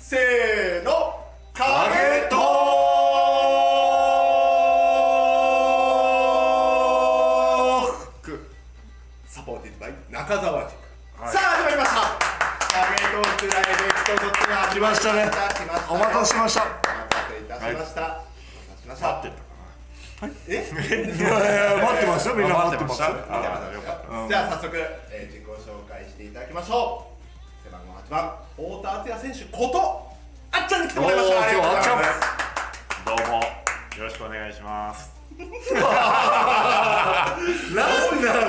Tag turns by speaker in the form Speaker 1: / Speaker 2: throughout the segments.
Speaker 1: せーの影とサポーティッドバイ中澤塾、
Speaker 2: はい
Speaker 1: さあ始まりました影トークライブ一つ目始
Speaker 2: ましたね
Speaker 1: 来ました
Speaker 2: お待たせしました
Speaker 1: お待たせいたしました、お待たせしました
Speaker 3: 待って
Speaker 1: え
Speaker 2: いやいや待ってますよみんな待ってますよ
Speaker 3: 待ってましたあーよかっ
Speaker 1: じゃあ早速、えー自己紹介していただきましょう背番号8番太田敦也選手ことあっちゃんに来てもらいまし
Speaker 2: お
Speaker 1: た
Speaker 2: ー
Speaker 1: ありがとうございま
Speaker 2: 今日
Speaker 1: す
Speaker 2: あっち
Speaker 3: たどうもよろしくお願いします
Speaker 2: なんな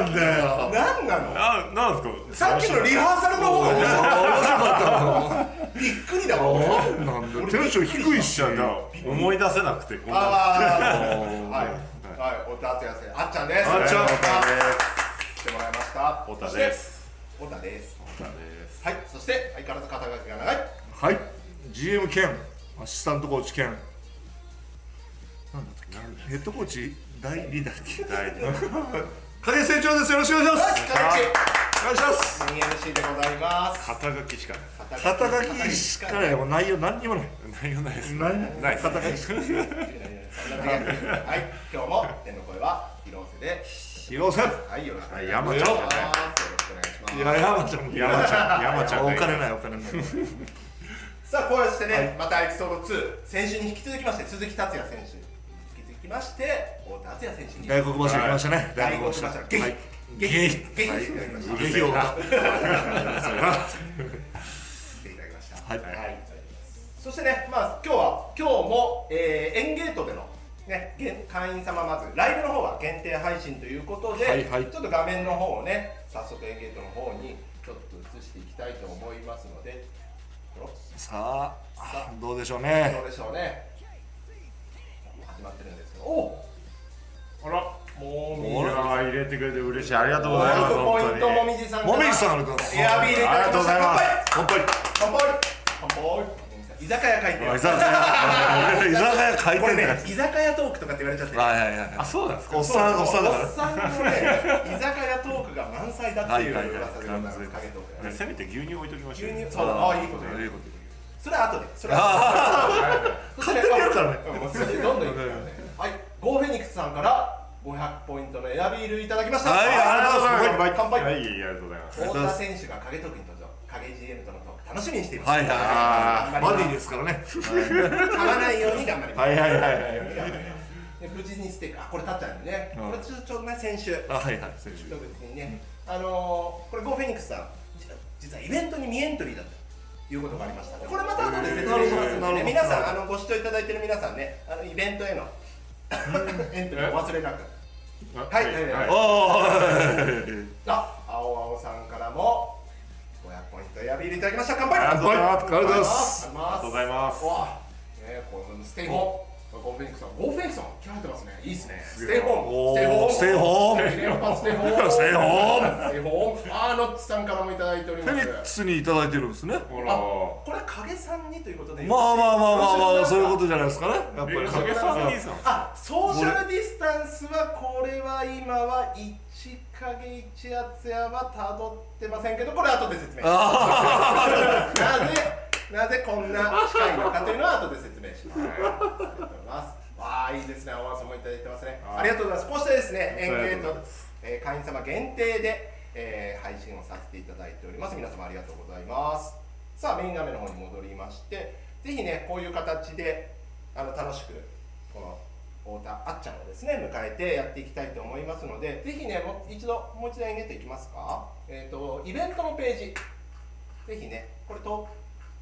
Speaker 2: んだよ
Speaker 1: 何なの
Speaker 3: ななんですか
Speaker 1: さっきのリハーサルの方がびっくりだもん
Speaker 2: なんなんだよテンション低いっしょ
Speaker 3: いや思い出せなくてこんな
Speaker 1: あー
Speaker 2: おー
Speaker 1: はいはい太田敦也選手あっちゃんです
Speaker 2: あっちゃん
Speaker 1: お願いします
Speaker 3: で
Speaker 1: 来てもらいました
Speaker 3: 太田です
Speaker 1: そして太田です
Speaker 3: すです
Speaker 1: はいそして相変わらず肩書きが長い
Speaker 2: はい GM 兼アシスタントコーチ兼なんだったっけヘッドコーチ代理だっけ
Speaker 3: 大事です
Speaker 2: 影成長ですよろしくお願いしますお願いします
Speaker 1: はい肩書き 2MC でございます
Speaker 3: 肩書きしかない
Speaker 2: 肩書きしかないもう内容何にもない
Speaker 3: 内容ないです
Speaker 2: 何にも
Speaker 3: ないです
Speaker 2: 肩書きしかない
Speaker 1: はい、今日も天の声は広瀬で。
Speaker 2: 広瀬
Speaker 1: はい、よろしくお願いします。よろ
Speaker 3: 山ちゃんじゃない
Speaker 1: しくお願いします。
Speaker 2: いや山ちゃんも
Speaker 3: 山ちゃん山ちゃん
Speaker 2: お
Speaker 3: がいる
Speaker 2: 金ないお金ない
Speaker 1: さあ、こうしてね、またエピソード2、先週に引き続きまして、鈴木達也選手に引き続きまして、太田敦也選手に。
Speaker 2: 大黒柱来ましたね
Speaker 1: 大黒柱
Speaker 2: 柱
Speaker 1: 激
Speaker 2: はい
Speaker 1: 激
Speaker 2: 激
Speaker 1: 激していただきました。
Speaker 2: 激をは
Speaker 1: していただきました。
Speaker 2: い
Speaker 1: はい、そしてね、まあ、今日は今日も、えー、エンゲートでの、ね、限会員様まずライブの方は限定配信ということで、
Speaker 2: はいはい
Speaker 1: ちょっと画面の方をね早速エンゲートの方にちょっと移していきたいと思いますのでど
Speaker 2: さあどうでしょうね
Speaker 1: うでしょうね始まってるんですけどお
Speaker 3: あら
Speaker 1: もうみ
Speaker 3: い
Speaker 1: ん
Speaker 3: や
Speaker 1: な
Speaker 3: ー入れてくれて嬉しいありがとうございます
Speaker 1: ポ
Speaker 3: 本
Speaker 1: イント
Speaker 3: 当
Speaker 1: も
Speaker 3: に
Speaker 1: みじさん
Speaker 2: もみじさんありがとうございます
Speaker 1: エアビーでいただきました
Speaker 2: 本当に
Speaker 1: 乾杯乾杯乾杯居酒屋書いて
Speaker 2: 居
Speaker 1: る
Speaker 2: 酒 屋居酒屋回
Speaker 1: これね
Speaker 2: 転だ
Speaker 1: 居酒屋トークとかって言われちゃってる
Speaker 2: はいはいはい
Speaker 3: あそうなんですか
Speaker 2: おっさんおっさんだか
Speaker 1: おっさんのね、居酒屋トークが満載だっていう噂でございます、
Speaker 2: はいはいはい
Speaker 1: 影トークが
Speaker 3: いや
Speaker 1: ね
Speaker 3: せめて牛乳置いときまし
Speaker 1: 牛
Speaker 3: ょう
Speaker 1: 乳、
Speaker 3: よ
Speaker 1: そうだ、あいいこと
Speaker 2: ら
Speaker 1: 言う。
Speaker 2: いいこと
Speaker 1: それは後で、それは後 で。勝手にやるからね。うんもうそれでどんどんいくからね。はい、ゴーフェニックスさんから500ポイントのエアビールいただきました。
Speaker 2: はいありがとうございます
Speaker 1: 乾杯乾杯。
Speaker 3: はいありがとうございます
Speaker 1: 太田選手が影トークに登場。影 GM とのトーク楽しみにしています。
Speaker 2: はいはい
Speaker 1: はい
Speaker 2: バディですからね
Speaker 1: 買わないように頑張ります。
Speaker 2: はいはいはいは
Speaker 1: 頑
Speaker 2: い
Speaker 1: 張りますで無事にステーキ、あ、これ立っちゃうんでね。
Speaker 2: うん
Speaker 1: これちょちょっとね、先週。
Speaker 2: あはいはい選手
Speaker 1: 特にね、あのーこれゴーフェニックスさんじ実はイベントに未エントリーだったということがありましたこれまた後で説明します
Speaker 2: な
Speaker 1: の
Speaker 2: るほ
Speaker 1: で、ね、
Speaker 2: ど
Speaker 1: 皆さん
Speaker 2: な
Speaker 1: あのご視聴いただいてる皆さんねあのイベントへの エントリーお忘れなくはいはいはい
Speaker 2: おお
Speaker 1: あ青青さんからも500ポイントやビールいただきました乾杯
Speaker 3: ありがとうございます
Speaker 2: ありがとうございます
Speaker 1: あり
Speaker 3: あり
Speaker 1: が
Speaker 3: がとうございます
Speaker 1: わあねこのステイホームゴーフェニックスさんゴーフェニックスさん気合入ってますねいいですねステイホー
Speaker 2: お
Speaker 1: ム
Speaker 2: ーステイホーム
Speaker 1: ステイホームステイホーム
Speaker 2: ステ
Speaker 1: ステイホ
Speaker 2: イホ
Speaker 1: ームあーノッチさんからもいただいており
Speaker 2: フ
Speaker 1: ま
Speaker 2: ェニ
Speaker 1: す
Speaker 2: ックスにいただいてるんですね
Speaker 3: ほ
Speaker 1: あ
Speaker 3: ら
Speaker 1: これは影さんにということで
Speaker 2: まあまあまあまあまあそういうこととじゃないですかねやっぱり
Speaker 3: え影さん兄さん
Speaker 1: あソーシャルディスタンスはこれは今は一影一厚やはたどってませんけどこれは後で説明しますなぜなぜこんな近いのかというのは後で説明します。ありがとうございます。わあいいですね。おわさんもいただいてますね。
Speaker 3: はい
Speaker 1: ありがとうございます。こうしてですね、エンゲ
Speaker 3: あり
Speaker 1: ー
Speaker 3: がとうござい
Speaker 1: ト、えー会員様限定で、えー配信をさせていただいております。皆様ありがとうございます。さあメイン画面の方に戻りまして、ぜひねこういう形であの楽しくこの太田あっちゃんをですね迎えてやっていきたいと思いますので、ぜひねもう一度もう一度エンゲートいきますか。えっ、とイベントのページ。ぜひね、これと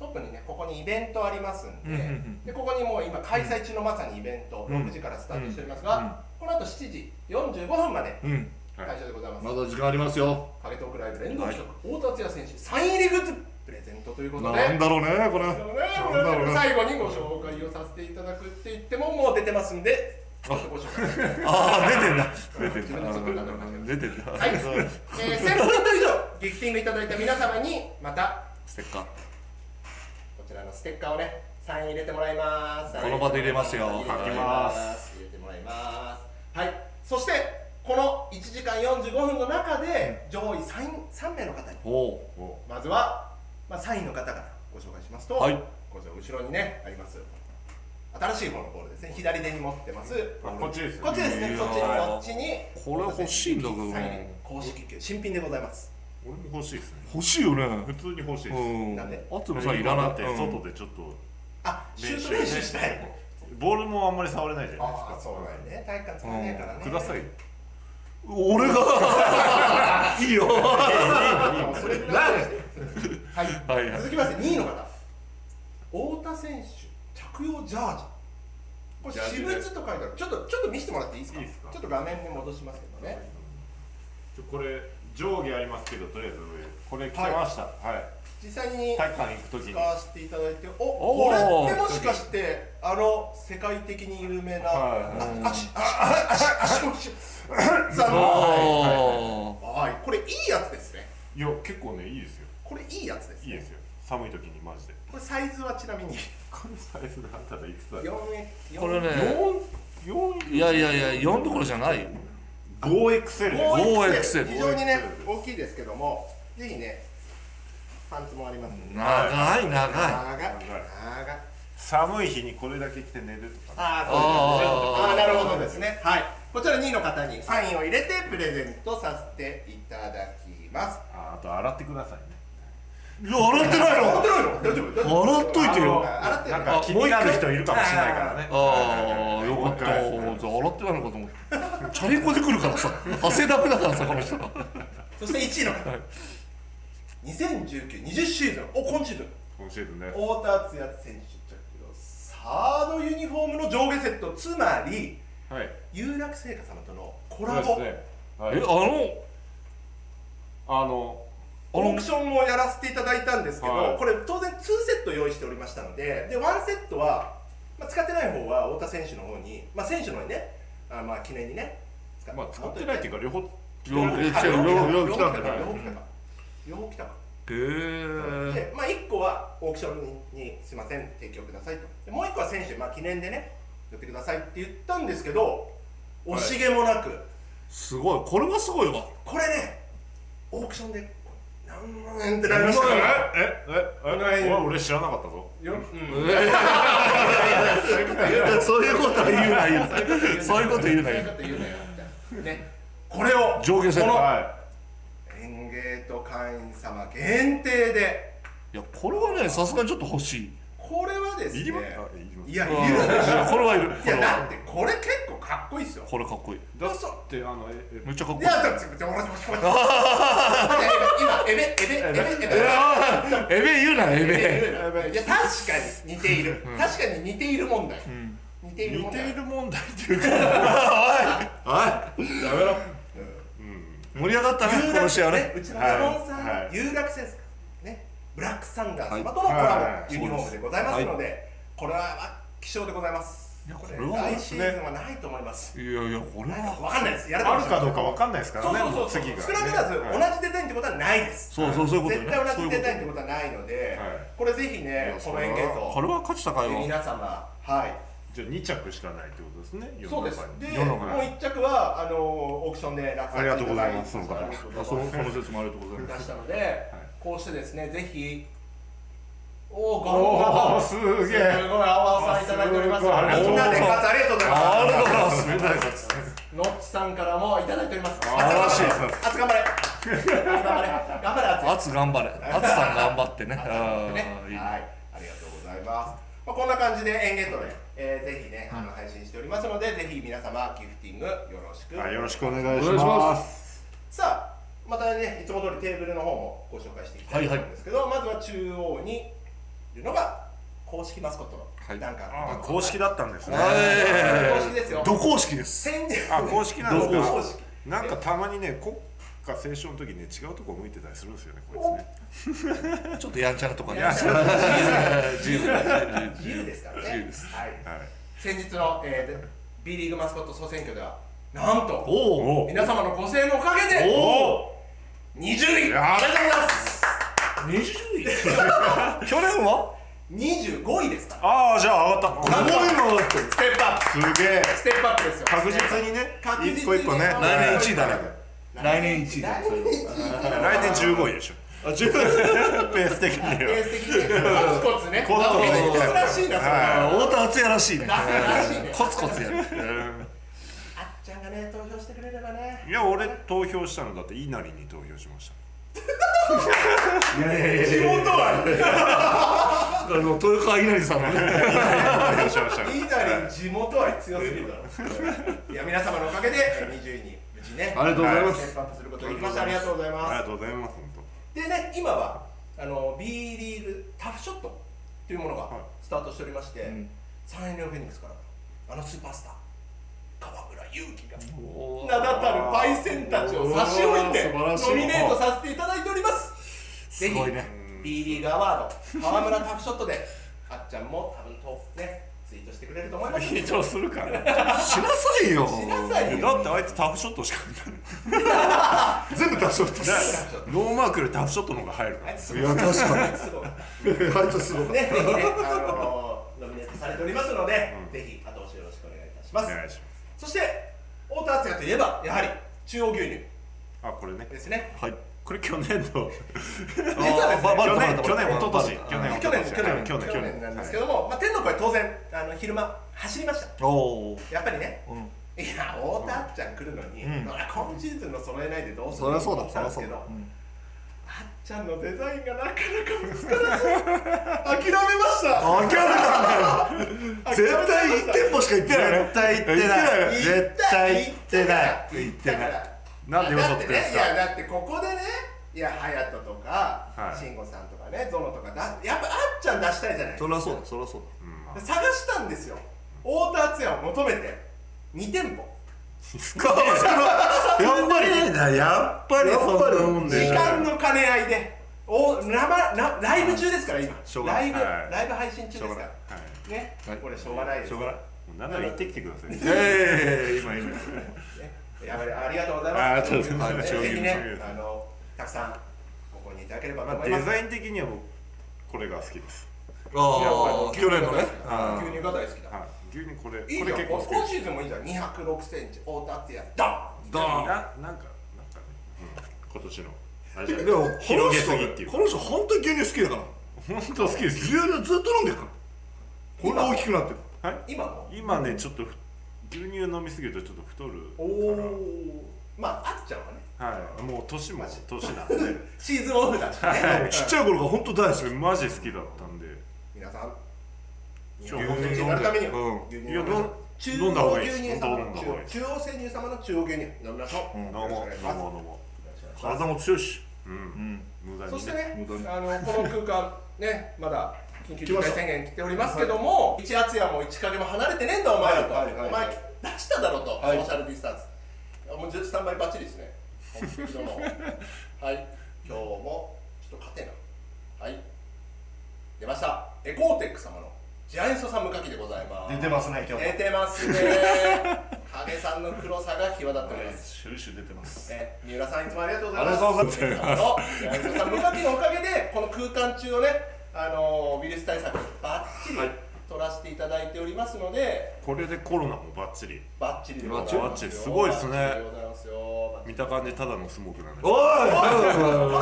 Speaker 1: 特にね、ここにイベントありますんで、
Speaker 2: うんうんうん
Speaker 1: でここにもう今、開催中のまさにイベント、
Speaker 2: うん
Speaker 1: 6時からスタートしておりますが、この後7時45分まで
Speaker 2: うん
Speaker 3: はい
Speaker 1: 会場でございます。
Speaker 2: まだ時間ありますよ
Speaker 1: 影トークライブ連動企画、太田敦也選手、サイン入りグッズプレゼントということで。
Speaker 2: なんだろうねこれ
Speaker 1: なるほどね
Speaker 2: なんだろうね
Speaker 1: 最後にご紹介をさせていただくって言っても、もう出てますんで、ちょっとご紹介
Speaker 2: ああ出てんだ
Speaker 1: 自分でちょっとなんだろうな
Speaker 2: 出てんだ
Speaker 1: はい、えー、1000ポイント以上、ギフティングいただいた皆様に、また
Speaker 2: ステッカー
Speaker 1: こちらのステッカーをね、サイン入れてもらいます。
Speaker 2: この場で入れますよ
Speaker 1: 入れてもらいます。入れてもらいます。はい。そしてこの1時間45分の中で上位3 3名の方に、
Speaker 2: おお
Speaker 3: お
Speaker 1: まずはまあ3位の方からご紹介しますと、
Speaker 2: はい
Speaker 1: こちら後ろにねあります新しい方のボールですね左手に持ってますボール
Speaker 3: こっちですね
Speaker 1: こっちですね
Speaker 2: いや
Speaker 1: こっちに
Speaker 2: ー
Speaker 1: こっちに
Speaker 2: これ欲しいんだけどな
Speaker 1: サイン公式球新品でございます
Speaker 3: 俺も欲しいですね
Speaker 2: 欲しいよね
Speaker 3: 普通に欲しいです、
Speaker 2: うん
Speaker 1: なんで
Speaker 2: あとのさいらな
Speaker 3: っ
Speaker 2: く
Speaker 3: て
Speaker 2: て
Speaker 3: 外でちょっと
Speaker 1: あシュート練習したい
Speaker 3: ボールもあんまり触れないじゃないです
Speaker 1: あ
Speaker 3: か
Speaker 1: あそうだよね体育館使わないからね
Speaker 3: くださいよ
Speaker 2: 俺が いいよ
Speaker 1: あそれくらいではい
Speaker 2: はいはい
Speaker 1: 続きまして2位の方太田選手着用ジャージこれ
Speaker 3: ジャー
Speaker 1: 私
Speaker 3: ジ
Speaker 1: 物
Speaker 3: ね
Speaker 1: と書いてあるちょっとちょっと見せてもらっていいですか
Speaker 3: いいですか
Speaker 1: ちょっと画面に戻しますけどね
Speaker 3: ちょこれ上下ありますけどとりあえず上これ着てましたはい、
Speaker 1: 実際に
Speaker 3: 体育館行く時に
Speaker 1: 使わせていただいてお
Speaker 2: お
Speaker 1: こ
Speaker 2: ー
Speaker 1: れってもしかしてあの世界的に有名な
Speaker 3: は
Speaker 1: あ足ああ足足足足さんの
Speaker 2: あ
Speaker 1: はいこれいいやつですね
Speaker 3: いや結構ねいいですよ
Speaker 1: これいいやつです
Speaker 3: いいで
Speaker 1: ね
Speaker 3: すよ寒い時にマジで
Speaker 1: これサイズはちなみに
Speaker 3: このサイズだったらいくつだ
Speaker 1: 4
Speaker 2: ーこれね
Speaker 3: 4
Speaker 2: いやいやいや4どころじゃないよ
Speaker 3: 5XL です
Speaker 2: 5XL
Speaker 1: 非常にね
Speaker 3: 5XL
Speaker 1: 大きいですけどもぜひねパンツもありますんで
Speaker 2: 長い長
Speaker 1: 長い
Speaker 2: い
Speaker 1: 長い
Speaker 3: 長い寒い日にこれだけ着て寝るとか
Speaker 1: あーそうですねあ
Speaker 2: あー
Speaker 1: ーなるほどですねはいこちら2位の方にサインを入れてプレゼントさせていただきます
Speaker 3: ああと洗ってくださいね
Speaker 2: いや洗ってない
Speaker 1: 洗っ
Speaker 2: の
Speaker 1: てないの大丈夫大丈夫
Speaker 2: 洗っといてよ
Speaker 1: 洗ってる
Speaker 3: なんか気になる人いるかもしれないからね
Speaker 2: ああよかった
Speaker 3: はいはいはい
Speaker 2: 洗ってないのかと思ったチャリンコで来るからさ汗だくだからさこの人
Speaker 1: そして1位の方
Speaker 2: はい
Speaker 1: 2019-20シーズンお今シーズン
Speaker 3: 今シーズンね
Speaker 1: 太田敦也選手着用サードユニフォームの上下セットつまり
Speaker 3: はい
Speaker 1: 有楽製菓様とのコ
Speaker 3: こ
Speaker 1: ラボ、
Speaker 3: ねは
Speaker 2: えあ
Speaker 3: い
Speaker 2: の
Speaker 3: あの
Speaker 2: あ
Speaker 1: オー
Speaker 2: の
Speaker 1: クションもやらせていただいたんですけど、
Speaker 3: はい
Speaker 1: これ当然2セット用意しておりましたのでで1セットは、まあ、使ってない方は太田選手の方に、まあ、選手の方にねあまあ記念にね使
Speaker 3: まあ使ってないっていうか両方
Speaker 2: 両方来
Speaker 1: あ
Speaker 2: てる両方
Speaker 1: 両
Speaker 2: 両
Speaker 1: 方
Speaker 2: 方来
Speaker 1: 来た
Speaker 2: た
Speaker 1: か
Speaker 2: んだ
Speaker 1: 両
Speaker 2: ね
Speaker 1: 方来たか両方来たか
Speaker 2: へえ
Speaker 1: で、まあ、1個はオークションにすいません提供くださいとでもう1個は選手、まあ、記念でねやってくださいって言ったんですけど惜しげもなく、
Speaker 2: すごいこれはすごいわ
Speaker 1: これねオークションで何万円ってなりましたから
Speaker 3: ええええ俺知らなかったぞ
Speaker 1: ようん
Speaker 2: そういうことは言うな言うなそういうこと言うな言うな
Speaker 1: そういうこと言うなよみたいなねこれを
Speaker 2: 上下線
Speaker 1: この
Speaker 3: は
Speaker 1: 園芸と会員様限定で
Speaker 2: いやこれはねさすがにちょっと欲しい
Speaker 1: これはです
Speaker 3: い
Speaker 1: ね
Speaker 3: いりますあいります
Speaker 1: いやい
Speaker 2: うん
Speaker 1: る
Speaker 2: い
Speaker 1: でし
Speaker 2: やこれはいる
Speaker 1: ょい
Speaker 2: これ
Speaker 1: やだっ
Speaker 2: は
Speaker 1: てこれ結構かっこいいですよ
Speaker 2: これかっこいい
Speaker 3: だってあのええ
Speaker 2: めっちゃかっこ
Speaker 1: い
Speaker 2: いい
Speaker 1: やだって俺も今エベエベエベエベ
Speaker 2: あーエベ言うなエベ
Speaker 1: いや確かに似ている確かに似ている問題
Speaker 2: ん
Speaker 1: 似ている
Speaker 3: 似
Speaker 1: 問
Speaker 3: てい
Speaker 1: 題
Speaker 3: る問題っていうか
Speaker 2: はい
Speaker 3: やめろ
Speaker 2: 盛り上がったねこの試合はね
Speaker 1: うちのスポンサ
Speaker 3: はい
Speaker 1: ー
Speaker 3: は
Speaker 1: の
Speaker 3: い
Speaker 1: 有楽製ですからねブラックサンダー様とのコ
Speaker 3: はい
Speaker 1: ラ
Speaker 3: は
Speaker 1: ボ
Speaker 3: い
Speaker 1: ユニフォームでございますのでこれは希少でございます
Speaker 2: いや
Speaker 1: これ
Speaker 2: これは
Speaker 1: 来シーズンはないと思います
Speaker 2: いやいやこれ
Speaker 1: ないか分
Speaker 2: は
Speaker 1: かんないですやる
Speaker 3: あるかどうか
Speaker 1: 分
Speaker 3: わかんないですからね
Speaker 1: そうそうそう
Speaker 3: もう次が
Speaker 1: 少なからず
Speaker 3: はい
Speaker 1: 同じデザインってことはないです
Speaker 2: そうそうそういうこと
Speaker 1: 絶対同じデザインって
Speaker 2: ね
Speaker 1: ことはないので
Speaker 3: はい
Speaker 1: これぜひね
Speaker 3: や
Speaker 1: この園芸
Speaker 2: こ
Speaker 1: と
Speaker 2: れは価値高いわ
Speaker 1: 皆様はい
Speaker 3: じゃあ二着しかないってことですね世
Speaker 1: そ
Speaker 3: の
Speaker 1: うです
Speaker 3: 中に
Speaker 1: で
Speaker 2: 世の中
Speaker 1: も
Speaker 2: に
Speaker 1: う一着はあのオークションで落
Speaker 3: ありがとうございます
Speaker 1: そ
Speaker 3: その方
Speaker 2: あそのその説もありがとうござい
Speaker 1: 出
Speaker 2: ます
Speaker 1: したので、こうしてですね、ぜひ、おお、ご
Speaker 3: お
Speaker 1: 本
Speaker 3: お
Speaker 1: 方、す
Speaker 3: すげ
Speaker 1: ごい
Speaker 3: え
Speaker 1: 青さんいただいております。みん
Speaker 3: あすごい
Speaker 1: なで勝つありがとうござい
Speaker 2: あ
Speaker 1: ま
Speaker 2: りがとうございます
Speaker 3: す
Speaker 1: す。ノッチさんからもいただいております。
Speaker 3: あー
Speaker 1: あつ
Speaker 3: 素晴らしい
Speaker 1: あつ頑張れ。頑張れ。頑張れ、あつ。
Speaker 2: 熱頑張れ熱さん頑張ってねあ
Speaker 1: ね
Speaker 2: ーいいね
Speaker 1: はい、ありがとうございます。まあ、こんな感じで、エンゲットで、えー、ぜひね、あの配信しておりますので、ぜひ皆様、ギフティングよろしく。
Speaker 3: はいよろしくお願いし
Speaker 2: お願いしま
Speaker 3: ます
Speaker 1: さあまたねいつも通りテーブルの方もご紹介していきたいと思うんですけど、まずは中央にいるのが公式マスコットの、
Speaker 2: はい
Speaker 1: なんか
Speaker 3: あー公式だったんですね
Speaker 2: は
Speaker 1: 公
Speaker 2: い
Speaker 1: 式ですよ
Speaker 2: ど公式です
Speaker 1: 宣言
Speaker 3: あ公式なんですか
Speaker 1: 公式
Speaker 3: なんかたまにね国歌斉唱の時にね違うとこ向いてたりするんですよねこいつね
Speaker 2: ちょっとやんちゃなとこね
Speaker 3: やんちゃ
Speaker 2: 自由
Speaker 1: 自由ですからね
Speaker 2: 自由です
Speaker 1: はい、
Speaker 3: はい
Speaker 1: 先日の、えー、B リーグマスコット総選挙ではなんと
Speaker 2: おお
Speaker 1: 皆様のご声援のおかげで
Speaker 2: お
Speaker 1: 20位
Speaker 3: や
Speaker 1: ありがとうございます
Speaker 2: 20位 去年は
Speaker 1: 25位ですから
Speaker 3: ああじゃあ上がった
Speaker 1: なんと
Speaker 2: の
Speaker 1: ステップアップ
Speaker 3: すげえ
Speaker 1: ステップアップですよ
Speaker 3: 確実にね
Speaker 1: 確実にね
Speaker 3: 一個一個ね
Speaker 1: 来
Speaker 2: 年一位だね来年1位
Speaker 1: 来年1位
Speaker 3: 来年15位でしょ
Speaker 2: あ十 分ペース的に
Speaker 1: ベ
Speaker 2: は
Speaker 1: ース的にコツコツね
Speaker 2: コツコツ
Speaker 1: あコツらしいなそれ
Speaker 2: はい太田敦也らしいね
Speaker 1: らしいね
Speaker 2: コツコツやる
Speaker 1: あっちゃんがね投票してくれればね
Speaker 3: いや俺投票したのだって稲荷に投票しました
Speaker 2: いやいやいや
Speaker 1: 地元は
Speaker 2: あの豊川稲荷さんのね
Speaker 3: 投票しました
Speaker 1: いいなり地元は強すぎるだろいや皆様のおかげで20位に無事ね
Speaker 2: ありがとうございます
Speaker 1: 先発することができましたありがとうござい
Speaker 3: あり
Speaker 1: ま
Speaker 3: がとうございます本
Speaker 1: すでね今はあの B リーグタフショットというものが
Speaker 3: はい
Speaker 1: スタートしておりまして、
Speaker 2: ん
Speaker 1: サンエリオフェニックスからあのスーパースター川村勇輝が
Speaker 2: お
Speaker 1: 名だたる焙煎たちを差し置いて
Speaker 2: おー素晴らしい
Speaker 1: ノミネートさせていただいております
Speaker 2: すごいね
Speaker 3: 当
Speaker 1: B リーグアワード川村タフショットであっちゃんも多分とねツイートしてくれると思います
Speaker 3: 緊張するから
Speaker 2: しなさいよ
Speaker 1: しなさいよ
Speaker 3: だってあいつタフショットしか見ない
Speaker 2: 全部出しとった
Speaker 3: だからノーマークよりタフショットの方が入るか
Speaker 1: あい
Speaker 3: ら
Speaker 1: つすご
Speaker 2: い
Speaker 1: い
Speaker 2: や確か
Speaker 1: すごい
Speaker 2: にあいつすごかっ
Speaker 1: ね、ぜひね、あのノミネートされておりますので、ぜひ後押しよろしくお願いいたしま
Speaker 3: お
Speaker 1: す。
Speaker 3: 願いし
Speaker 1: そして、太田敦也といえば、やはり中央牛乳
Speaker 3: ますあこれね
Speaker 1: ですね。
Speaker 2: たはい
Speaker 3: これ去 年の
Speaker 1: 実はですね
Speaker 2: あバ
Speaker 3: 去
Speaker 2: レ
Speaker 3: 年
Speaker 2: た
Speaker 3: 去年一昨年
Speaker 2: バレた
Speaker 1: 去年です去年去
Speaker 3: 一昨年去
Speaker 1: 年
Speaker 3: 年
Speaker 1: 去年なんですけども、まあ、天の声当然あの昼間走りました
Speaker 2: おおー
Speaker 1: やっぱりね
Speaker 2: うん
Speaker 1: いや太田あっちゃん来るのに、
Speaker 2: うん
Speaker 1: そりゃ今シーズンの揃えないでどうする
Speaker 2: そりゃそうだそ
Speaker 1: たんで
Speaker 2: りゃ
Speaker 1: す
Speaker 2: そ
Speaker 1: け
Speaker 2: う
Speaker 1: ど
Speaker 2: だ
Speaker 1: あ
Speaker 2: う
Speaker 1: っ
Speaker 2: ん
Speaker 1: ちゃんのデザインがなかなか見つからず諦めました
Speaker 2: 諦めたんだよ
Speaker 1: 諦め
Speaker 2: 絶
Speaker 1: ま
Speaker 2: 対
Speaker 1: し
Speaker 2: 一
Speaker 1: た
Speaker 2: 店舗しか行ってない
Speaker 3: 絶対行ってない絶対行ってない
Speaker 1: 行
Speaker 3: 行
Speaker 1: っ
Speaker 3: ってて
Speaker 1: な
Speaker 3: ないいなんで嘘つくんですか
Speaker 1: だってねいやだってここでねいや隼人とか
Speaker 3: はい
Speaker 1: 慎吾、さんとかねゾノとかだやっぱあっちゃん出したいじゃない
Speaker 2: そりゃそうだそりゃそう
Speaker 3: う
Speaker 1: で
Speaker 3: ん
Speaker 1: 探したんですよ太田敦也を求めて2店舗
Speaker 2: だやっぱり
Speaker 3: やっぱりそんなもん
Speaker 1: 時
Speaker 3: ね
Speaker 1: 間の兼ね合いでお生なライブ中ですから今
Speaker 3: しょうが
Speaker 1: ラ
Speaker 3: な
Speaker 1: イ
Speaker 3: い
Speaker 1: ブ、
Speaker 3: はい
Speaker 1: ライブ配信中
Speaker 3: し
Speaker 1: で
Speaker 3: ょう
Speaker 1: す
Speaker 3: が
Speaker 1: か
Speaker 3: ない
Speaker 1: ら
Speaker 3: はい
Speaker 1: ね、
Speaker 2: はい
Speaker 1: これしょうがないです
Speaker 3: しょうがないもうなんなら行ってきてください
Speaker 2: いやいやいやいや今今
Speaker 1: ねやっぱりありがとうございます
Speaker 3: ありがとうございます
Speaker 1: ぜひね
Speaker 3: 上級です
Speaker 1: あのたくさんご購入いただければと
Speaker 3: まあ
Speaker 1: 思い
Speaker 3: デ
Speaker 1: ます、
Speaker 3: ザイン的には僕これが好きです
Speaker 2: ああ去年のね
Speaker 1: 牛乳が大好きだ
Speaker 3: はい牛乳これこ
Speaker 1: い
Speaker 3: れ
Speaker 1: いじゃん、
Speaker 3: 結構好き
Speaker 1: 今シーズンもいいじゃん、206センチ、太田敦也、ドン
Speaker 2: ド
Speaker 3: ななん
Speaker 2: ン
Speaker 3: かなんかね、うん、今年のあれじゃない
Speaker 2: でもこの人
Speaker 3: 広げすぎっていう
Speaker 2: この人本当に牛乳好きだから
Speaker 3: 本当好きです
Speaker 2: 牛乳ずっと飲んでるからこんな大きくなってる
Speaker 3: はい
Speaker 1: 今も
Speaker 3: 今ねちょっとふ牛乳飲みすぎるとちょっと太る
Speaker 1: おおまあ、あっちゃんはね、
Speaker 3: からはいもう年も
Speaker 1: マジ
Speaker 3: 年なんで
Speaker 1: シーズンオフだしね
Speaker 2: ちっちゃい頃から本当大好き
Speaker 3: それマジ好きだったんで
Speaker 1: 皆さん、日
Speaker 3: ちょ
Speaker 1: 本人になるために
Speaker 2: うん
Speaker 1: は牛乳
Speaker 3: いや
Speaker 1: 飲みましょう中
Speaker 3: 飲んだ方
Speaker 1: 央
Speaker 3: がいい
Speaker 1: 牛
Speaker 3: です
Speaker 1: 乳様
Speaker 3: 飲んだ方がいい
Speaker 1: 中央生乳様の中央牛乳飲みましょう
Speaker 2: うん
Speaker 3: 飲
Speaker 1: よ
Speaker 3: も
Speaker 1: ろ
Speaker 3: う
Speaker 1: し
Speaker 3: 飲
Speaker 1: くお願いします
Speaker 3: もう飲も
Speaker 2: 体も強いし
Speaker 3: ううん
Speaker 2: う、ん
Speaker 3: 無駄にね
Speaker 1: そしてね
Speaker 2: 無駄、に
Speaker 1: あのこの空間ね、まだ緊急事態宣言来ておりますけども、一厚也も一影も離れてねえんだお前らと、
Speaker 2: はいはい
Speaker 1: お
Speaker 2: はい
Speaker 1: 前出しただろうと、
Speaker 2: はい
Speaker 1: ソーシャルディスタンス。あもうスタンバイバッチリですね。本当にどう もはい、今日もちょっと勝てな。はい。出ました。エコーテック様のジャイアンソさん無課金でございます。
Speaker 2: ますね今
Speaker 1: 出てますね。影さんの黒さが際立っております。
Speaker 2: シュルシュ出てます
Speaker 1: ね、三浦さんいつもありがとうござい
Speaker 2: あ
Speaker 1: ま
Speaker 2: り
Speaker 1: す。
Speaker 2: がとうございます
Speaker 1: そう三浦さん無課金のおかげでこの空間中をね、あのーウイルス対策バッチリ
Speaker 2: はい
Speaker 1: 取らせていただいておりますので、
Speaker 3: これでコロナもバッチリ
Speaker 1: バッチリでございますよ。
Speaker 3: バッチリすごいですね
Speaker 1: バッチリでございますよ。バッチ
Speaker 3: 見た感じただのスモークなんで
Speaker 2: おい
Speaker 1: リ謹
Speaker 2: おい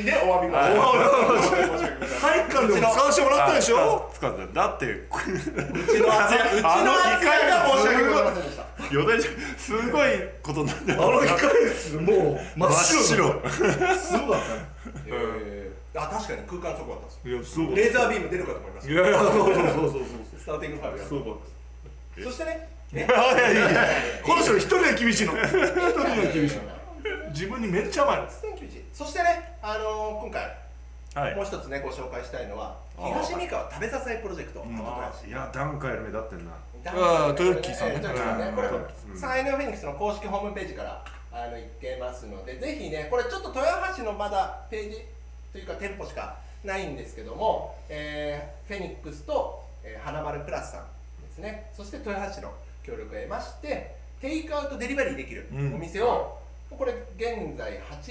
Speaker 1: んでお詫びも。
Speaker 3: はい
Speaker 2: 体育館でも使わせてもらったでしょ
Speaker 3: 使っただって
Speaker 1: うちの厚や、うちの
Speaker 3: あの
Speaker 1: 厚やが申し訳ございませんでした。
Speaker 3: よだいじゃすごいことになって
Speaker 2: あの機械ですもう真っ白
Speaker 3: 真っ
Speaker 2: すごかったね
Speaker 1: えーあ、確かに空間そこだったんですよ。
Speaker 2: いやすごい
Speaker 1: レーザービーム出るかと思いまし
Speaker 2: いやいやそうそうそうそう
Speaker 1: た。スターティングファイブが。
Speaker 2: そうそう
Speaker 1: そしてね、
Speaker 2: いやいやいやこの人一人は厳しいの一人は厳しいの自分にめっちゃ甘いです
Speaker 1: そしてね、あのー今回。
Speaker 3: はい
Speaker 1: もう一つねご紹介したいのは
Speaker 3: あー
Speaker 1: 東三河食べさせプロジェクト、
Speaker 2: ん
Speaker 1: 鳩
Speaker 3: あ
Speaker 1: 林
Speaker 3: ーいや段階より目立ってんな
Speaker 2: あートヨッキーさんね
Speaker 1: えートヨッキーさんね
Speaker 2: うん
Speaker 1: これ
Speaker 3: うん
Speaker 1: サイエンドフェニックスの公式ホームページからあの行けますのでぜひねこれちょっと豊橋のまだページというか店舗しかないんですけども、えーフェニックスと、えー花丸プラスさんですねそして豊橋の協力を得ましてテイクアウトデリバリーできる
Speaker 2: うん
Speaker 1: お店を、これ現在88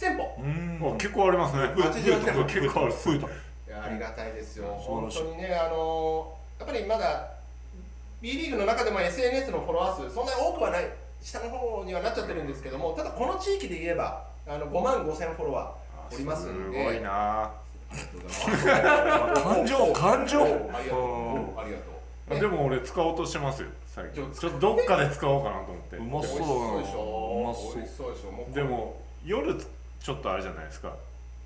Speaker 1: 店舗、
Speaker 2: うん
Speaker 3: お結構ありますね
Speaker 1: 88点
Speaker 3: 結構ある増えた
Speaker 1: いやありがたいですよ、
Speaker 2: 素晴
Speaker 1: 本
Speaker 2: らしい
Speaker 1: 当にね、あのやっぱりまだ B リーグの中でも SNS のフォロワー数、そんなに多くはない下の方にはなっちゃってるんですけどもただこの地域で言えばあの5万5千フォロワーおりますんで。
Speaker 3: ごいな
Speaker 1: ありがとうございます
Speaker 2: 感情感情
Speaker 1: おありがとうおありがとう。ね
Speaker 3: でも俺使おうとしてますよ最
Speaker 1: ちょ
Speaker 3: 近ちょっとどっかで使おうかなと思って
Speaker 2: うま
Speaker 1: 美味し
Speaker 2: そう
Speaker 1: そうでし
Speaker 2: うま
Speaker 1: ょ。
Speaker 2: そう
Speaker 1: 美味しそうでしょ。もう
Speaker 3: でも夜ちょっとあれじゃないですか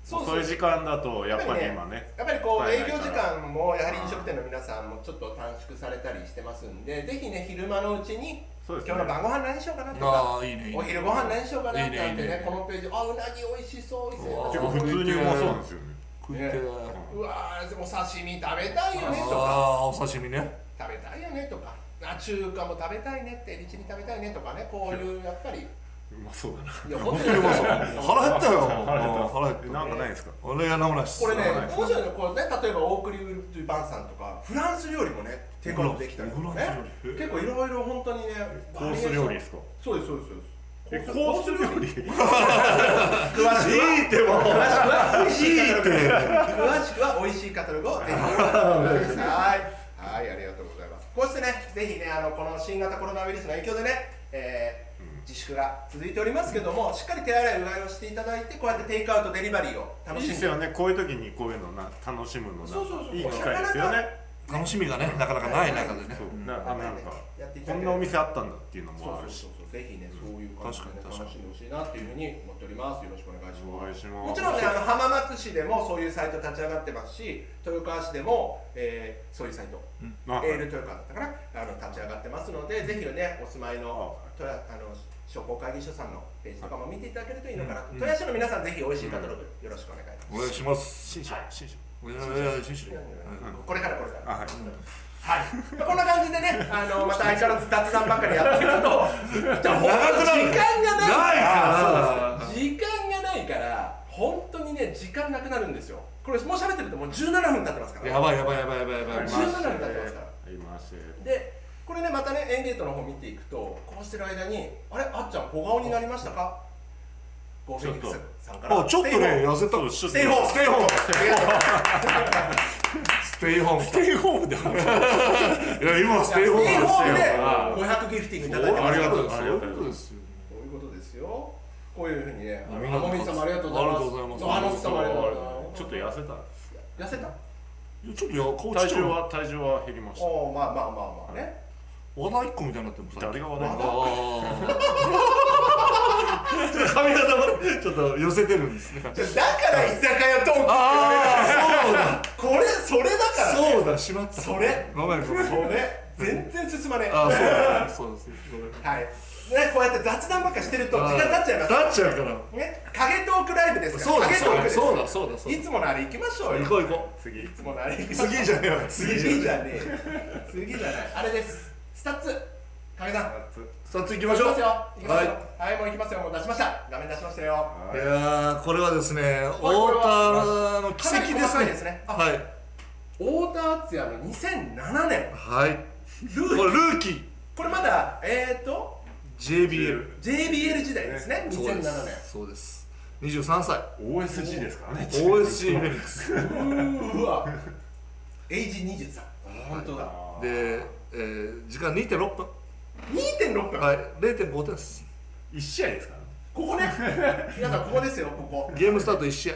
Speaker 1: そう
Speaker 3: 遅い時間だとやっぱり
Speaker 1: やっぱ
Speaker 3: 今ね
Speaker 1: やっぱりこう
Speaker 3: はい
Speaker 1: 営
Speaker 3: はい
Speaker 1: 業時間もやはり飲食店の皆さんもちょっと短縮されたりしてますんで、ぜひね昼間のうちに
Speaker 3: そうですね
Speaker 1: 今日の晩ご飯何しようかなとか。
Speaker 2: ああいいねいいね
Speaker 1: お昼ご飯何しようかなってなっ
Speaker 2: いい
Speaker 1: て
Speaker 2: ねいい
Speaker 1: ね
Speaker 2: ね、
Speaker 1: このページ、あ、うなぎ美味しそう、伊勢
Speaker 2: う
Speaker 1: う
Speaker 2: わ
Speaker 3: 結構普通にうまそうなんですよね
Speaker 2: 食いてえ
Speaker 1: ねうわー、でも刺身食べたいよねとか、
Speaker 2: ああお刺身ね
Speaker 1: 食べたいよねとか、あ中華も食べたいねって、エビチリ食べたいねとかね、こういうやっぱり、
Speaker 3: うまそうだない
Speaker 1: や
Speaker 2: 本当にうまそう腹減ったよああ腹減った
Speaker 3: なんかないですか
Speaker 2: 俺が生なし
Speaker 1: これね
Speaker 3: そうなん、です
Speaker 1: 面白いの、こうね、例えばオークリーというバンさんとか、フランス料理もね、テイクアウトできたりとかね、結構いろいろ本当にね、
Speaker 3: コース料
Speaker 1: バ
Speaker 3: 理
Speaker 1: リエー
Speaker 3: で
Speaker 1: シ
Speaker 3: すか
Speaker 1: ョン。そうです、そうです、そう
Speaker 3: え
Speaker 1: です。
Speaker 3: コース料
Speaker 1: 詳しくは、詳しく
Speaker 2: でも
Speaker 3: 理
Speaker 1: は、美味しい
Speaker 2: いい
Speaker 1: カ
Speaker 2: っ
Speaker 1: タログ
Speaker 2: て
Speaker 1: 詳しくは、美味しいカタログをぜひご覧ください。はい、ありがとうございます。こうしてね、ぜひね、あのこの新型コロナウイルスの影響でね、えー自粛が続いておりますけども、しっかり手洗いうがいをしていただいて、こうやってテイクアウト、デリバリーを楽
Speaker 3: いい
Speaker 1: しん
Speaker 3: で
Speaker 1: です
Speaker 3: よねこういう時にこういうのな楽しむの
Speaker 1: そうそうそ
Speaker 3: な
Speaker 1: う
Speaker 3: いい機会ですよね
Speaker 2: 楽しみがねなかなかない中でね
Speaker 3: そうなあなんか
Speaker 1: やっていた
Speaker 3: こ
Speaker 1: だけれ
Speaker 3: んな
Speaker 1: ば
Speaker 3: お店あったんだっていうの
Speaker 1: そう
Speaker 3: もあるし
Speaker 1: そうそうそうぜひね、そういう感じで、ね、楽
Speaker 2: 確かに確かに
Speaker 1: しんでほしいなっていうふうに思っております。よろしくお願いし
Speaker 3: お
Speaker 1: ま
Speaker 3: 願い
Speaker 1: す。
Speaker 3: します
Speaker 1: もちろんね、あの浜松市でもそういうサイト立ち上がってますし、豊川市でも、えーそういうサイト、
Speaker 3: まあ
Speaker 1: エール豊川だったかな、あの立ち上がってますので、ぜひね、お住まいの
Speaker 3: あ
Speaker 1: 豊あの商工会議所さんのページとかも見ていただけるといいのかなと。
Speaker 2: うん
Speaker 1: 豊川市の皆さん、ぜひ美味しいカタログ、よろしくお願いし
Speaker 2: お願いします
Speaker 3: 新社新社
Speaker 2: いやいやいや新種
Speaker 1: ま
Speaker 2: 類
Speaker 1: す。
Speaker 2: うん
Speaker 1: これからこれから。
Speaker 3: あはい
Speaker 1: はい、こんな感じでね、あのまた相変わらず雑談ばっかりやってると、じゃあ本当に時間がないから、
Speaker 2: ないから
Speaker 1: そうです時間がないから、本当にね、時間なくなるんですよ。これ、もう喋ってると、もう17分経ってますから。
Speaker 2: やばいやばいやばいやばいやばい
Speaker 3: あり
Speaker 1: 17
Speaker 3: まして
Speaker 1: になってますから
Speaker 3: ありまして
Speaker 1: で、これね、またね、エンゲートの方見ていくと、こうしてる間に、あれ、あっちゃん、小顔になりましたかゴーフェニックスさんから。
Speaker 2: あちょっとね痩せた
Speaker 3: そうちょっ
Speaker 1: ス
Speaker 3: と
Speaker 1: テイホーム、
Speaker 2: ステイホーム
Speaker 1: ありがとう
Speaker 2: ステイホーム
Speaker 3: ステイホ ームで
Speaker 2: いや今はステイホームですよ
Speaker 1: ステイホー
Speaker 3: あ
Speaker 1: ムで500ギフティングいただいてます
Speaker 2: ありがとう
Speaker 3: ございます
Speaker 2: そういうことですよ
Speaker 1: こういうことですよ。こういうふうにね、あ
Speaker 2: みんな
Speaker 1: のみさんもありがとうございます。
Speaker 2: あ
Speaker 1: あ
Speaker 2: り
Speaker 1: の
Speaker 2: がとうございます
Speaker 1: さんもありがとうございます。
Speaker 3: ちょっと
Speaker 1: 痩
Speaker 3: 痩せた
Speaker 1: せた。
Speaker 2: ちょっとや顔ちっ
Speaker 3: 体
Speaker 2: ちゃ
Speaker 3: 重
Speaker 2: いわ
Speaker 3: は体重は減りました
Speaker 1: おお、まあまあまあまあね。
Speaker 2: 罠一個みたいになってもさ
Speaker 3: 誰が話
Speaker 2: あ
Speaker 3: 題だ
Speaker 2: ー髪型もねちょっ と寄せてるんですね
Speaker 1: じゃあだから居酒屋トーク。
Speaker 2: ああ
Speaker 1: これそれだからね。
Speaker 2: そうだそうだしまった
Speaker 1: それ
Speaker 2: ごめんごめ ん
Speaker 1: それ全然進まねえ。
Speaker 2: あ
Speaker 1: は
Speaker 2: あ
Speaker 1: い。
Speaker 2: そうだそうですね
Speaker 1: ねこうやって雑談ばっかしてると時間経っちゃいます。
Speaker 2: なっちゃうから
Speaker 1: ね、影トークライブですから。
Speaker 2: そうだ
Speaker 1: 影ト
Speaker 2: そう
Speaker 1: ーク
Speaker 2: だ
Speaker 1: です。
Speaker 2: そうだそうだそう
Speaker 1: い
Speaker 2: だ
Speaker 1: つものあれ行きましょうよ。
Speaker 2: 行こう行こ
Speaker 3: 次
Speaker 1: いつものあれ行きま
Speaker 2: う
Speaker 1: しょう。
Speaker 2: 次じゃねえわ
Speaker 1: 次
Speaker 2: 次
Speaker 1: じゃね
Speaker 2: じゃね
Speaker 1: え。次じゃない。あれです。スタッツ。影さん。
Speaker 2: えさあ次行き
Speaker 1: 行
Speaker 2: まし
Speaker 1: き
Speaker 2: ょ
Speaker 1: ま
Speaker 2: う
Speaker 1: すよ。行きますよ
Speaker 2: は。
Speaker 1: はい、もう行きますよ。もう出しました。画面出しましたよ。
Speaker 2: いやーこれはですね
Speaker 1: これは
Speaker 2: 太田の奇跡
Speaker 1: かなり細かい
Speaker 2: で
Speaker 1: ですす
Speaker 2: ね
Speaker 1: ねあ
Speaker 2: はい
Speaker 1: 太田敦也の2007年。
Speaker 2: はい
Speaker 1: ルーキ
Speaker 2: これ
Speaker 1: ー。
Speaker 2: ルーキー
Speaker 1: これまだ、えーと、
Speaker 2: JBL
Speaker 1: JBL 時代ですね。
Speaker 2: そうで
Speaker 1: 2007年。
Speaker 2: すそうです23歳
Speaker 3: OSG ですからね
Speaker 2: OSC フェニックス
Speaker 1: うーわ。エイジ23。本当だ。
Speaker 2: で、えー、時間2.6分
Speaker 1: 2.6分。
Speaker 2: はい0.5点です
Speaker 3: 一試合ですからね
Speaker 1: ここね。 皆さん、ここですよ、ここ。
Speaker 2: ゲームスタート1試合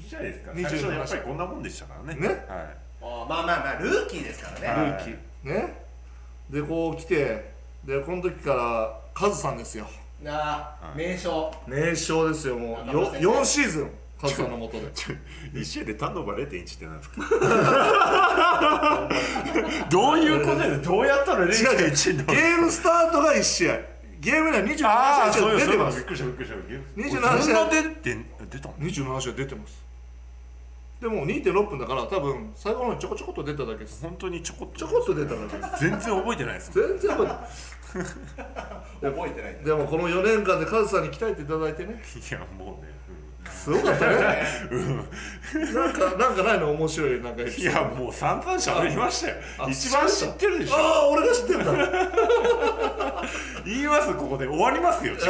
Speaker 3: 一試合ですから
Speaker 2: 27
Speaker 3: 最初やっぱりこんなもんでしたからね
Speaker 2: ね
Speaker 3: は
Speaker 1: あーまあまあまあ、ルーキーですからね。
Speaker 3: はい
Speaker 2: ルーキーねでこう来てでこの時からカズさんですよ
Speaker 1: なあ、名称。
Speaker 2: 名将ですよもう
Speaker 1: 中村
Speaker 2: よ
Speaker 1: 先生
Speaker 2: 4シーズンカズさんのもとで
Speaker 3: い一試合でターンオーバー0.1ってなんですか どういうことでどうやったら0.1に
Speaker 2: ゲームスタートが1試合ゲーム内27試
Speaker 3: ああ
Speaker 2: 合
Speaker 3: そうよ
Speaker 2: 出
Speaker 3: そ
Speaker 2: て
Speaker 3: うよ
Speaker 2: ま
Speaker 3: びっ
Speaker 2: す
Speaker 3: くりしたびっくりしたゲーム
Speaker 2: 27試合
Speaker 3: こんな出てん出たの
Speaker 2: 27試合出てますでもう2.6分だから多分最後の方にちょこちょこっと出ただけです
Speaker 3: 本当にちょこっと
Speaker 2: ちょこっと出ただけです
Speaker 3: 全然覚えてないですもん
Speaker 2: 全然覚えてない
Speaker 1: 覚えてない。
Speaker 2: でもこの4年間でカズさんに鍛えていただいてね
Speaker 3: いやもうね、
Speaker 2: すごかった ねなんかなんかないの面白いなんかエピ
Speaker 3: うん
Speaker 2: ソ
Speaker 3: い
Speaker 2: ード
Speaker 3: やもう散々喋りましたよ
Speaker 2: あ
Speaker 3: 一番知ってるでしょ
Speaker 2: ああ俺が知ってんだ確か
Speaker 3: 言いますここで終わりますよ
Speaker 2: に確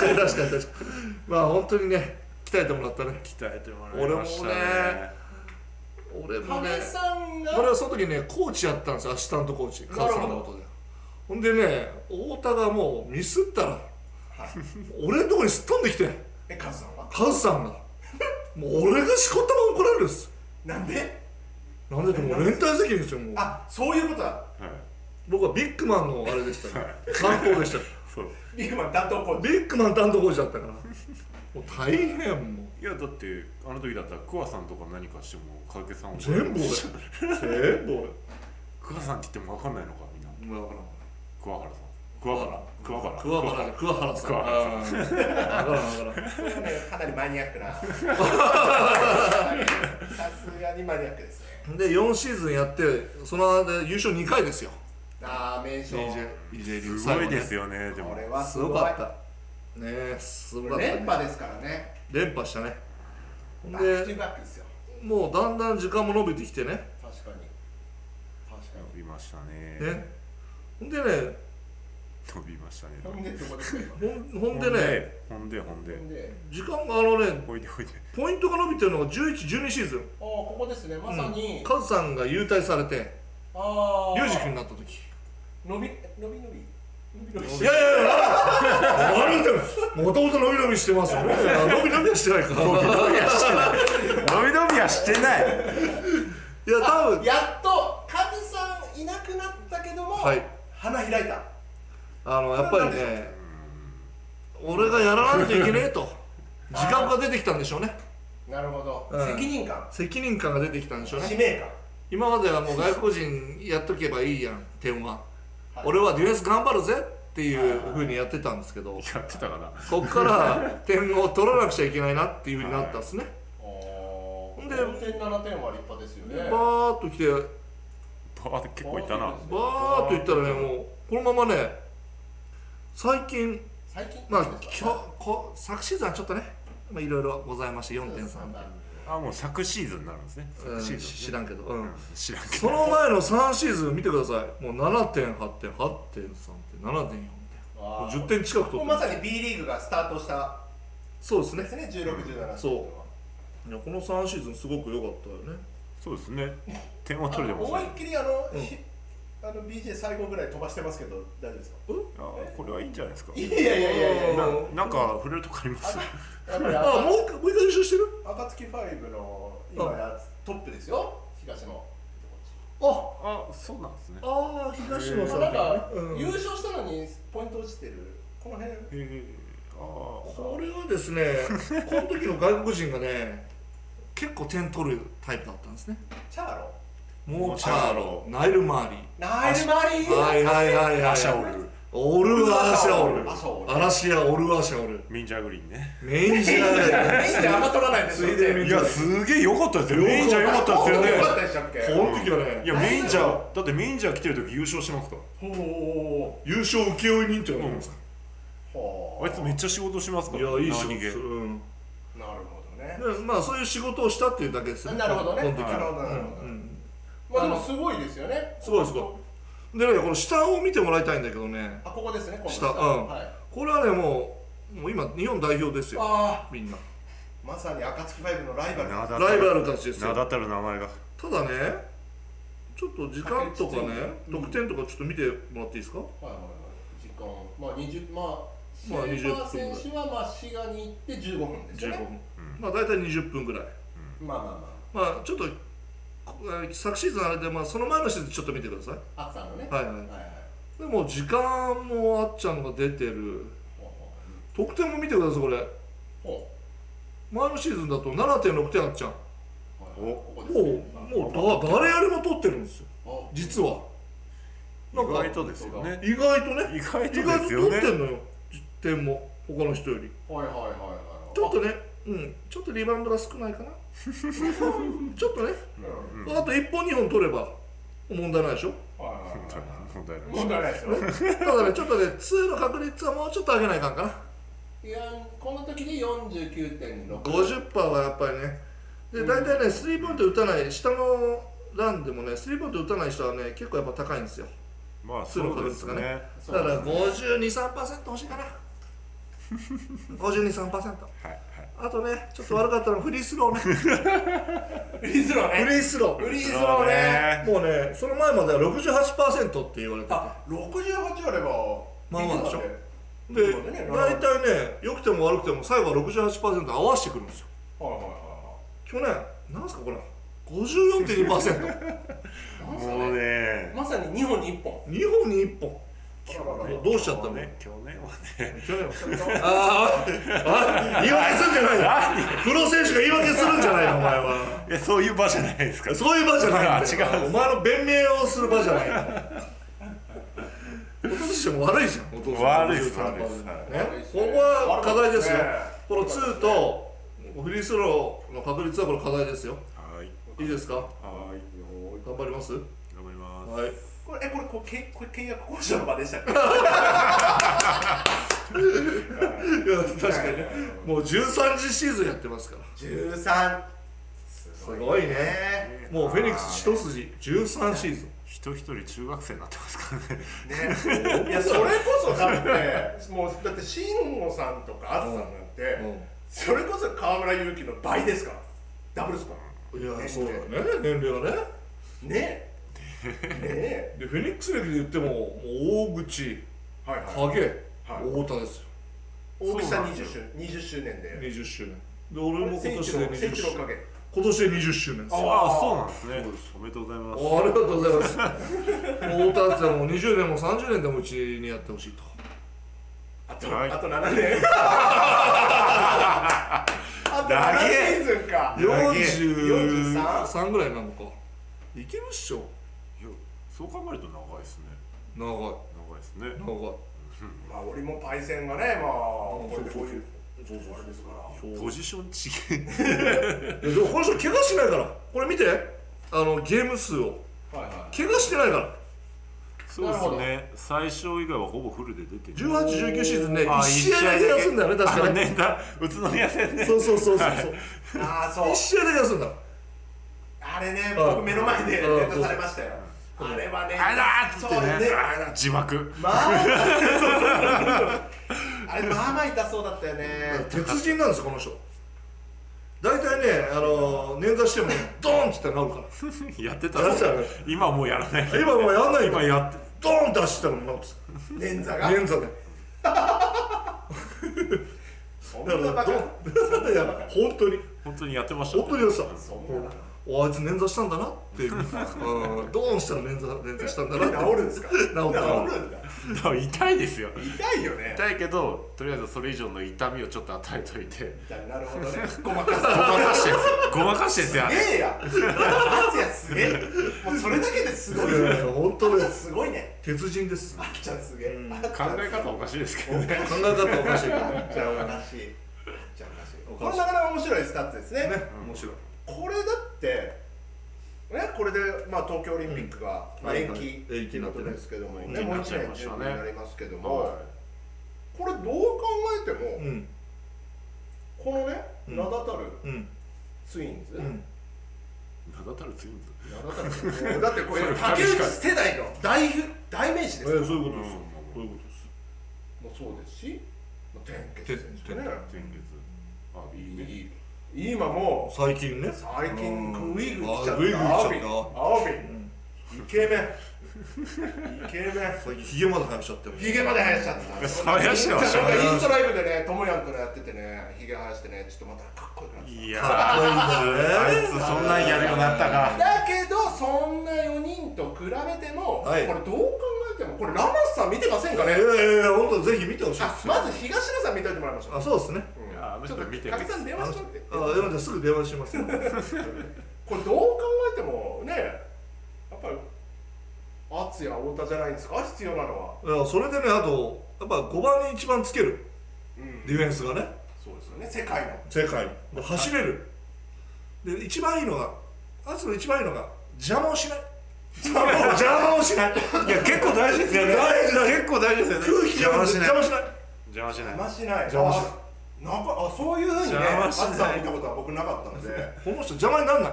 Speaker 2: かに確かにまあ本当にね鍛えてもらったね
Speaker 3: 鍛えても
Speaker 2: らいましたね俺もね
Speaker 1: 亀さんが。
Speaker 2: 俺はその時ねコーチやったんですよアシスタントコーチ
Speaker 1: なるほど
Speaker 2: カズさんのことでほんでね太田がもうミスったら
Speaker 1: はい、
Speaker 2: 俺のとこにすっ飛んできて
Speaker 1: えカズさんは
Speaker 2: カズさんがもう俺がしこったまま怒られるんです
Speaker 1: なんで
Speaker 2: なんでってもう連帯責任ですよもう
Speaker 1: あそういうことだ
Speaker 3: はい
Speaker 2: 僕はビッグマンのあれでしたよ担当でしたよ
Speaker 3: そう
Speaker 1: ビッグマン担当コーチ
Speaker 2: ビッグマン担当コーチだったからもう大変もう
Speaker 3: いやだってあの時だったら桑さんとか何かしても掛けさんを
Speaker 2: 全部俺全部俺
Speaker 3: 桑さんって言っても分かんないのかみんな
Speaker 2: もうだから
Speaker 3: 桑原さん桑原桑原
Speaker 2: 桑原桑原さん
Speaker 3: 桑原
Speaker 2: うんだからだから
Speaker 1: これはねかなりマニアック なさすがにマニアックですね
Speaker 2: で4シーズンやってその間優勝2回ですよ
Speaker 1: ああ名称
Speaker 2: EJ リーグ
Speaker 3: すごいです
Speaker 2: よ
Speaker 3: よねでも
Speaker 1: これはす
Speaker 2: す
Speaker 1: ご
Speaker 2: ご
Speaker 1: い
Speaker 2: かったねえすごかった、ね、
Speaker 1: 連覇ですからね
Speaker 2: 連覇したねほん
Speaker 1: バックトゥ
Speaker 2: で
Speaker 1: バックですよ
Speaker 2: もうだんだん時間も延びてきてね
Speaker 1: 確かに確か
Speaker 3: 伸びましたね
Speaker 2: ねほんでね
Speaker 3: 伸びましたね
Speaker 1: にほんでってことです よ
Speaker 2: ほんほんでね
Speaker 3: ほんでほんで
Speaker 1: 今ほんで
Speaker 2: 時間があのね
Speaker 3: ほいでほいで
Speaker 2: ポイントが伸びてるのが1112シーズン
Speaker 1: ああここですねまさに、
Speaker 2: カズさんが優退されて
Speaker 1: ああ
Speaker 2: 龍二君になった時
Speaker 1: 伸び伸び伸び伸び伸び
Speaker 2: いやいやいや何言ってるもともと伸び伸びしてますよね伸び伸びはしてないから
Speaker 3: 伸びはしてない伸び伸びはしてない
Speaker 2: いや多分
Speaker 1: やっとカズさんいなくなったけども、
Speaker 2: はい
Speaker 1: 花開いた
Speaker 2: あのやっぱりね俺がやらないといけねえと時間が出てきたんでしょうね
Speaker 1: なるほど、
Speaker 2: うん
Speaker 1: 責任感
Speaker 2: 責任感が出てきたんでしょう
Speaker 1: 使命
Speaker 2: ね
Speaker 1: 感
Speaker 2: 今まではもう外国人やっとけばいいやん点は、
Speaker 1: はい
Speaker 2: 俺はディフェンス頑張るぜっていうふうにやってたんですけど
Speaker 3: やってたかな
Speaker 2: こっから点を取らなくちゃいけないなっていうふうになったんですね、
Speaker 1: ほ
Speaker 2: んで
Speaker 1: 4点7点は立派ですよね
Speaker 2: バーッと来て
Speaker 3: バーって結構いったな
Speaker 2: バーッといったらねもうこのままね最近
Speaker 1: 最近
Speaker 2: まあ
Speaker 1: そう
Speaker 2: 今
Speaker 1: で
Speaker 2: 日
Speaker 1: すか
Speaker 2: こ昨シーズンはちょっとねまあいろいろございまして4.3
Speaker 3: あもう昨シーズンになるんですね
Speaker 2: う
Speaker 3: 昨
Speaker 2: ん
Speaker 3: シーズン、ね
Speaker 2: し知らんけど、うん
Speaker 3: うん、知らんけど
Speaker 2: その前の3シーズン見てくださいもう7.8点8点8点3点7.4点もう
Speaker 1: あー
Speaker 2: 10点近く
Speaker 1: も
Speaker 2: 取
Speaker 1: う
Speaker 2: って
Speaker 1: ま
Speaker 2: る
Speaker 1: さに B リーグがスタートした
Speaker 2: そうですね
Speaker 1: ですね16、17
Speaker 2: そういやこの3シーズンすごく良かったよね
Speaker 3: そうですね点
Speaker 1: あ
Speaker 3: を取れてます
Speaker 1: 思いっ
Speaker 3: ね
Speaker 1: きりあの,、
Speaker 2: うん
Speaker 1: ひあの BJ 最後ぐらい飛ばしてますけど大丈夫ですか
Speaker 3: あこれはいいんじゃないですか
Speaker 1: いやいやいやいやいや
Speaker 2: あ
Speaker 3: なんか触れるとこあります
Speaker 1: やっぱり
Speaker 2: あもう一回もう一回優勝してる
Speaker 1: 暁ファイブの今やつトップですよ東の
Speaker 2: あ
Speaker 3: あそうなんですね
Speaker 2: ああ東
Speaker 3: そ
Speaker 2: 野
Speaker 3: う
Speaker 2: さ
Speaker 1: そ
Speaker 2: ん
Speaker 1: う
Speaker 2: だ
Speaker 1: な
Speaker 2: よ
Speaker 1: ん
Speaker 2: ね
Speaker 1: か、
Speaker 2: うん
Speaker 1: 優勝したのにポイント落ちてるこの辺
Speaker 3: へえあ
Speaker 2: これはです ねこの時の外国人がね結構点取るタイプだったんですね
Speaker 1: チャーロ
Speaker 2: モーチ
Speaker 3: モーチ
Speaker 2: ャ
Speaker 3: ャ
Speaker 2: ー
Speaker 3: ー
Speaker 2: ロ
Speaker 3: ロ
Speaker 2: ナイル・マーリー
Speaker 1: ナイルマリー
Speaker 2: はいはいはいはい
Speaker 3: アシャオル
Speaker 2: オルアシャオル
Speaker 1: アシャオル
Speaker 2: アラシアオルアシャオル
Speaker 3: ミンジャーグリーンね
Speaker 2: メンジャーだよね
Speaker 1: メインであんま取らないんですよ
Speaker 2: ついでに
Speaker 3: いやすげえ良かったですよメインジャー良かったですよね
Speaker 1: 良かったでしたっけ
Speaker 2: この時はね
Speaker 3: いやメインジャーだってメインジャー来てる時優勝してますから
Speaker 1: ほう
Speaker 2: 優勝請負人って言われてますか
Speaker 1: ほう
Speaker 3: あいつめっちゃ仕事しますからら
Speaker 2: いやいい仕
Speaker 3: 何
Speaker 2: 事
Speaker 3: 気
Speaker 2: する、うん、
Speaker 1: なるほどね
Speaker 2: でまあそういう仕事をしたっていうだけですよ
Speaker 1: なるほどね
Speaker 2: こ
Speaker 1: なるほ
Speaker 2: の時
Speaker 1: ど
Speaker 2: は、
Speaker 1: なるほ
Speaker 2: う
Speaker 1: ど
Speaker 2: ん、
Speaker 1: まあでもすごいですよね
Speaker 2: すごいすごいでねこの下を見てもらいたいんだけどね
Speaker 1: あここですねこの
Speaker 2: 下うん
Speaker 1: はい
Speaker 2: これはねもうもう今日本代表ですよ
Speaker 1: あ
Speaker 2: みんな
Speaker 1: ーまさに暁ファイブのライバル
Speaker 3: 名だたる
Speaker 2: ライバルたちです
Speaker 3: 名
Speaker 2: よ
Speaker 3: だたる名前が
Speaker 2: ただねちょっと時間とかね
Speaker 1: うん
Speaker 2: 得点とかちょっと見てもらっていいですか
Speaker 1: はいはいはい時間まあ20まあシ
Speaker 2: まあ
Speaker 1: ェーファー
Speaker 2: 20分
Speaker 1: 選手はまあ滋賀に行って15分ですよ
Speaker 2: 15
Speaker 1: ね
Speaker 2: 分、
Speaker 3: うん
Speaker 2: まあ大体20分ぐらい
Speaker 1: まあまあま
Speaker 2: まあちょっとこえー昨シーズンあれで、まあ、その前のシーズンちょっと見てください
Speaker 1: あ暑さのね
Speaker 2: はい
Speaker 1: はい
Speaker 2: は
Speaker 1: はい
Speaker 2: いでもう時間もあっちゃんが出てる
Speaker 1: ほうほ
Speaker 2: 得点も見てくださいこれ
Speaker 1: うほ
Speaker 2: 前のシーズンだと7.6点あっちゃん
Speaker 1: うはいはい
Speaker 3: お
Speaker 1: ここです
Speaker 2: も
Speaker 1: ね
Speaker 2: うもうだ誰よりも取ってるんですよ
Speaker 1: あ
Speaker 2: 実は
Speaker 3: 意
Speaker 2: なんか
Speaker 3: 外とですよね
Speaker 2: 意外とね
Speaker 3: 意外
Speaker 2: 意
Speaker 3: と
Speaker 2: 外と
Speaker 3: です
Speaker 2: 取
Speaker 3: よ
Speaker 2: って
Speaker 3: ね
Speaker 2: んのよ点も他の人より
Speaker 1: はいはいはいはい
Speaker 2: ちょっとねうんちょっとリバウンドが少ない かなちょっとね
Speaker 1: うん
Speaker 2: あと1本2本取れば問題ないでしょ
Speaker 1: はいはいはい
Speaker 3: 問題ない
Speaker 1: 問題ないですよ
Speaker 2: ただねちょっとね2の確率はもうちょっと上げないかんかない
Speaker 1: やこの時で49.6
Speaker 2: 50%はやっぱりねで大体ねスリーポイント打たない下の欄でもねスリーポイント打たない人はね結構やっぱ高いんですよ
Speaker 3: まあそうです
Speaker 2: そうで
Speaker 3: ね
Speaker 1: そ
Speaker 2: だ
Speaker 1: うで
Speaker 2: か
Speaker 1: すね
Speaker 2: ら523%欲しいかな523%
Speaker 3: はいはい
Speaker 2: ああとね、ちょっと悪かったのはフリースローね。
Speaker 1: フリースロー
Speaker 2: フ
Speaker 1: ね
Speaker 2: リースロ
Speaker 1: フリースロ
Speaker 3: そう
Speaker 1: ーね
Speaker 2: ー。もうね、その前までは68%って言われてて。
Speaker 1: あ68あれば
Speaker 2: まあまあでしょ
Speaker 1: で
Speaker 2: で、大体ね、良くても悪くても最後は68%合わせてくるんですよ。
Speaker 1: はいはいはい
Speaker 2: 去年、なんすかこれ、54.2%。
Speaker 1: はいなんすか
Speaker 3: もう
Speaker 1: ね
Speaker 3: ね
Speaker 1: まさに2本に1本
Speaker 2: 2本に1本。どうしちゃったの
Speaker 3: ね今日ね
Speaker 2: 去年あーあ、言い訳するんじゃないよ。プロ選手が言い訳するんじゃないよ、お前は。
Speaker 3: いやそういう場じゃないですから
Speaker 2: そういう場じゃないんだよ
Speaker 3: あ違う
Speaker 2: お前の弁明をする場じゃないんだよ。お父さんも悪いじゃん。お父さん
Speaker 3: 悪いです悪いです
Speaker 2: ね、ここは課題ですよ、この2とフリースローの確率はこれ課題ですよ、
Speaker 3: はい
Speaker 2: いいですか、
Speaker 3: はい
Speaker 2: 頑張ります、は
Speaker 3: 頑張ります
Speaker 2: い、
Speaker 1: これえこれこうけこれ契約交渉の場でしたっけ
Speaker 2: いや確かにね、もう13次シーズンやってますから、
Speaker 1: 13
Speaker 2: すごいね、
Speaker 1: ね
Speaker 2: もうフェニックス一筋、13シーズン、
Speaker 3: 人一人中学生になってますからね
Speaker 1: ね、いやそれこそだってもうだって慎吾さんとかあずさんなんて、それこそ河村勇輝の倍ですからダブルスコア
Speaker 2: いや、そうだよね、年齢がね、
Speaker 1: ねえねえ
Speaker 2: でフェニックス歴で言っても、もう大口、
Speaker 1: はいはい
Speaker 2: 影、
Speaker 1: はい
Speaker 2: 太田ですよ、
Speaker 1: 大口さん
Speaker 3: そうなんで
Speaker 1: 20
Speaker 3: す
Speaker 1: 周20周年で
Speaker 2: 20周年、で俺も今
Speaker 1: 千
Speaker 2: 年
Speaker 1: 一
Speaker 2: で
Speaker 1: 郎
Speaker 2: 20
Speaker 1: 千一
Speaker 2: 周
Speaker 1: 郎
Speaker 2: 年、
Speaker 1: かけ
Speaker 2: 今年で20周年ですよ。
Speaker 3: ああそうなんですね
Speaker 2: そうで
Speaker 3: おめでとうござい
Speaker 2: あ
Speaker 3: ます
Speaker 2: ありがとうございます。もう太田さんもう20年も30年でもうちにやってほしいと。
Speaker 1: あと、
Speaker 3: はい
Speaker 1: あと7年 あと7
Speaker 3: 長え
Speaker 1: シーズンか
Speaker 3: 長え
Speaker 2: 43ぐらいなのか。いけるっしょ。
Speaker 3: いやそう考えると長いですね
Speaker 2: 長い
Speaker 3: 長いですね
Speaker 2: 長い。
Speaker 1: まあ俺もパイセンがねまあこうやってこういう
Speaker 2: そうそう
Speaker 1: あれですから
Speaker 2: そう
Speaker 3: ポジション違い
Speaker 2: いやでもこの人怪我しないから。これ見て。あのゲーム数を
Speaker 1: はいはい
Speaker 2: 怪我してないから。
Speaker 3: そうですね最初以外はほぼフルで出てる
Speaker 2: 18、19シーズンね
Speaker 3: あ
Speaker 2: 1試合だけ休んだよね確
Speaker 3: あ
Speaker 2: か
Speaker 3: の
Speaker 2: ね。
Speaker 3: ねだ宇都宮戦ね
Speaker 2: そうそうそうそうそう。
Speaker 1: ああそう
Speaker 2: 1試合だけ休んだ。
Speaker 1: あれね
Speaker 2: うん
Speaker 1: 僕目の前で
Speaker 2: う
Speaker 1: ネ
Speaker 2: ん
Speaker 1: タされましたよあれはね
Speaker 3: あれだーっつ
Speaker 1: そ
Speaker 3: っ
Speaker 1: うね
Speaker 3: てねあれだ字 幕
Speaker 1: まああれまあまあ痛そうだったよね
Speaker 2: 鉄人なんですよこの人。大体ねあの捻挫してもドーンっつってなるから。
Speaker 3: やってた
Speaker 2: やってたよね
Speaker 3: 今もうやらない
Speaker 2: 今もうやんない
Speaker 3: 今
Speaker 2: 今
Speaker 3: やって
Speaker 2: ドーンって走ったのなんつ
Speaker 1: 捻挫が
Speaker 2: 捻挫で
Speaker 1: そん
Speaker 2: だから
Speaker 1: なバカ
Speaker 2: ドンいや 本当に
Speaker 3: 本当にやってましたね
Speaker 2: 本当にやってた
Speaker 1: そんなバ
Speaker 2: おあいつ捻挫したんだなってい ううんドーンしたら捻挫捻挫したんだなって
Speaker 1: カ治るんですか治
Speaker 2: 治った
Speaker 1: るんだ
Speaker 3: だから痛いですよ
Speaker 1: 痛いよね
Speaker 3: 痛いけどとりあえずそれ以上の痛みをちょっと与えといて
Speaker 1: 痛いなるほどねごまかす
Speaker 3: ごまかしてんすよごまかしてんすよあれ
Speaker 1: すげえや松也すげえもうそれだけですごい
Speaker 2: いやい
Speaker 1: ね
Speaker 2: や本当です
Speaker 1: すごいね
Speaker 2: 鉄人です
Speaker 1: あ
Speaker 2: 考
Speaker 1: っちゃんすげえ
Speaker 2: うん
Speaker 1: あっち
Speaker 3: 考
Speaker 1: ゃんすげ
Speaker 3: え方おかしいですけどね
Speaker 2: え方おかしいか
Speaker 1: あ
Speaker 2: ら
Speaker 1: っちゃんおかしいあっちゃんおかしいこれなかなか面白いスタッツですね
Speaker 2: ね面白い
Speaker 1: これだってねこれでまあ東京オリンピックがまあ
Speaker 2: はい
Speaker 1: 延
Speaker 2: はい
Speaker 1: 期
Speaker 2: 延期になっ
Speaker 1: というこ
Speaker 2: てね
Speaker 1: とですけどもね
Speaker 2: うん
Speaker 1: もう
Speaker 3: なっ
Speaker 1: 一
Speaker 3: ちゃい
Speaker 1: 年
Speaker 3: まし
Speaker 1: 中
Speaker 3: たね
Speaker 1: になりますけども
Speaker 3: は
Speaker 1: これどう考えても
Speaker 2: うん
Speaker 1: このね
Speaker 2: うん
Speaker 1: 名だたる
Speaker 2: うん
Speaker 1: ツインズ
Speaker 2: うん
Speaker 3: い名だたるツインズ
Speaker 1: 名だた るだってこれ
Speaker 3: それ
Speaker 1: 竹内世代の代表代名詞ですか
Speaker 2: え
Speaker 1: ら
Speaker 2: ーそういうことですよ
Speaker 3: うん
Speaker 2: こういうことです
Speaker 1: もそうですしまあ天傑選手ね
Speaker 3: 天月あいいね
Speaker 1: いい今もう
Speaker 2: 最近ね
Speaker 1: 最近グイグイ来ちゃった
Speaker 2: あーグイグイ来
Speaker 1: 青
Speaker 2: ちゃ
Speaker 1: ビ
Speaker 2: った
Speaker 1: 青ビ
Speaker 2: うん
Speaker 1: イケメンイケメン
Speaker 2: 最近ひげまで生やしちゃってる
Speaker 1: ヒゲまで生やしちゃってた。
Speaker 3: 生やしてました
Speaker 1: なんかインスタライブでね、ともやんとねやっててね、ヒゲ生やしてね、ちょっとまたかっこよくなっ
Speaker 3: いやー
Speaker 2: かっこいいん
Speaker 3: あ
Speaker 2: だ
Speaker 3: い
Speaker 2: よ
Speaker 3: つ
Speaker 2: ね
Speaker 3: そんなんやるようになった
Speaker 1: た。
Speaker 3: か
Speaker 1: だけど、そんな4人と比べても、
Speaker 2: はい
Speaker 1: これどう考えても、これラマスさん見てませんか
Speaker 2: い
Speaker 1: ね
Speaker 2: やい。やいや本当ぜひ見てほしいで
Speaker 1: あ
Speaker 2: すよ
Speaker 1: まず東野さん見といてもらいましょう。
Speaker 2: あそうですね
Speaker 1: うん
Speaker 3: いやあの
Speaker 1: ちょ
Speaker 3: 人
Speaker 1: っと
Speaker 3: 見てる
Speaker 1: かみさん電話しとって。
Speaker 2: ああ山ちゃんすぐ電話し ますよ
Speaker 1: これどう考えてもね、やっぱり敦や太田じゃないんですか、必要なのは。
Speaker 2: いやそれでねあとやっぱ5番に一番つける
Speaker 1: うん
Speaker 2: ディフェンスがね
Speaker 1: そうですよね、世界の。
Speaker 2: 世界で走れるで一番いいのがアツの一番いいのが邪魔 をしない邪魔をしない
Speaker 3: いや結構大事ですよね
Speaker 2: 大事大事
Speaker 3: 結構大事ですよね
Speaker 2: 空気
Speaker 3: 邪魔しない
Speaker 2: 邪魔しない
Speaker 3: 邪魔しない
Speaker 1: 邪魔しない。
Speaker 2: 邪魔しない
Speaker 1: あなんかあそういうふうにね、
Speaker 3: 邪魔
Speaker 1: 淳
Speaker 3: しない
Speaker 1: さんを見たことは僕なかったので、
Speaker 2: この人邪魔になんない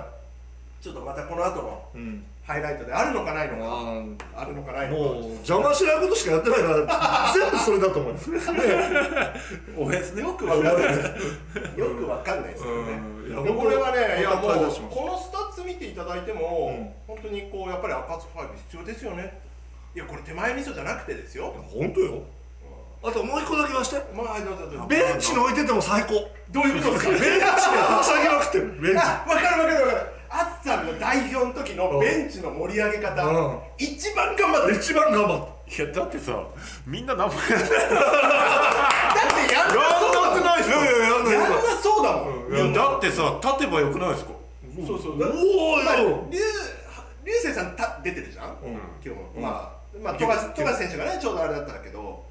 Speaker 1: ちょっとまたこの後の
Speaker 2: うん
Speaker 1: ハイライトであるのかないのか
Speaker 2: うん
Speaker 1: あるのかないのか
Speaker 2: もう邪魔しないことしかやってないから全部それだと思います、ね、
Speaker 4: おやつね
Speaker 1: よくわかんないですよくわかんないですよね、
Speaker 2: いや
Speaker 1: でもこれはね、いやも
Speaker 2: 僕は感謝し
Speaker 1: う
Speaker 2: ます
Speaker 1: このスタッツ見ていただいても、本当にこうやっぱり赤ファイブ必要ですよね。いやこれ手前味噌じゃなくてですよ。
Speaker 2: 本当よあともう一個だけ言わして
Speaker 1: まあどうぞどうぞ
Speaker 2: ベンチに置いてても最高
Speaker 1: どういうことですか
Speaker 2: ベン。チではしゃぎまくってるベンチ
Speaker 1: あ、わかるわかるわかる。あつさんの代表の時のベンチの盛り上げ方、
Speaker 2: うん
Speaker 1: 一番頑張ってる。
Speaker 2: 一番頑張っ
Speaker 3: いやだってさみんな名前やん
Speaker 1: だってやんなそうだもん。
Speaker 2: たい
Speaker 3: な
Speaker 2: やいややんない
Speaker 1: や
Speaker 2: や
Speaker 1: ん
Speaker 2: んない
Speaker 1: なそうだもん。
Speaker 3: いやだってさ立てばよくないですか
Speaker 1: そうそう。
Speaker 2: おー
Speaker 1: まあ
Speaker 2: よ
Speaker 1: 竜竜星さんた出てるじゃん。
Speaker 2: うん
Speaker 1: 今日も、
Speaker 3: うん
Speaker 1: まあ、まあ、
Speaker 3: うん
Speaker 1: 富樫富樫選手がね、ちょうどあれだったんだけど、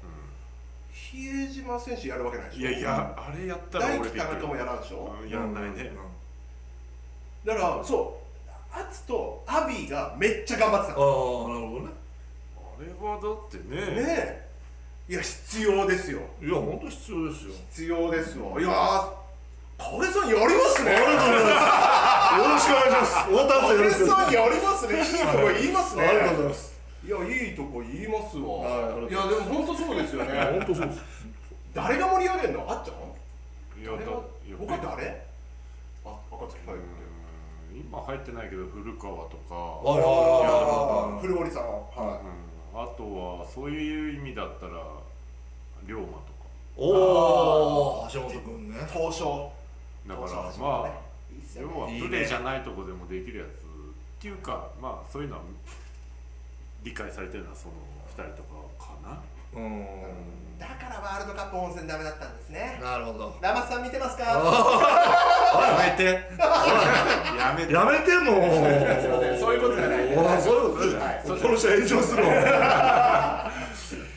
Speaker 1: 比江島選手やるわけないでしょ、
Speaker 3: いやいやあれやったら
Speaker 1: 大
Speaker 3: 俺
Speaker 1: 輝
Speaker 3: びっ
Speaker 1: 田
Speaker 3: く
Speaker 1: 中も
Speaker 3: り
Speaker 1: やらんでしょ、
Speaker 3: うんやんないね
Speaker 1: だから、そう、アツとアビーがめっちゃ頑張って
Speaker 2: ああなるほどね
Speaker 3: あれはだって
Speaker 1: た、
Speaker 3: ね
Speaker 1: ねえ、いや、必要ですよ、
Speaker 2: いや本当必要ですよ
Speaker 1: 必要ですよ、いやー、カレさんやりますね、
Speaker 2: ありがとうございます。よろしくお願いします。太田さんよろしくお願いします。
Speaker 1: カレさんやりますね、いいとこ言いますね、
Speaker 2: ありがとうございます。
Speaker 1: いや、いいとこ言いますわ、
Speaker 2: はいあり
Speaker 1: い
Speaker 2: が
Speaker 1: や、でも本当そうですよね、
Speaker 2: 本当そうです。
Speaker 1: 誰が盛り上げるの、あっちゃん
Speaker 3: いやだ
Speaker 1: 誰が
Speaker 3: いや
Speaker 1: 他誰あ、赤月ファイブ
Speaker 3: うん今入ってないけど古川と
Speaker 2: あ
Speaker 3: か
Speaker 2: らあらあら
Speaker 1: 古堀さん
Speaker 3: う
Speaker 1: は
Speaker 3: んあとはそういう意味だったら龍馬とか
Speaker 2: おお、橋本君ね。
Speaker 1: い東証
Speaker 3: だから
Speaker 1: 東証橋本
Speaker 3: ま
Speaker 1: ねい
Speaker 3: あ
Speaker 1: いっす
Speaker 3: 要
Speaker 1: よね
Speaker 3: はい
Speaker 2: いね
Speaker 3: プレーじゃないとこでもできるやつっていうかまあそういうのは理解されてるのはその2人とかかな
Speaker 2: うん。
Speaker 1: だからワールドカップ本戦ダメだったんですね
Speaker 2: なるほど。
Speaker 1: ラマスさん見てますか
Speaker 2: やめて。
Speaker 3: やめて
Speaker 2: やめてもう。
Speaker 1: すいませんそういうことじゃない
Speaker 2: おーそういうことじゃない。この人炎上するわ。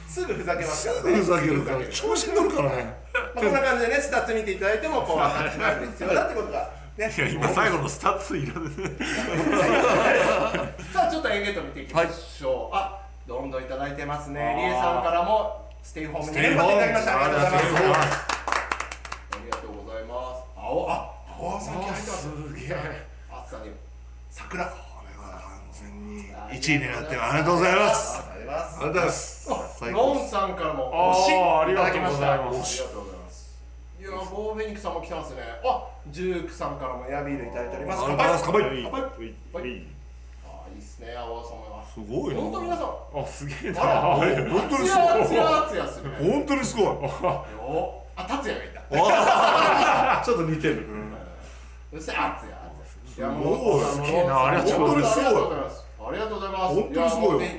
Speaker 1: すぐふざけます
Speaker 2: す
Speaker 1: から
Speaker 2: ぐ
Speaker 1: ね
Speaker 2: ふざけるから 調子に乗るからね。
Speaker 1: まあこんな感じでねスタッツ見ていただいてもこう話になる必要だってことがね
Speaker 3: いや今最後のスタッツいらない
Speaker 1: さあちょっとエンゲート見ていきましょうあどんどんいただいてますねリエさんからもステイホームに連発いただきましたありがとうございますありがとうございます。青あ青さん入ってます。すげえ。あさに桜。これは完全に
Speaker 2: 一位狙ってるありがとうございます
Speaker 1: ありが
Speaker 2: あ
Speaker 1: とう
Speaker 2: りがと
Speaker 1: ござい
Speaker 2: うございま
Speaker 1: ます。
Speaker 2: す。
Speaker 1: あ
Speaker 2: 最
Speaker 1: ロ
Speaker 2: 高。
Speaker 1: ンさんからも
Speaker 3: あー
Speaker 1: 推し
Speaker 3: ありがとう
Speaker 1: いただき
Speaker 3: ご
Speaker 1: まし
Speaker 3: ざい
Speaker 1: た
Speaker 3: ます
Speaker 1: ありがとうございます。いやボーフェニックスさんも来てますね。あジュークさんからもエアビールいただいております。
Speaker 2: ありがとうございます乾杯
Speaker 3: いい
Speaker 1: 乾
Speaker 3: いいいい
Speaker 1: あーいいっすね青さんも。
Speaker 2: すごいな。
Speaker 1: 本当皆さん。
Speaker 3: あすげえな
Speaker 1: あ
Speaker 3: あ
Speaker 1: ら、
Speaker 2: 本当に
Speaker 1: つ
Speaker 2: すごい
Speaker 1: やつやつやするね。
Speaker 2: 本当にすごい。
Speaker 1: おあ、達也がいた。
Speaker 2: ちょっと似てる。
Speaker 1: そしてあつやあつや。
Speaker 2: ごい
Speaker 1: す
Speaker 3: げえなありがとうございます
Speaker 1: す。ありがとうございます。
Speaker 2: 本当にすごいよ
Speaker 1: や。や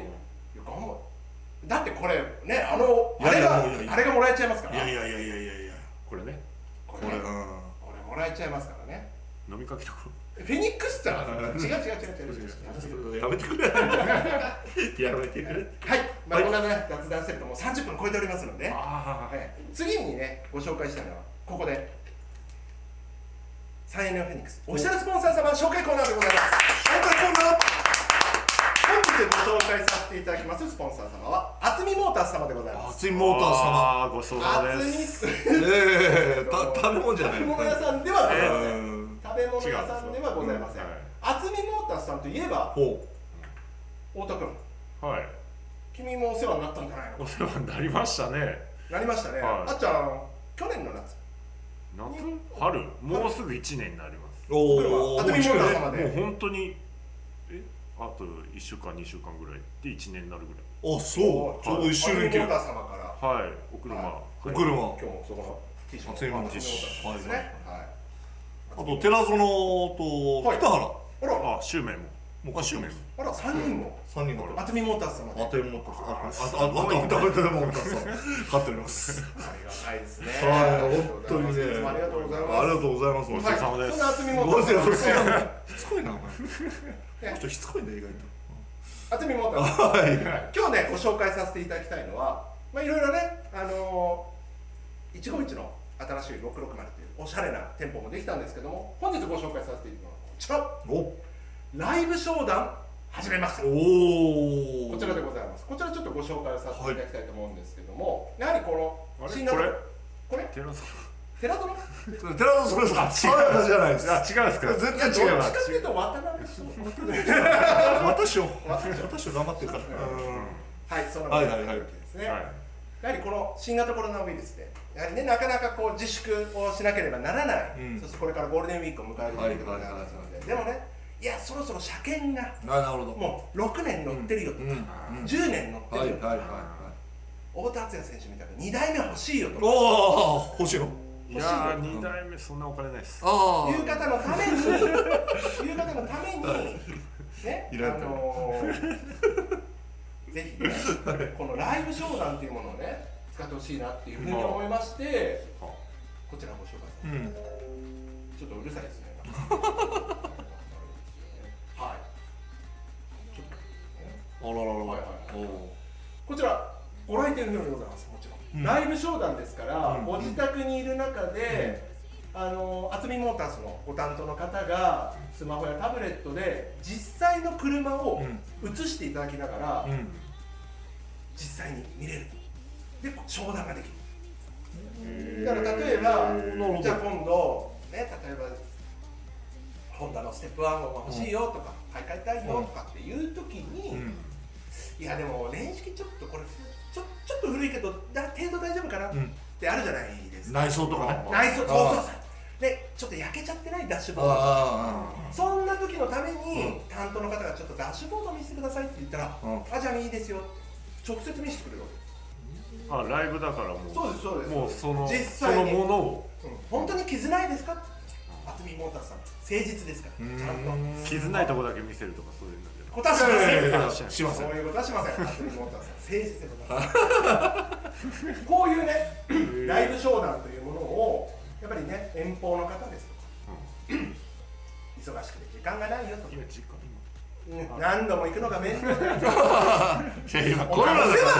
Speaker 1: 頑張るだってこれねあの
Speaker 2: い
Speaker 1: あ
Speaker 2: や
Speaker 1: れ
Speaker 2: いや
Speaker 1: が
Speaker 2: いやいや
Speaker 1: あれがもらえちゃいますか
Speaker 2: い
Speaker 1: ら。
Speaker 2: やいやいやいやいやいや。
Speaker 3: これね
Speaker 1: こ
Speaker 2: こ
Speaker 1: れ
Speaker 2: れ
Speaker 1: ね
Speaker 2: う
Speaker 1: こ
Speaker 2: ん。
Speaker 1: れもらえちゃいますからね。
Speaker 3: 飲みかけとこ
Speaker 1: フェニックスじゃん。違う違う違う違う違う違う。
Speaker 2: やめてくれ。やめてくれ。
Speaker 1: はい、まあこんなね雑談してるともう30分超えておりますので、は
Speaker 3: あ
Speaker 1: い次にねご紹介したいのはここで。サイエンフェニックスオフィシャルスポンサー様紹介コーナーでございます。はい、これコーナー。本日ご紹介させていただきますスポンサー様は厚みモータース様でございます。
Speaker 2: 熱いモーター様。
Speaker 3: あーごちそうさま
Speaker 1: 厚
Speaker 3: で
Speaker 1: み
Speaker 3: す
Speaker 1: ス
Speaker 2: ええた食べ物じゃない。
Speaker 1: 食べ物屋さんではございません
Speaker 2: うん
Speaker 1: 食べ物屋さんではございません
Speaker 3: 違うんですよ
Speaker 1: 厚みモーターさんといえば
Speaker 2: ほ
Speaker 1: 太田君
Speaker 3: はい
Speaker 1: 君もお世話になったんじゃない
Speaker 3: お
Speaker 1: の
Speaker 3: 世話になりましたね
Speaker 1: なりましたね、
Speaker 3: はい
Speaker 1: あっちゃん去年の夏
Speaker 3: 夏春もうすぐ1年になります
Speaker 2: う。
Speaker 1: これは厚みモーター様
Speaker 3: もう
Speaker 1: で
Speaker 3: 本当にえあと1週間2週間ぐらいで1年になるぐ
Speaker 2: あ、そう。ちょうど一周年記
Speaker 1: 厚みモー
Speaker 2: 念
Speaker 1: タ。ー様から
Speaker 3: らいはいお車
Speaker 1: は
Speaker 2: お車。
Speaker 1: 今日もそこの T シャツ
Speaker 2: 厚みモーター
Speaker 1: 厚みモーターさんですね、はい
Speaker 2: あと寺園と
Speaker 1: はい
Speaker 2: 北原。
Speaker 1: あら
Speaker 3: あ襲名も
Speaker 2: もう周年。
Speaker 1: あら3人も
Speaker 2: 三人から。
Speaker 1: 厚みモーター様で
Speaker 2: 当てもああああ
Speaker 3: す
Speaker 2: あああ食べてもらったさ。買っております。
Speaker 1: ありがたいですね
Speaker 2: はい、本当にね。
Speaker 1: いつもありがとうございます
Speaker 2: ありがとうございます。
Speaker 3: ごちそうさまです
Speaker 1: そんな厚みモ
Speaker 2: ご
Speaker 1: ー
Speaker 2: め
Speaker 1: ター
Speaker 2: んな
Speaker 1: 様
Speaker 2: さいしつこいなお前。この人しつこいね意外と。
Speaker 1: 厚みモーター様
Speaker 2: はい。
Speaker 1: 今日ねご紹介させていただきたいのはまあいろいろねあのー、一期一の新しい660っていうおしゃれな店舗もできたんですけども本日ご紹介させていただくのはこちら
Speaker 2: お、
Speaker 1: ライブ商談始めました
Speaker 2: おお。
Speaker 1: こちらでございますこちらちょっとご紹介をさせていただきたいと思うんですけども、やはりこ
Speaker 3: あ
Speaker 1: の
Speaker 3: れ
Speaker 1: 新型
Speaker 3: これ
Speaker 1: これ
Speaker 3: 寺園
Speaker 1: 寺園
Speaker 2: 寺田それさ爽やかじゃないです
Speaker 3: あ違うんですか
Speaker 2: 全然違い
Speaker 1: ど
Speaker 2: ま
Speaker 1: っち
Speaker 2: す
Speaker 1: かっていうと渡辺翔
Speaker 2: 私を
Speaker 1: 私を
Speaker 2: 私を頑張ってるから
Speaker 1: はいその
Speaker 2: はいはいはい
Speaker 1: ですね、
Speaker 3: はい
Speaker 1: やはりこの新型コロナウイルスでやはりねなかなかこう自粛をしなければならない、
Speaker 2: うん
Speaker 1: そしてこれからゴールデンウィークを迎えるということになりますので、
Speaker 2: はい
Speaker 1: でもねいやそろそろ車検が
Speaker 2: ななるほど
Speaker 1: もう6年乗ってるよとか、
Speaker 2: うんうん
Speaker 1: 10年乗って
Speaker 2: は
Speaker 1: る
Speaker 2: いは
Speaker 1: よ
Speaker 2: い
Speaker 1: とか、
Speaker 2: はいは
Speaker 1: 太田敦也選手みたいな2代目欲しいよと
Speaker 2: い
Speaker 1: か
Speaker 2: おお欲しいの
Speaker 3: いやー二代目そんなお金ないです
Speaker 2: あ
Speaker 1: いう方のために いう方のためにね
Speaker 2: いらん
Speaker 1: あのーぜひねこのライブ商談というものをね使ってほしいなっていうふうに思いまして
Speaker 3: は
Speaker 1: こちらご紹介させていただきます
Speaker 2: うん
Speaker 1: ちょっとうるさいですね。 はい。ちょっと待ってね
Speaker 2: あらららら
Speaker 1: はいはい
Speaker 2: おお
Speaker 1: こちらご来店のようでございます。もちろん。
Speaker 2: うん
Speaker 1: ライブ商談ですから、
Speaker 2: うん
Speaker 1: ご自宅にいる中で、あの厚みモータースのご担当の方がスマホやタブレットで実際の車を映していただきながら、
Speaker 2: うん
Speaker 1: 実際に見れる。で商談ができる。だから例えば
Speaker 2: なるほど
Speaker 1: じゃあ今度、ね、例えばホンダのステップワンゴンが欲しいよとか、買い替えたいよとかっていう時に、
Speaker 2: うん
Speaker 1: いやでも年式ちょっとこれちょちょっと古いけどだ程度大丈夫かなっ
Speaker 2: うん
Speaker 1: てあるじゃないですか、
Speaker 2: 内装とかね
Speaker 1: 内装そうそうそう
Speaker 2: あ
Speaker 1: でちょっと焼けちゃってないダッシュ
Speaker 2: ー
Speaker 1: ボード
Speaker 2: あ
Speaker 1: そんな時のために、
Speaker 2: うん
Speaker 1: 担当の方がちょっとダッシュボード見せてくださいって言ったら、
Speaker 2: うん
Speaker 1: あじゃあいいですよ直接見せてくれるわけ
Speaker 3: あライブだからもう
Speaker 1: そうですそうです
Speaker 3: もうその
Speaker 1: 実
Speaker 3: そ
Speaker 1: 際
Speaker 3: の
Speaker 1: に
Speaker 3: ものを
Speaker 1: うん本当に傷ないですか厚みモーターさん誠実ですか
Speaker 2: ーう
Speaker 1: ら
Speaker 2: ん
Speaker 1: ちゃんと
Speaker 3: 傷ないとこだけ見せるとかそういうのじゃ
Speaker 1: こたしません
Speaker 2: いやいやいや
Speaker 1: こ
Speaker 2: しません
Speaker 1: ういうことはしません厚みモーターさん誠実でございます こういうねライブ商談というものをやっぱりね遠方の方ですとか忙しくて時間がないよとか
Speaker 3: 今実家
Speaker 1: うん何度も行くのが 面倒だよ
Speaker 2: いや今
Speaker 1: お
Speaker 2: コロ
Speaker 1: 前
Speaker 2: ナ
Speaker 1: お
Speaker 2: だ
Speaker 1: 世
Speaker 2: か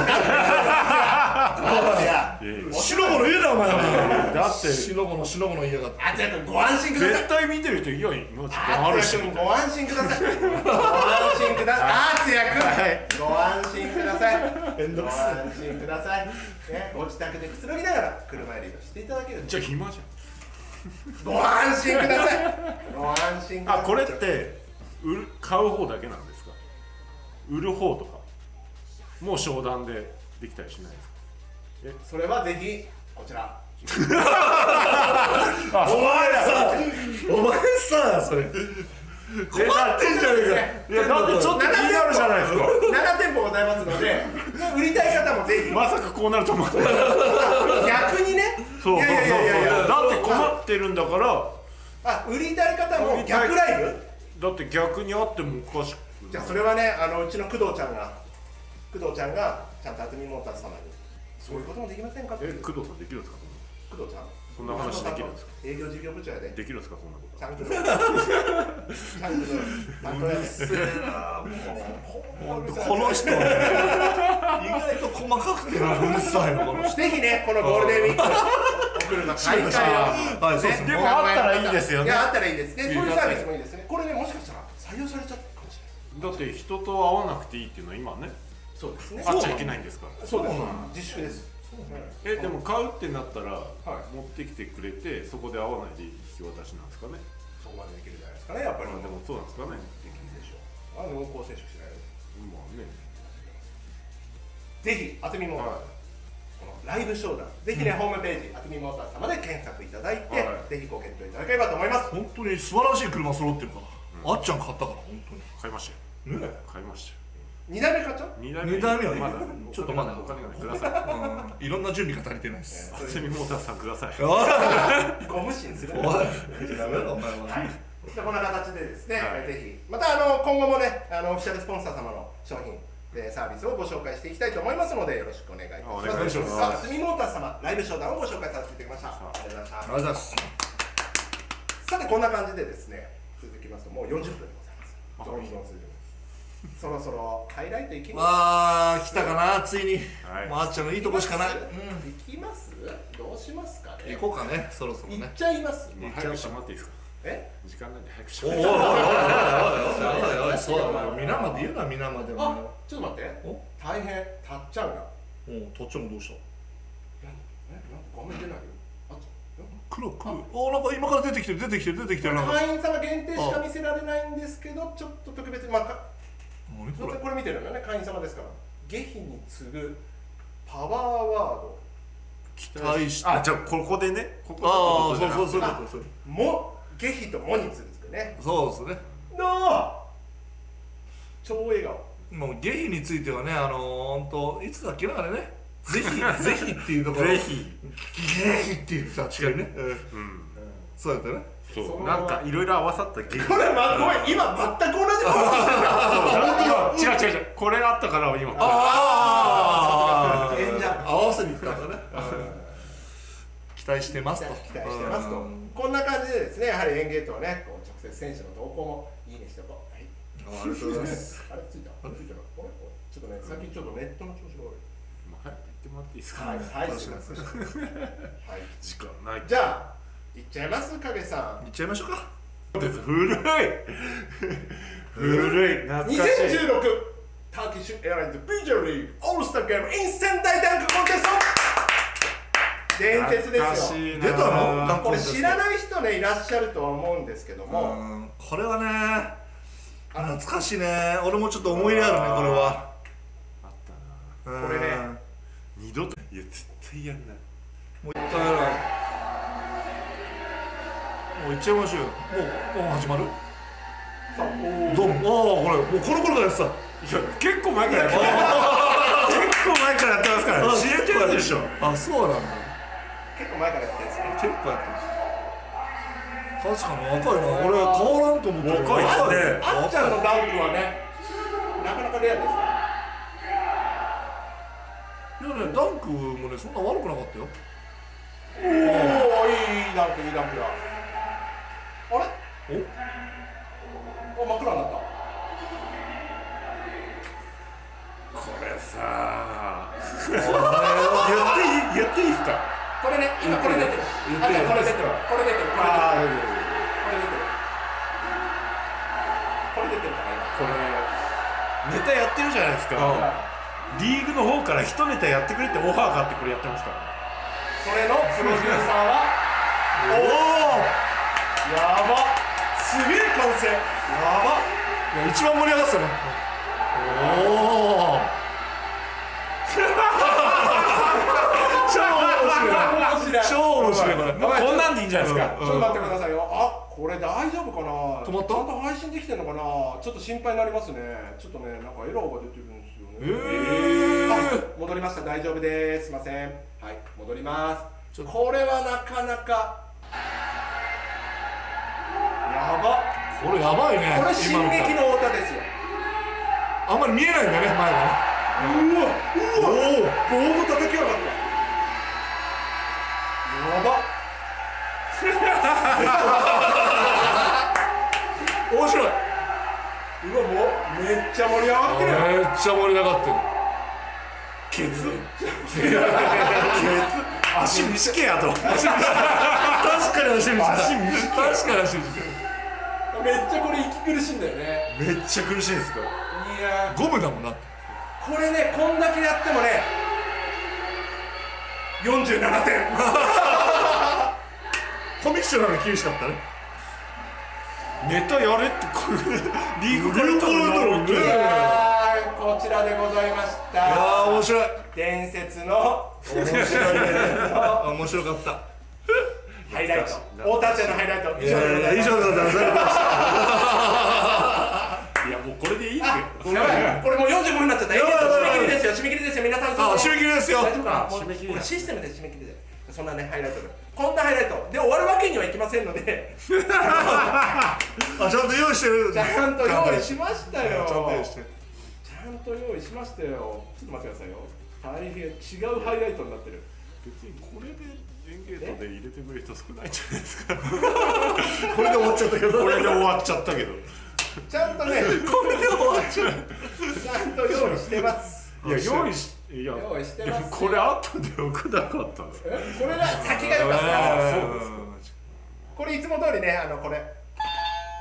Speaker 1: 話になるい や
Speaker 3: 今いやいや
Speaker 2: ら白物言うなお前は
Speaker 3: だって
Speaker 2: 白物白物言いやがって
Speaker 1: あつや君ご安心ください
Speaker 3: 絶対見てる人いや今実
Speaker 1: あ
Speaker 3: 家ある
Speaker 1: つ
Speaker 3: し
Speaker 1: や君ご安心くださいご安心くださいあつや君ご安心ください
Speaker 2: めんど
Speaker 1: ご
Speaker 2: くせえ
Speaker 1: 安心ください、ね、ご自宅でくつろぎながら車選びをしていただける
Speaker 3: じゃあ暇じ
Speaker 1: ご安心くださいご安心くだ
Speaker 3: ゃ
Speaker 1: さ
Speaker 3: ん
Speaker 1: い
Speaker 3: あこれって売る買う方だけなんですか売る方とかもう商談でできたりしないですか
Speaker 1: それはぜひこちら
Speaker 2: お前さお前さそれ困ってんじゃねえか
Speaker 3: いやだってちょっと気になるじゃないですか
Speaker 1: 7店舗ございますので売りたい方もぜひ
Speaker 3: まさかこうなると思ってなかった
Speaker 1: 逆にね
Speaker 3: そう
Speaker 1: い
Speaker 3: そうそうそう
Speaker 1: やいやいやいやいや
Speaker 3: だって困ってるんだから
Speaker 1: あ売りたい方も逆ライブ
Speaker 3: だって逆にあってもおかしくない
Speaker 1: じゃあそれはねあのうちの工藤ちゃんが工藤ちゃんがちゃんと渥美モーター様にそういうこともできませんかってい
Speaker 3: え
Speaker 1: う
Speaker 3: 工藤さんできるんですか
Speaker 1: 工藤ちゃん
Speaker 3: そんな話できるんですか
Speaker 1: 営業事業部長やで
Speaker 3: できるんですかそんなこと
Speaker 1: ちゃんとちゃんと担当やで
Speaker 2: この人は意外と細かくてなうるさいのこの人
Speaker 1: ぜひね、このゴールデンウィーク、お車買い替えを、
Speaker 2: はいそうですね
Speaker 1: ね
Speaker 3: でもあったらいいですよね
Speaker 1: いや、あったらいいですね。そう
Speaker 3: いい
Speaker 1: いうサービスもいいですね。これね、もしかしたら採用されちゃったかもしれない。
Speaker 3: だって人と会わなくていいっていうのは今ね
Speaker 1: そうですね
Speaker 3: 会っちゃいけないんですから
Speaker 1: そうです
Speaker 2: そうな。
Speaker 1: 自粛です。
Speaker 3: えでも買うってなった
Speaker 1: い
Speaker 3: ら持ってきてくれてそこで会わないで引き渡しなんですかね
Speaker 1: そこまでできるじゃないですかね、やっぱ
Speaker 3: あ
Speaker 1: り。
Speaker 3: でもそうなんですかねま
Speaker 1: できるでしょう。あ濃厚接触しないように
Speaker 3: あね
Speaker 1: ぜひ、あてみモーター、このライブ商談、ぜひね、ホームページ、あてみモーター様で検索いただいて、
Speaker 3: はい
Speaker 1: ぜひご検討いただければと思います。
Speaker 2: 本当に素晴らしい車揃ってるから、あっちゃん買ったから本
Speaker 3: 買いましたよ
Speaker 2: 当にねえ
Speaker 3: 買いましたよ
Speaker 1: 二代目課長
Speaker 3: 二
Speaker 2: 二代目はいい
Speaker 3: まだ
Speaker 2: ちょっとまだ
Speaker 3: お金がないくださ
Speaker 2: う
Speaker 3: い
Speaker 2: んいろんな準備が足りてないです。
Speaker 3: セミモーターさんください
Speaker 2: おい
Speaker 1: ご無心するな。
Speaker 2: ダ メだお前は。
Speaker 1: じゃあこんな形でですね、
Speaker 3: はい
Speaker 1: ぜひまたあの今後もねあのオフィシャルスポンサー様の商品えーサービスをご紹介していきたいと思いますのでよろしくお願いいたします。
Speaker 3: お願いします
Speaker 1: さあ、住モーター様ライブ商談をご紹介させていただきました。ありがとうございました
Speaker 2: ありがとう。ございます。
Speaker 1: さてこんな感じでですね続きますともう40分でございます。どんどん続きますそろそろハイライトいきます。
Speaker 2: まあ来たかなついに。
Speaker 3: はい
Speaker 2: もうあっちゃんのいいとこしかない。
Speaker 1: 行きます？どうしますかね。
Speaker 2: 行こうかねそろそろ
Speaker 1: 行っ
Speaker 2: ね。
Speaker 1: ちゃいます。
Speaker 3: もう早く閉まっていいですか
Speaker 1: え？
Speaker 3: 時間なんで早く
Speaker 2: お
Speaker 3: 閉
Speaker 2: い
Speaker 3: ま
Speaker 2: お
Speaker 3: っ
Speaker 2: いおいおいおいおい
Speaker 3: て
Speaker 2: おいそうだよ皆まで言うな皆まで。
Speaker 1: あ、ちょっと待って。
Speaker 2: お、
Speaker 1: 大変たっちゃうな。
Speaker 2: おとっちゃんもどうした？
Speaker 1: えなんか画面出ないよあちょえ
Speaker 2: 黒くおなんか今から出てきてる出てきてる出てきてるなんか
Speaker 1: 会員様限定しか見せられないんですけどちょっと特別にまあか
Speaker 2: 何こ
Speaker 1: こ
Speaker 2: れ
Speaker 1: れこれ見てるのね会員様ですから下品に次ぐパワーワード
Speaker 2: 期待して
Speaker 3: あじゃあここでねここで
Speaker 2: ああ
Speaker 3: ってことじ
Speaker 2: そ
Speaker 3: ゃ
Speaker 2: う
Speaker 3: な
Speaker 2: そうそういう
Speaker 1: あ
Speaker 2: ことそう
Speaker 1: も下品ともに次ぐですよね
Speaker 2: そうですね
Speaker 1: の超笑顔
Speaker 2: もうゲイについてはねあのー、ほんといつだっけなあれ ねぜひぜひっていうところ
Speaker 3: ぜひ、
Speaker 2: ゲイっていう確かにね、うん、
Speaker 3: うん、
Speaker 2: そうやったね
Speaker 3: そう
Speaker 1: その
Speaker 3: なんかいろいろ合わさっ たゲーム
Speaker 1: これまごめん今全く同じことしてた
Speaker 3: 違う違う違うこれあったから今
Speaker 1: あー
Speaker 2: ー
Speaker 1: 演者
Speaker 2: 合わせにいったんだね期待してますと
Speaker 1: 期待してますと
Speaker 2: うん
Speaker 1: こんな感じでですねやはり園芸とはねこう直接選手の投稿もいいねしておこうはい
Speaker 2: あありがとうございます
Speaker 1: あれついたついたこれこれちょっとね最近ちょっとネットの調子が悪い
Speaker 3: もう早く行ってもらっていいですか、
Speaker 1: はい、はい、
Speaker 2: 確かに
Speaker 1: すいませんはい、
Speaker 3: 時間ない
Speaker 1: じゃあ、行っちゃいます、影さん。
Speaker 2: いっちゃいましょうか
Speaker 3: 古い古い懐かしい
Speaker 1: 2016ターキッシュエアラインズビジュアリーグオールスターゲーム in 仙台ダンクコンテスト伝説ですよ。
Speaker 3: よ
Speaker 2: 出たのなんか
Speaker 1: これ知らない人ね、いらっしゃるとは思うんですけども、
Speaker 2: うんこれはね懐かしいね俺もちょっと思い入れあるねこれは
Speaker 3: あったな
Speaker 2: うん
Speaker 1: これね
Speaker 3: 二度といや絶対やんない
Speaker 2: もう一回やろうもういっちゃいましょうよもうもう始まる
Speaker 1: そう
Speaker 2: どうもああこれもうこの頃からやって た
Speaker 3: いや結構前からやってます結構前からやってますから
Speaker 2: あ
Speaker 3: 知れてるでしょ
Speaker 2: あそうなんだ
Speaker 1: 結構前からやってるんですね。
Speaker 2: 結構やってる確かに若いな俺変わらんと思って
Speaker 3: 若いっす
Speaker 1: あ
Speaker 3: ね
Speaker 1: っちゃんのダンクはね、なかなかレアですよ。
Speaker 2: いやねダンクもねそんな悪くなかったよ
Speaker 1: おお、いいダンク、いいダンクだ。あれ
Speaker 2: お
Speaker 1: お、真っ暗になった。
Speaker 3: これさ
Speaker 2: あ
Speaker 3: やっていいですか
Speaker 1: これね、今これ出てる。あ
Speaker 3: 言って
Speaker 1: じ
Speaker 3: る
Speaker 1: ゃあこれ出てる。これ出てる。これ出てる。これ出てる。これ出てるから
Speaker 3: これネタやってるじゃないですかリーグの方から一ネタやってくれってオファーがあってこれやってますから
Speaker 1: 今。それのプロデューサーは、
Speaker 2: おお
Speaker 1: やば。すげえ完成。やば。
Speaker 2: いや一番盛り上がってたねおお超面白い超面白いこれ
Speaker 3: まあこんなんでいいんじゃないですか
Speaker 1: ちょっと待ってくださいよ。あ、これ大丈夫かな。
Speaker 2: 止まった
Speaker 1: ちゃんと配信できてるのかな。ちょっと心配になりますね。ちょっとね、なんかエラーが出てるんですよね。
Speaker 2: えー
Speaker 1: あ戻りました。大丈夫です。すいません。はい、戻ります
Speaker 2: ちょ。っと
Speaker 1: これはなかなか。やば。
Speaker 2: これやばいね
Speaker 1: これ進撃
Speaker 2: の
Speaker 1: の太田ですよ
Speaker 2: あんまり見えないんだね前
Speaker 1: う
Speaker 2: が
Speaker 1: わうわ
Speaker 2: ね
Speaker 1: 棒も叩きやがったやば
Speaker 2: おお面白いう
Speaker 1: わもうめっちゃ盛り上がってるよ
Speaker 2: めっちゃ盛り上がってる
Speaker 3: ケツケツ 足短けや と
Speaker 2: 確かに足短い
Speaker 3: 足短い
Speaker 2: 確かに足短
Speaker 1: めっちゃこれ息苦しいんだよね
Speaker 3: めっちゃ苦しいんですから
Speaker 1: いや
Speaker 2: いゴムだもんな
Speaker 1: これねこんだけやってもね47点
Speaker 2: コミッショナーの厳しかったね
Speaker 3: ネタやれってこれリーグから
Speaker 2: リーグから言ったのにね
Speaker 1: はいこちらでございまし
Speaker 2: いやー
Speaker 1: た
Speaker 2: 面白い
Speaker 1: 伝説の
Speaker 2: 面白いね面白かった
Speaker 1: ハイライト太田ちゃんのハイライト以上でございます
Speaker 2: 以上でございます
Speaker 3: いやもうこれでいいですよ
Speaker 1: やばいこれもう45分になっちゃった
Speaker 2: やばいやばいやばい
Speaker 1: 締め切りですよ締め切りですよ皆さん
Speaker 2: あ締め切りですよ
Speaker 1: 大丈夫かなもう
Speaker 3: 締め切りだ
Speaker 1: これシステムで締め切りでそんなねハイライトでこんなハイライトで終わるわけにはいきませんので
Speaker 2: あちゃんと用意してる
Speaker 1: ちゃんと用意しましたよ
Speaker 2: ちゃんと用意してる
Speaker 1: ちゃんと用意しましたよちょっと待ってくださいよ大変違うハイライトになってる
Speaker 3: 別にこれでエンゲートで入れてくれる人少ないじゃないですか
Speaker 2: これで終わっちゃったけど
Speaker 3: これで終わっちゃったけど
Speaker 1: ちゃんとね
Speaker 2: これで終わ っちゃ
Speaker 1: ち
Speaker 2: っ
Speaker 1: ゃんと用意してます
Speaker 3: いや用意しいや
Speaker 1: 用意してますよ
Speaker 3: これあったでよくなかった
Speaker 1: えこれが先が良かった
Speaker 2: た
Speaker 1: これいつも通りねあのこれ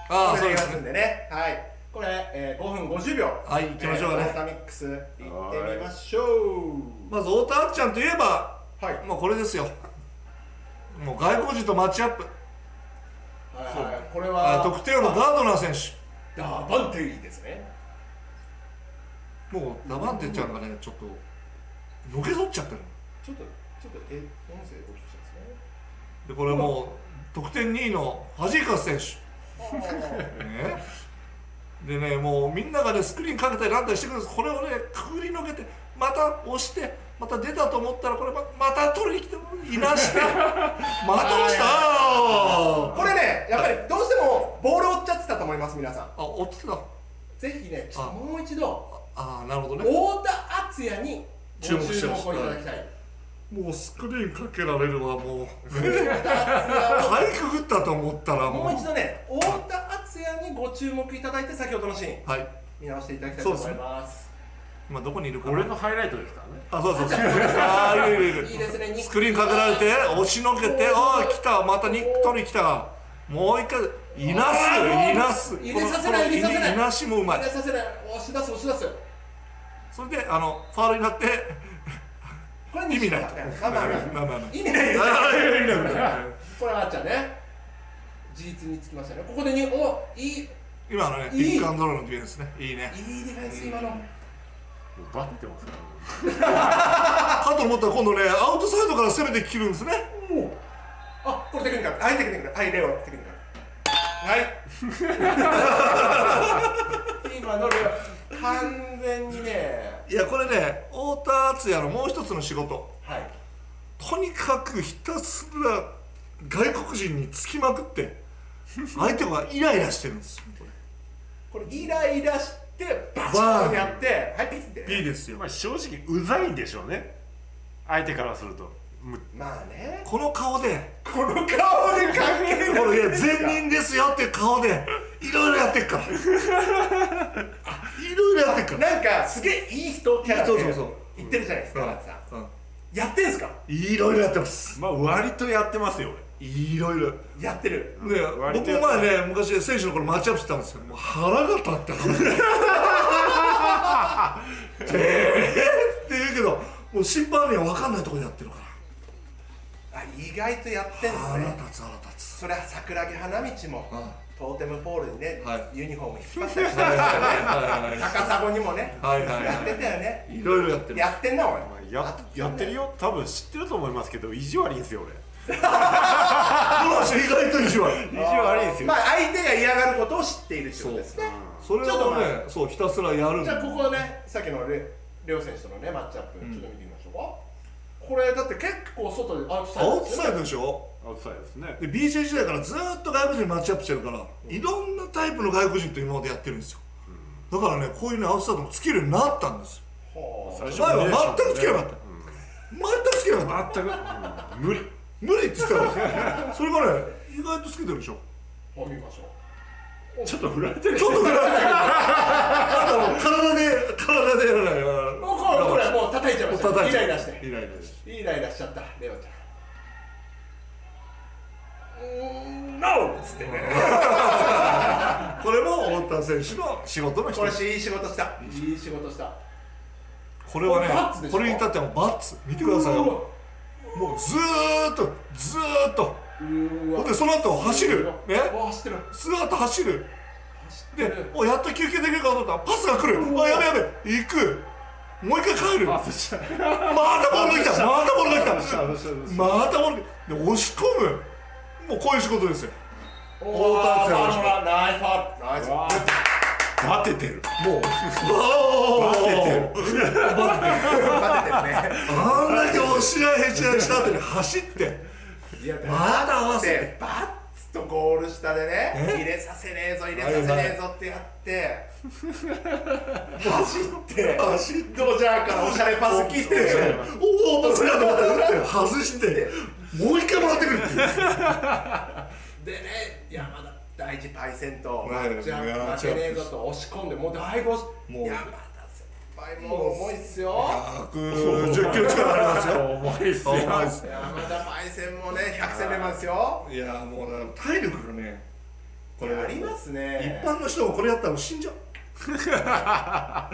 Speaker 2: ああ
Speaker 1: こ
Speaker 2: そう
Speaker 1: れで
Speaker 2: で
Speaker 1: や
Speaker 2: す
Speaker 1: るんでねはいこれ、えー、5分50秒
Speaker 2: はい行きましょうか
Speaker 1: え
Speaker 2: ね
Speaker 1: ーオータミックス行ってみましょう
Speaker 2: まず太田あっちゃんといえば
Speaker 1: はい
Speaker 2: まあこれですよもう外国人とマッチアップ
Speaker 1: はいはいこれ
Speaker 2: あ
Speaker 1: は
Speaker 2: 得点王のガードナー選手
Speaker 1: ダバンテイですね
Speaker 2: もうダバンテちゃんがねちょっとのけぞっちゃってる
Speaker 1: ちょっとちょっとえ音声大きくしたんですね
Speaker 2: でこれもう得点2位のファジーカス選手、 ね、でねもうみんながねスクリーンかけたりなんだりしてくるんですこれをねくぐり抜けてまた押してまた出たと思ったらこれままた取りに来ていな してまた押したあ
Speaker 1: これねやっぱりどうしてもボールを追っちゃってたと思います皆さん
Speaker 2: あ落ちてた
Speaker 1: ぜひねちょっと
Speaker 2: あ
Speaker 1: もう一度
Speaker 2: ああなるほどね
Speaker 1: 太田敦也にご注
Speaker 2: 注
Speaker 1: 目
Speaker 2: 目してほしい
Speaker 1: をいただきたい
Speaker 2: もうスクリーンかけられるわ もう
Speaker 1: 太田敦也を
Speaker 2: かいくぐったと思ったらもう
Speaker 1: もう一度ね、太田敦也にご注目いただいて、先ほどのシーン、
Speaker 2: はい
Speaker 1: 見直していただきたいと思います。
Speaker 2: 今どこにいるかな
Speaker 3: 俺のハイライトですからね
Speaker 2: あそうそうあーいるいるいる
Speaker 1: いいですね、
Speaker 2: スクリーンかけられて押しのけてああ来たまたニック取り来たがもう一回いな
Speaker 1: あー
Speaker 2: すいなす
Speaker 1: 入れさせない
Speaker 2: こ
Speaker 1: 入
Speaker 2: の
Speaker 1: れさせない
Speaker 2: いなしもうま
Speaker 1: 入
Speaker 2: い
Speaker 1: れさせない、押し出す、押し出す。
Speaker 2: それであのファウルにな って
Speaker 1: これ
Speaker 2: 意味ないと
Speaker 1: まあまあま
Speaker 2: まあまあまあ
Speaker 1: あ意味ないですよ。
Speaker 2: あー意味ない意味ない
Speaker 1: これはあっちゃんね、事実につきましたね。ここでに、お、いい、いい
Speaker 2: 今のね
Speaker 1: いい
Speaker 2: ピックアンドロールのディフェンスねいいね
Speaker 1: ディフェンス、今の。
Speaker 3: もうバッてますから、
Speaker 2: かと思ったら今度ねアウトサイドから攻めて切るんですね
Speaker 1: あ、これテクニカル、はい、テクニカル、はい、レオ、テクニカル。はい。今のレオ、完全にね、
Speaker 2: いやこれね太田敦也のもう一つの仕事
Speaker 1: はい。
Speaker 2: とにかくひたすら外国人につきまくって相手がイライラしてるんですよこれ
Speaker 1: これイライラしてバチッとやってはいピッて
Speaker 2: B ですよ
Speaker 3: まあ、正直うざいんでしょうね相手からするとむ
Speaker 1: まあね
Speaker 2: この顔で
Speaker 1: この顔で関係
Speaker 2: これね善人ですよっていう顔でいろいろやってっからいろいろやってっから
Speaker 1: なんかすげえいい人キャラで
Speaker 2: そうそうそう
Speaker 1: 言ってるじゃないですか松さん
Speaker 2: うん
Speaker 1: やってんすか
Speaker 2: いろいろやってます
Speaker 3: まあ割とやってますよ俺
Speaker 2: いろいろね
Speaker 1: やってる
Speaker 3: 割
Speaker 2: 僕
Speaker 3: とや
Speaker 2: も
Speaker 3: ってます
Speaker 2: 前ね昔選手の頃マッチアップしてたんですよもう腹が立って腹が 立ってえーって言うけどもう審判には分かんないところでやってるから
Speaker 1: あ意外とやってんす
Speaker 2: 腹
Speaker 1: ね
Speaker 2: 立つ腹立つ
Speaker 1: それは桜木花道もトーテムポールにね
Speaker 2: はい
Speaker 1: ユニフォーム引っ張ったりしたり高砂にもね
Speaker 2: はいはいはい
Speaker 1: やってたよね
Speaker 2: いろいろやってる
Speaker 1: やってんなおい
Speaker 3: まあややってるよ多分知ってると思いますけど意地悪いんですよ俺
Speaker 2: 話意外と意地悪
Speaker 3: 意地悪いんですよ、
Speaker 1: まあ相手が嫌がることを知っているってことですね
Speaker 2: それ
Speaker 1: ちょっと
Speaker 2: を
Speaker 1: 待
Speaker 2: ねそうひたすらやるん
Speaker 1: じゃあ
Speaker 2: だ
Speaker 1: ここね、さっきのレレオ選手とのねマッチアップ、ちょっと見てみましょうか。これだって結構外でアウトサイ
Speaker 2: ア
Speaker 1: ド
Speaker 2: ウト
Speaker 1: です
Speaker 2: サ
Speaker 1: よ
Speaker 2: イド
Speaker 1: ね。
Speaker 2: でしょ
Speaker 3: アウトサイドですね
Speaker 2: で BJ 時代からずーっと外国人にマッチアップしてるから、いろんなタイプの外国人と今までやってるんですよ、だからねこういうねアウトサイドもつけるようになったんですよ
Speaker 1: は
Speaker 3: 最
Speaker 2: 前は全くつけなかった
Speaker 3: う
Speaker 2: 全くつけなかった
Speaker 3: ん全く、うん無理
Speaker 2: 無理って言ってたからそれがね意外とつけてるでしょ
Speaker 1: あ。はあ見ましょう。
Speaker 3: ちょっと振られてる
Speaker 2: ちょっとぐらいあともう体で体でやらないよ
Speaker 1: もうこれこれもう叩いちゃいました。
Speaker 2: 叩い
Speaker 1: イ
Speaker 2: ち
Speaker 1: ラ
Speaker 2: ゃ
Speaker 1: イ
Speaker 2: う
Speaker 1: ラして。
Speaker 2: イライラして
Speaker 1: イライラしちゃったレオちゃん。うーん、ノーっつってね。
Speaker 2: これも太田選手の仕事の一つ
Speaker 1: これしいい仕事した。いい仕事した。
Speaker 2: これは
Speaker 1: これバッツで
Speaker 2: ね
Speaker 1: しょ
Speaker 2: これに至ってはもうバッツ見てくださいよ
Speaker 1: うわ
Speaker 2: もうずーっとずーっと
Speaker 1: うーわ
Speaker 2: でその後走る
Speaker 1: うわ
Speaker 2: ね
Speaker 1: うわ走ってる。
Speaker 2: スーッと走る
Speaker 1: 走って
Speaker 2: で
Speaker 1: る。
Speaker 2: おやっと休憩できるかと思ったらパスが来る
Speaker 1: うん
Speaker 2: あやべやべ行くもう一回帰るま
Speaker 3: あそしたら
Speaker 2: たボールが来たまたボールが来た
Speaker 3: あそしたら
Speaker 2: またボールがで押し込むもうこういう仕事ですよ
Speaker 1: おー
Speaker 2: 太田
Speaker 1: ファウ
Speaker 2: 敦也
Speaker 1: ルだナイスファウルナイスファウル。
Speaker 3: バテてる
Speaker 2: もうバ
Speaker 3: バ
Speaker 2: ーッあんだけ押し合いへし合いした後に走って
Speaker 1: いや
Speaker 2: まだ合わせて
Speaker 1: でバッツとゴール下でね
Speaker 2: え
Speaker 1: 入れさせねえぞ入れさせねえぞってやって走って
Speaker 2: 走って
Speaker 1: ドジャーからおしゃれパス切って
Speaker 2: おおパスがと思ったら打って外してもう一回もらってくるっていう
Speaker 1: でね山田第一パイセンと
Speaker 2: はい
Speaker 1: じゃ
Speaker 2: いや
Speaker 1: あ負けねえぞと押し込んでもう第五
Speaker 2: もう
Speaker 1: 山田先輩もう重いっすよ
Speaker 2: 110キロ近くあります よ
Speaker 3: 重いっすよ
Speaker 2: 重いっす
Speaker 1: 山田パイセンもね100戦目なんですよ
Speaker 2: いやもうだから体力がねこれ
Speaker 1: ありますね
Speaker 2: 一般の人もこれやったら死んじゃう
Speaker 3: まあ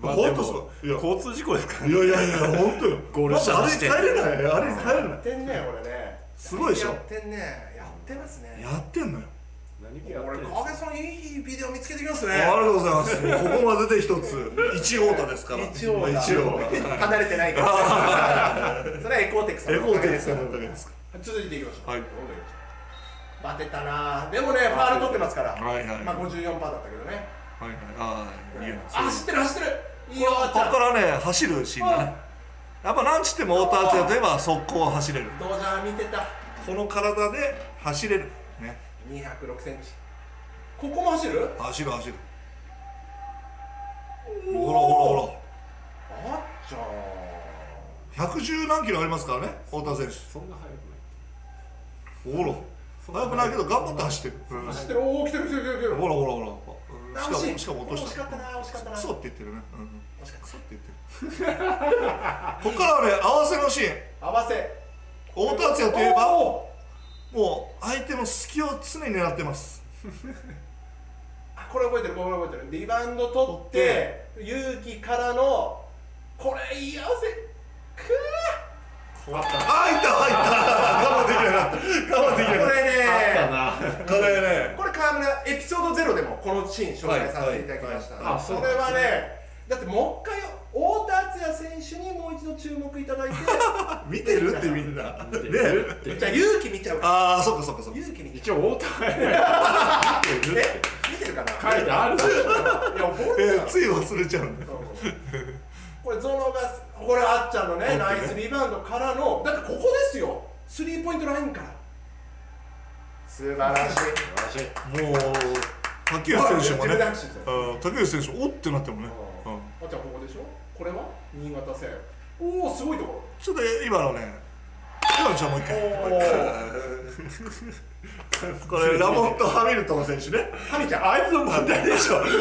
Speaker 2: ほ
Speaker 3: で
Speaker 2: んと
Speaker 3: も
Speaker 2: そういや
Speaker 3: 交通事故ですから
Speaker 2: い
Speaker 3: ね
Speaker 2: やいやいや本当よ
Speaker 4: ゴール
Speaker 2: まず
Speaker 4: 下
Speaker 2: あれ
Speaker 4: して
Speaker 2: 帰れないあれ帰れない
Speaker 1: やってんね俺ね
Speaker 2: すごいでしょ
Speaker 1: やってんねやってますね
Speaker 2: やってんのよ
Speaker 3: 何
Speaker 1: こ
Speaker 3: 気
Speaker 1: れ
Speaker 3: やってんの
Speaker 1: 影さんいいビデオ見つけてきます
Speaker 2: あ
Speaker 1: ね
Speaker 2: りがとうございますここまでで一つ一オータですから
Speaker 1: 一応だ
Speaker 2: 一応
Speaker 1: 離れてない からそれはエコーテックさん
Speaker 2: エ
Speaker 1: の
Speaker 2: コ
Speaker 1: お
Speaker 2: ー
Speaker 1: か
Speaker 2: テ
Speaker 1: げ
Speaker 2: ッ
Speaker 1: で
Speaker 2: ク
Speaker 1: す
Speaker 2: さんのおかげですか
Speaker 1: 続いていきましょう
Speaker 2: はい
Speaker 1: どんどんいきましょうバテたなでもねファール取ってますから
Speaker 2: はいはい
Speaker 1: まあ54%だったけどね
Speaker 2: はいはいああいいよ
Speaker 1: あ走ってる走ってるいいよ
Speaker 2: ここ
Speaker 1: あっち
Speaker 2: からね走るシーンだねやっぱなんちってもオーター強といえば速攻は走れる
Speaker 1: ゃんドジャー見てた
Speaker 2: この体で走れるね
Speaker 1: 206センチここも走る
Speaker 2: 走る走る
Speaker 1: お
Speaker 2: ほらほ
Speaker 1: らほらあっちゃん
Speaker 2: らほら110何キロありますからね太田選
Speaker 3: そんな速くな
Speaker 2: 手
Speaker 3: い
Speaker 2: ほら速くないけど頑張って走ってる、
Speaker 1: 走ってるおお来てる来てる来てる来てる
Speaker 2: ほらほらほら
Speaker 1: あ
Speaker 2: し
Speaker 1: 惜
Speaker 2: か
Speaker 1: し
Speaker 2: も
Speaker 1: い
Speaker 2: しかも落とし
Speaker 1: 惜しかったな惜しかったな
Speaker 2: クソって言ってるね、うんうん、
Speaker 1: 惜しかっ
Speaker 2: クソって言ってるここからはね合わせのシーン
Speaker 1: た合わせ
Speaker 2: 太田敦也といえば
Speaker 1: おー
Speaker 2: もう相手の隙を常に狙ってます
Speaker 1: あこれ覚えてるこれ覚えてるリバウンド取って勇気からのこれ言い合わせく
Speaker 2: あ入った入った我慢でき
Speaker 1: ー
Speaker 2: なか
Speaker 1: こ
Speaker 2: った我慢できなかっ
Speaker 1: れね
Speaker 3: あったな
Speaker 2: たこれね
Speaker 1: これ川村エピソードゼロでもこのシーン紹介させていただきました、
Speaker 2: はい
Speaker 3: はいあ
Speaker 1: そ
Speaker 3: そ
Speaker 1: れ
Speaker 3: う
Speaker 1: はねだってもう一回太田敦也選手にもう一度注目いただい てじ
Speaker 2: 見てるってみんな
Speaker 3: 見てるって
Speaker 1: ゃあ勇気見ちゃうか
Speaker 2: ああそっかそっかそっか
Speaker 1: 勇気見ちゃ
Speaker 3: 一応太田が
Speaker 1: う
Speaker 3: 見てる
Speaker 1: え見てるかな
Speaker 3: 書いてある
Speaker 1: いや覚えて
Speaker 2: え
Speaker 1: た
Speaker 2: ー、つい忘れちゃうんだよ
Speaker 1: これゾノがこれあっちゃんのねナイスリバウンドからのだってここですよスリーポイントラインから素晴らしい
Speaker 2: もう竹内選手
Speaker 1: ジ
Speaker 2: もね
Speaker 1: ェブダンクシュート
Speaker 2: うん竹内選手おってなってもね、
Speaker 1: う
Speaker 2: う
Speaker 1: ん
Speaker 2: ん
Speaker 1: あっちゃんここでしょこれは新潟戦おおすごいところ
Speaker 2: ちょっと今のね今のじゃあもう一
Speaker 1: お
Speaker 2: 回
Speaker 1: お
Speaker 2: これラモット・ハミルトン選手ね
Speaker 1: ハミちゃんあ
Speaker 2: あいつの問題でしょ完全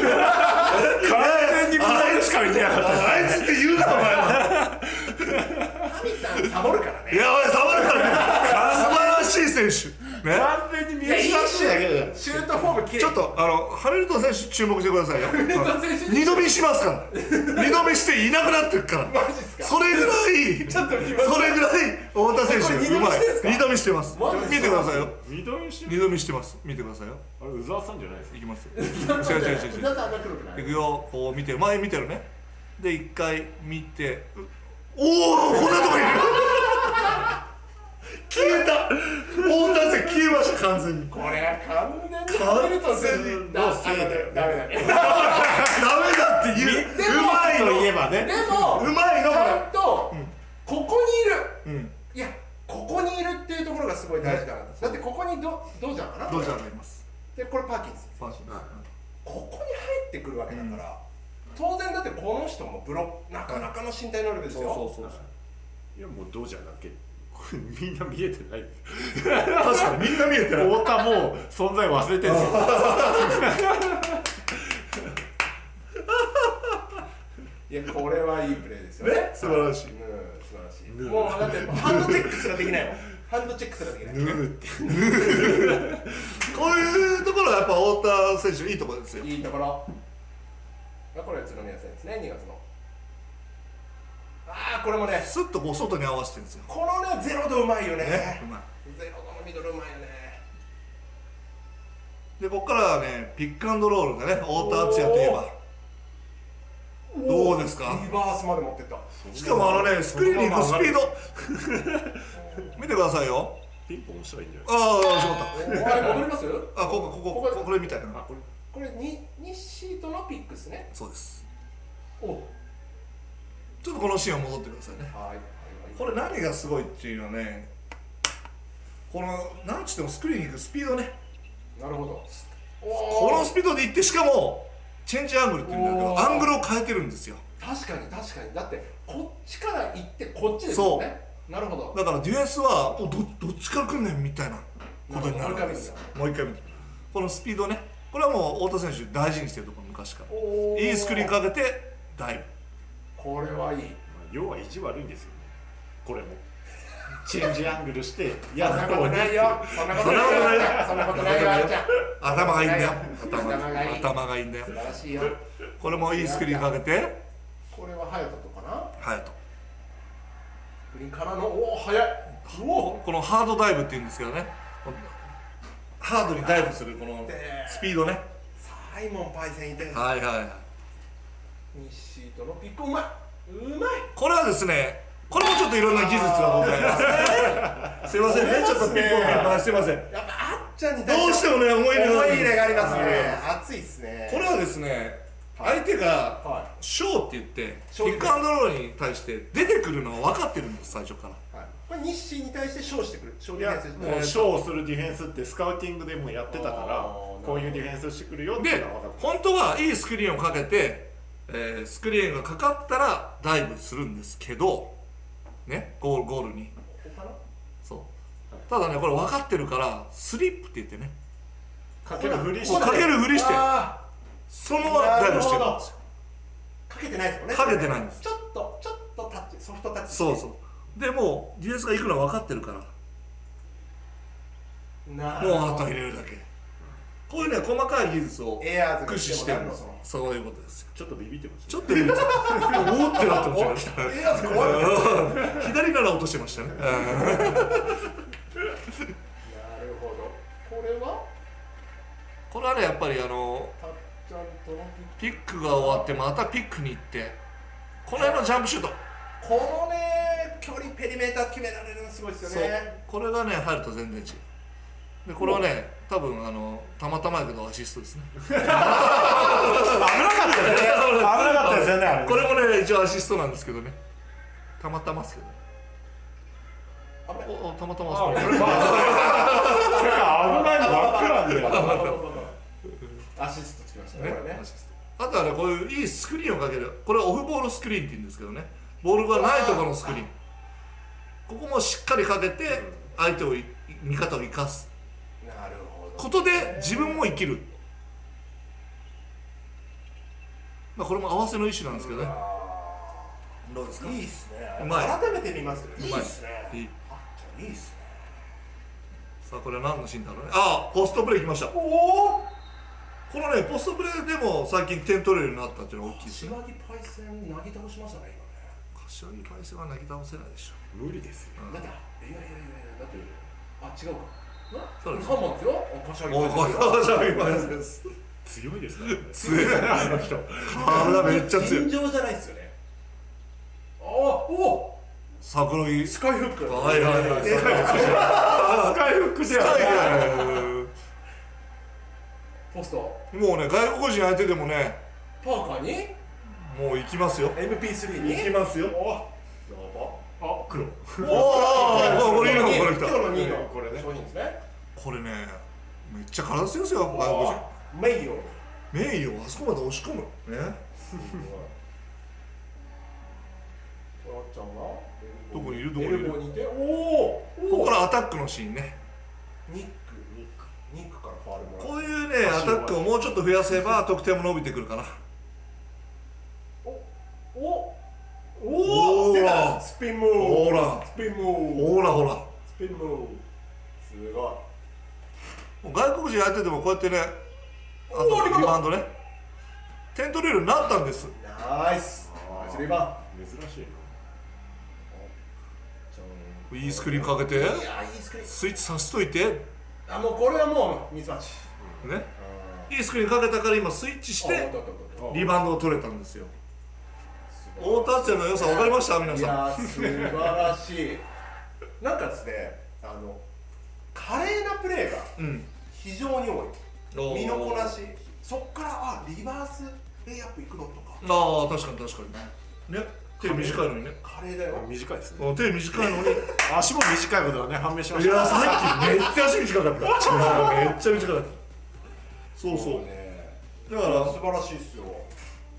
Speaker 2: に答えしか見てなかったあいつって言うなお前
Speaker 1: ハミちゃんサボるからね
Speaker 2: いやおいサボるからね素晴らしい選手ね
Speaker 3: 完全に
Speaker 1: い
Speaker 3: 見失ってだけだよ
Speaker 1: シュートフォーム綺麗
Speaker 2: ちょっとあのハミルトン選手注目してくださいよ
Speaker 1: ルトン選手
Speaker 2: 二度見しますから二度見していなくなってる から
Speaker 1: マジっすか
Speaker 2: それぐらい
Speaker 1: ちょっと見ます
Speaker 2: それぐらい太田選
Speaker 1: これ
Speaker 2: 手
Speaker 1: 二
Speaker 2: う
Speaker 1: 度見
Speaker 2: まい
Speaker 1: してんすか
Speaker 2: 二度見してます
Speaker 1: マジっすか
Speaker 2: 見てくださいよ
Speaker 3: 二度見して
Speaker 2: 二度見してます見てくださいよ
Speaker 3: あれ宇沢さんじゃないですか
Speaker 2: いきます よ違う違う違う違
Speaker 1: だ
Speaker 2: う
Speaker 1: ってあんな黒くない
Speaker 2: いくよこう見て前見てるねで一回見てうおおこんなとこいる 消えた太田選手消えました完全に
Speaker 1: これは完全にハミルトン選手
Speaker 2: 完全にどう
Speaker 1: あダメだよダメだよ
Speaker 2: ダメだって言う
Speaker 1: で
Speaker 2: う
Speaker 1: も
Speaker 2: まいの
Speaker 3: といえばね
Speaker 1: でも
Speaker 2: うまいの
Speaker 1: ちゃんと、ここにいる、
Speaker 2: うん
Speaker 1: いやここにいるっていうところがすごい大事だな、だってここにどどうじゃんかな
Speaker 2: どうじゃないます
Speaker 1: でこれパーキンス
Speaker 2: ファンシーです
Speaker 1: ここに入ってくるわけだから、当然だってこの人もブロなかなかの身体能力ですよ
Speaker 2: そうそう
Speaker 3: いやもうどうじゃだけこれみんな見えてない
Speaker 2: 確かにみんな見えてない
Speaker 3: 太田もう存在忘れてるんですよ
Speaker 1: いやこれはいいプレーですよね
Speaker 2: ね素晴らしい
Speaker 1: うん素晴らしい、
Speaker 3: うん
Speaker 1: もうだってハンドチェックすらでき ないもんハンドチェックすらできない、
Speaker 3: ぬるって
Speaker 2: こういうところがやっぱ太田選手いいところですよ
Speaker 1: いいところあこれは宇都宮戦ですね2月のああこれもね
Speaker 2: スッとこう外に合わせてるんですよ
Speaker 1: このねゼロ度うまいよね
Speaker 2: ねうまい
Speaker 1: ゼロ度のミドルうまいよね
Speaker 2: でここからはねピックアンドロールでね太田敦也といえばどうですか
Speaker 1: リバースまで持ってった
Speaker 2: しかもあのねスクリーンに行くスピード 見てくださいよ
Speaker 3: ピンポン押したらいいんじゃない
Speaker 2: ああしまった
Speaker 1: あれ戻ります
Speaker 2: あここここここれみたい
Speaker 3: あ
Speaker 2: な
Speaker 3: これ
Speaker 1: これにニッシートのピックスね
Speaker 2: そうです
Speaker 1: お
Speaker 2: ちょっとこのシーンを戻ってくださいね
Speaker 1: はい
Speaker 2: これ何がすごいっていうのはねこのなんつってもスクリーンに行くスピードね
Speaker 1: なるほどお
Speaker 2: このスピードで行ってしかもチェンジアングルっていうんだけ
Speaker 1: お
Speaker 2: ど
Speaker 1: ー
Speaker 2: アングルを変えてるんですよ
Speaker 1: 確かに確かにだってこっちから行ってこっちです
Speaker 2: そ
Speaker 1: よ
Speaker 2: う
Speaker 1: ねなるほど
Speaker 2: だからディフェンスはおどどっちから来んねんみたいなことになるんですよもう一回見てこのスピードねこれはもう太田選手大事にしてるところ昔から
Speaker 1: お
Speaker 2: いいスクリーンかけてダイブ
Speaker 1: これはいい
Speaker 3: まあ要は意地悪いんですよねこれもチェンジアングルしてやだこうね
Speaker 1: いよそんなことないよそんなことないよあれちゃん
Speaker 2: 頭がいいんだよ
Speaker 1: 頭がいい
Speaker 2: 頭がいい頭がいいんだよ
Speaker 1: 素晴らし いよ
Speaker 2: これもいいスクリーンかけて
Speaker 1: これは早田とかな
Speaker 2: ハヤト
Speaker 1: グリーンからのおお早い
Speaker 2: このハードダイブって言うんですけどねハードにダイブするこのスピードね
Speaker 1: サイモンパイセンいてる
Speaker 2: はいはいはい
Speaker 1: ミッシーとのピックうまいうまい
Speaker 2: これはですねこれもちょっといろんな技術がござい ますすいませんねちょっとピンポンピンポンすいませんど
Speaker 1: やっぱあっちゃんに
Speaker 2: うしてもね思い入れ
Speaker 1: 思
Speaker 2: が
Speaker 1: い入れがありますね熱いっすね
Speaker 2: これはですね相手が
Speaker 1: は
Speaker 2: ショーって言って
Speaker 1: シ
Speaker 2: ピ
Speaker 1: ョー
Speaker 2: ックアンドロールに対して出てくるのは分かってるんです最初から
Speaker 1: い、はい、これ日誌に対して勝してくる勝
Speaker 3: い
Speaker 1: 利
Speaker 3: や
Speaker 1: に
Speaker 3: も
Speaker 1: 対
Speaker 3: う
Speaker 1: して
Speaker 3: ショーをするディフェンスってスカウティングでもやってたか
Speaker 1: あ
Speaker 3: ら
Speaker 1: ー
Speaker 3: こういうディフェンスしてくるよっていう
Speaker 2: で
Speaker 3: のは分かっ
Speaker 2: 本当はいいスクリーンをかけて、えースクリーンがかかったらダイブするんですけどねゴールゴールに
Speaker 1: 他の
Speaker 2: そうただねこれ分かってるからスリップって言ってね
Speaker 3: たかけるふり
Speaker 2: も
Speaker 3: し
Speaker 2: うか
Speaker 3: て
Speaker 2: けるふりして
Speaker 1: あ
Speaker 2: そのままダイブしてるんですよ
Speaker 1: ーかけてないですもんね
Speaker 2: かけてないんです
Speaker 1: ちょっとちょっとタッチソフトタッチ
Speaker 2: そうそうでもうディフェンスが行くのは分かってるから
Speaker 1: うな
Speaker 2: もう
Speaker 1: あ
Speaker 2: あと入れるだけこういうね細かい技術を
Speaker 1: エアーズ
Speaker 2: 駆使してるんです
Speaker 1: その
Speaker 2: そういうことですよ
Speaker 3: ちょっとビビってました
Speaker 2: ちょっと見て おおってなってましたね
Speaker 1: エアーズ怖いなる
Speaker 2: 左から落としてましたね
Speaker 1: ほどこれは
Speaker 2: これはねやっぱりあの
Speaker 1: たっちゃんとのピッ
Speaker 2: ピックが終わってまたピックに行ってこの辺のジャンプシュート、
Speaker 1: クこのね距離ペリメーター決められるのすごいです
Speaker 2: そ
Speaker 1: よ
Speaker 2: う
Speaker 1: ね
Speaker 2: これがね入ると全然違うでこれはね多分あのたまたまやけどアシストですね危
Speaker 4: 危
Speaker 2: な
Speaker 4: なかったですよねあれ
Speaker 2: これもね一応アシストなんですけどねたまたまっすけどね
Speaker 1: 危ない
Speaker 2: おおたまたまっすけど
Speaker 4: 危な
Speaker 2: ね
Speaker 4: いのばっかなんだよ
Speaker 1: アシストつきましたね
Speaker 2: ね
Speaker 1: これね
Speaker 2: アシストあとはねこういういいスクリーンをかけるこれはオフボールスクリーンって言うんですけどねボールがないところのスクリーンここもしっかりかけて相手をい味方を生かす
Speaker 1: なるほど
Speaker 2: ことで自分も生きる、まあ、これも合わせの一種なんですけどね
Speaker 1: あ
Speaker 2: どうです
Speaker 1: ーいいっすね
Speaker 2: うまい
Speaker 1: 改めて見ますけどい
Speaker 2: まい
Speaker 1: いっすね
Speaker 2: いい
Speaker 1: あっちゃんいいっすね
Speaker 2: さあこれは何のシーンだろうねああポストプレー来ましたこ
Speaker 1: おお
Speaker 2: のねポストプレーでも最近点取れるようになったっていうのは大きいですね
Speaker 1: 柏木パイセン投げ倒しましたね
Speaker 2: 柏木パイセンは投げ倒せないでしょ
Speaker 3: 無理ですよ
Speaker 1: 今ねだっていやいやいやいやだってあ違うかな
Speaker 2: そうです
Speaker 1: 三番ですよ柏木
Speaker 2: おい
Speaker 1: パ
Speaker 2: 柏
Speaker 1: イセン
Speaker 2: 木パイセンです
Speaker 3: 強いですからね
Speaker 2: 強いあの人体めっちゃ強
Speaker 1: 尋
Speaker 2: い
Speaker 1: 常じゃないっすよねあーお
Speaker 2: 桜木
Speaker 1: スカイフック
Speaker 2: はいはいはい
Speaker 1: で
Speaker 3: スカイフックじゃ
Speaker 1: ポスト
Speaker 2: もうね外国人相手でもね
Speaker 1: パーカーに
Speaker 2: もう行きますよ
Speaker 1: MP3 に
Speaker 3: いきますよ
Speaker 1: おやば
Speaker 3: あ黒
Speaker 1: お
Speaker 2: おーこれいいのこれ来
Speaker 1: 今
Speaker 2: た
Speaker 1: 日の2位の
Speaker 3: これね
Speaker 1: 商品ですね
Speaker 2: これねめっちゃ体強いですよ外国人
Speaker 1: メイヨ
Speaker 2: 名誉をあそこまで押し込むね
Speaker 1: トラちゃんが
Speaker 2: どこにいるどこ
Speaker 1: エ
Speaker 2: にい
Speaker 1: ルボー
Speaker 2: る
Speaker 1: にいておー
Speaker 2: こ
Speaker 1: お
Speaker 2: こ
Speaker 1: お
Speaker 2: からアタックのシーンね
Speaker 1: ニックニックニックからファウルもらう
Speaker 2: こういうねアタックをもうちょっと増やせば得点も伸びてくるかな
Speaker 1: お
Speaker 2: お
Speaker 1: お
Speaker 2: ー
Speaker 1: お出たスピンムー
Speaker 2: ほら
Speaker 1: スピンムー
Speaker 2: ほらほらも
Speaker 1: スピンムーすごいう
Speaker 2: 外国人相手でもこうやってねあ
Speaker 1: おー
Speaker 2: と
Speaker 1: リバウンド
Speaker 2: リバウンドね点取れるようになったんです
Speaker 1: ナイスナイスリバ
Speaker 3: 珍しいな
Speaker 1: ウン
Speaker 2: いいスクリーンかけて
Speaker 1: いやーいいスクリーン
Speaker 2: スイッチさせといて
Speaker 1: あもうこれはもうミスマッチ
Speaker 2: ねいいスクリーンかけたから今スイッチし
Speaker 1: あおってとっとっとっと
Speaker 2: リバウンドを取れたんですよ
Speaker 1: すごい
Speaker 2: 太田チェの良さ分かりました皆
Speaker 1: い
Speaker 2: さん
Speaker 1: やー素晴らしい なんかですねあの華麗なプレーが
Speaker 2: うん
Speaker 1: 非常に多
Speaker 2: おー
Speaker 1: い身のこなしそっからあリバースレイアップ行くのとか
Speaker 2: ああ確かに確かにね手短いのにね
Speaker 1: 華麗だよ
Speaker 3: 短いですね
Speaker 2: うん手短いのに
Speaker 3: 足も短いことはね判明しま
Speaker 2: い
Speaker 3: した
Speaker 2: やさっきめっちゃ足短かっためっちゃ短かったそうそう
Speaker 1: ね
Speaker 2: だか
Speaker 1: 素晴らしいですよ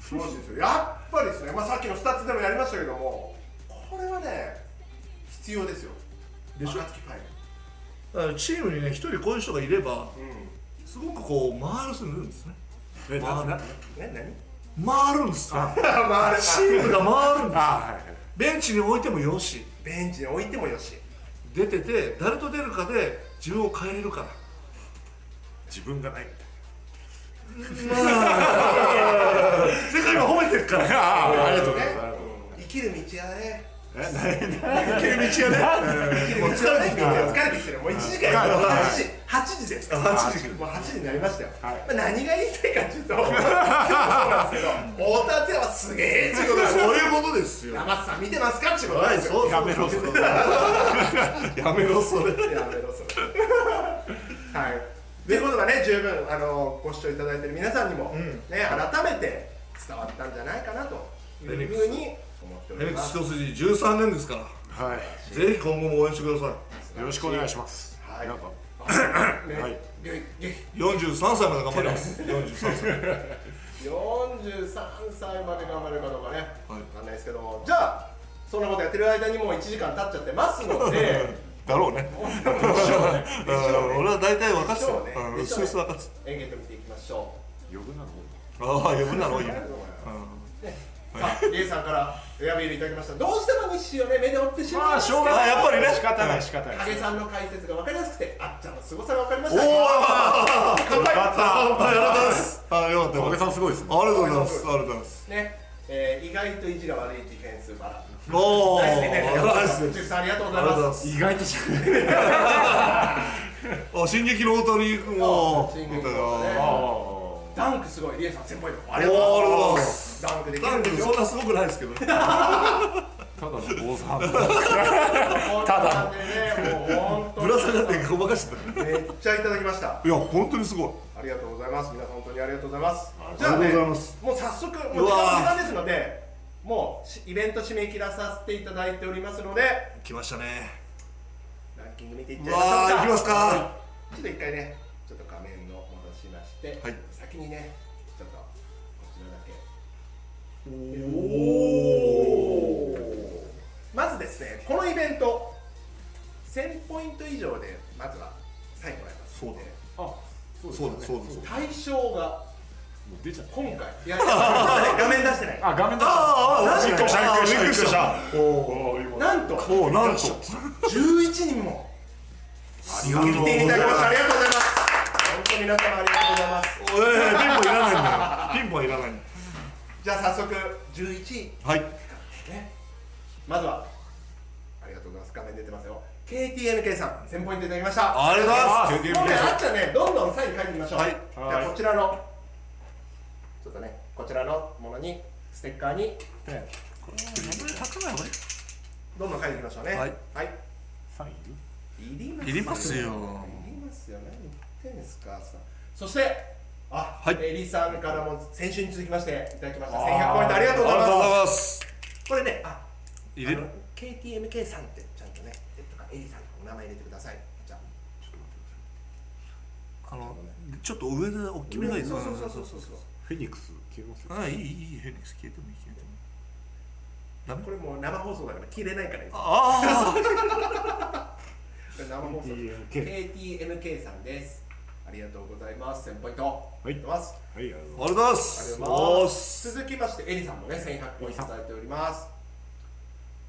Speaker 1: 素晴らしいですよやっぱりですね、まあ、さっきのスタッツでもやりましたけどもこれはね必要ですよ
Speaker 2: でしょ
Speaker 1: 暁ファイ
Speaker 2: らだからチームにね一人こういう人がいれば
Speaker 1: ブうん
Speaker 2: すごくこう回るするんですね
Speaker 3: えなな
Speaker 1: え何
Speaker 2: 回るんですよ
Speaker 1: まあ
Speaker 2: チームが回るんです
Speaker 3: あはいはい
Speaker 2: ベンチに置いてもよし
Speaker 1: ベンチに置いてもよし
Speaker 2: 出てて誰と出るかで自分を変えれるから
Speaker 3: 自分がないみたい
Speaker 2: 世界が褒めてるから
Speaker 3: なあ
Speaker 1: あ
Speaker 3: あありがとうございます
Speaker 1: 生きる道はね
Speaker 2: 切れ道がね、もう疲れてきた。
Speaker 1: 疲れてきてるもう1時間や
Speaker 2: はい
Speaker 1: 8時8時です
Speaker 2: 8時
Speaker 1: もう8時になりましたよ、
Speaker 3: はい
Speaker 1: まあ、何が言いたいかというとそうなんですけど太田てはすげえ仕事です
Speaker 2: そういうことですよ。
Speaker 1: 山津さん見てますかってこと
Speaker 2: は、
Speaker 1: ないんですよ
Speaker 2: そう
Speaker 3: やめろそれ
Speaker 2: やめろそれ。
Speaker 1: やめろそれはいということがね十分あのご視聴いただいてる皆さんにも、
Speaker 2: うん
Speaker 1: ね改めて伝わったんじゃないかなというふうに思ってお
Speaker 2: エ
Speaker 1: り
Speaker 2: レック
Speaker 1: ます
Speaker 2: ス一筋13年ですから、
Speaker 3: は
Speaker 2: ぜひ今後も応援してくださ
Speaker 3: いよろしくお願いします
Speaker 1: はい
Speaker 3: なんか
Speaker 1: ね
Speaker 3: はい
Speaker 1: ぎゅいぎゅい
Speaker 2: い。43歳まで頑張ります。43歳。
Speaker 1: 43歳まで頑張れるかどうかね、
Speaker 2: はい
Speaker 1: わかんないですけど、じゃあ、そんなことやってる間にもう1時間経っちゃってますので、
Speaker 2: だろうね。
Speaker 1: もう一生ね
Speaker 2: うん俺は大体分かってたよ
Speaker 1: でしょうね。
Speaker 2: うんう
Speaker 1: でしょ
Speaker 2: す
Speaker 1: う
Speaker 2: う
Speaker 1: ね
Speaker 2: す分かってた。
Speaker 1: 演芸と見ていきましょ
Speaker 3: 余分なの
Speaker 2: ああ、余分なの多いよ。
Speaker 1: う。
Speaker 2: うん
Speaker 1: ねさあ、リエさんからエアビールいただきました。どうしても日誌をね、目で追ってしまい
Speaker 3: まあ
Speaker 1: ます
Speaker 3: し
Speaker 1: けど、
Speaker 3: ょうがない
Speaker 2: あやっぱりね
Speaker 3: 仕方ない仕方ない
Speaker 1: 影さんの解説が分かりやすくて、あっちゃんの凄さが分かりまし
Speaker 2: お
Speaker 1: た。
Speaker 2: お、
Speaker 1: 乾杯
Speaker 2: 乾杯ありがとうございます。あ、よかったよか
Speaker 3: おか
Speaker 2: っ
Speaker 3: げさんすごいです
Speaker 2: た。
Speaker 3: ね
Speaker 2: ありがとうございます。ありがとうございます。
Speaker 1: ね、えー意外と意地が悪いディフェンスバラ。
Speaker 2: おお、
Speaker 1: ナイスね、ナイスね。
Speaker 2: ナイス
Speaker 1: ジュさんありがとうござ
Speaker 2: あ
Speaker 1: い
Speaker 2: りがとうござい
Speaker 1: ま。
Speaker 2: ますす。
Speaker 3: 意外とし
Speaker 2: あ、進撃の大谷君も。
Speaker 1: 進撃の大谷ね
Speaker 2: あー
Speaker 3: あ
Speaker 1: ダンクすごい、リエさん先輩
Speaker 2: あ
Speaker 1: あ
Speaker 2: り
Speaker 1: り
Speaker 2: が
Speaker 1: が
Speaker 2: と
Speaker 1: と
Speaker 2: う
Speaker 1: う
Speaker 2: ご
Speaker 1: ござい
Speaker 2: ざいま
Speaker 1: ますす。ダンクでき
Speaker 2: な
Speaker 1: る
Speaker 2: ん
Speaker 1: ん
Speaker 2: で
Speaker 1: です
Speaker 2: そ
Speaker 1: よ
Speaker 2: ん。なすごくないですけどね。
Speaker 3: あただの坊さん
Speaker 1: ただね、もう本当に
Speaker 2: ぶら下がってごまかしてた。
Speaker 1: めっちゃいただきました。
Speaker 2: いや、本当にすごい。
Speaker 1: ありがとうございます。皆さん本当にありがとうございます。じ
Speaker 2: あり
Speaker 1: ゃあ
Speaker 2: がとう
Speaker 1: ね、
Speaker 2: ござい
Speaker 1: も
Speaker 2: ま
Speaker 1: う
Speaker 2: す
Speaker 1: 早速もう
Speaker 2: う
Speaker 1: 時
Speaker 2: わー
Speaker 1: 間ですので、もうしイベント締め切らさせていただいておりますので、
Speaker 2: 来ましたね。
Speaker 1: ランキング見ていっちゃいまし
Speaker 2: わ
Speaker 1: ょう
Speaker 2: あ、
Speaker 1: か。
Speaker 2: 行きますか。
Speaker 1: ちょっと一回ね、ちょっと画面を戻しまして、
Speaker 2: はい
Speaker 1: 先にね、ちょっとこちらだけ。
Speaker 2: お
Speaker 1: まずですね、このイベント、1000ポイント以上で、まずは最後になりますので、
Speaker 3: あ
Speaker 2: お。そうだ、そうだ、そうだ。
Speaker 1: 対象が
Speaker 3: もう出ちゃった
Speaker 1: 今回、いや、まだね画面出してない、
Speaker 3: あ画面出
Speaker 2: ああ、ああ、
Speaker 4: びっくりした
Speaker 2: ああ
Speaker 4: びっくりした
Speaker 2: びっくりしたお
Speaker 3: おー今
Speaker 1: なんと
Speaker 2: お、おお、なんと。
Speaker 1: 11人も
Speaker 2: あ
Speaker 1: 来ていただきました。ありがとうございます。本当皆様ありがとうございます。
Speaker 2: ええ、ピンポンいらないんだよ。ピンポンいらないんだよ。
Speaker 1: じゃあ早速11位
Speaker 2: はい。
Speaker 1: ね、まずはありがとうございます画面出てますよ KTNK さん1000ポイントいただきました
Speaker 2: ありがとうございます
Speaker 1: もうねあっちゃんねどんどんサイン書いてみましょう、
Speaker 2: はい
Speaker 1: じゃあこちらのちょっとねこちらのものにステッカーに
Speaker 2: 名前書かない方がい
Speaker 1: どんどん書いていきましょうね
Speaker 2: はい、
Speaker 3: サインいる
Speaker 1: いります
Speaker 2: い
Speaker 1: い
Speaker 2: りますよ
Speaker 1: りますよ何言ってんですかさそしてあ、
Speaker 2: はい
Speaker 1: エリさんからも先週に続きましていただきました
Speaker 3: あー
Speaker 1: 1100ポイントありがとうござい
Speaker 2: ありがとうござい
Speaker 1: ます
Speaker 2: ます。
Speaker 1: これねあ
Speaker 2: 入れ
Speaker 1: あ
Speaker 2: る
Speaker 1: の KTMK さんってちゃんとね、えっとか A さんのお名前入れてください。じゃあ、
Speaker 2: あの、ちょっと上で大きめがいい
Speaker 1: そうそうそうそうそうそう。
Speaker 3: フェニックス消えますよ
Speaker 2: ああ、いい、いい、フェニックス消えてもいい、消えてもいい。ダメ
Speaker 1: これもう生放送だから切れないから今。こ
Speaker 2: あ
Speaker 1: れ生放送。
Speaker 3: TMK
Speaker 1: KTMK さんです。ありがとうございます。1000ポイント。はいい。ます。
Speaker 3: はいありがとうございます
Speaker 2: あ、ありがとうございま
Speaker 1: ありが
Speaker 2: す。
Speaker 1: とうございます。
Speaker 2: おー
Speaker 1: 続きましてエリさんもね、1100ポイントいただいております。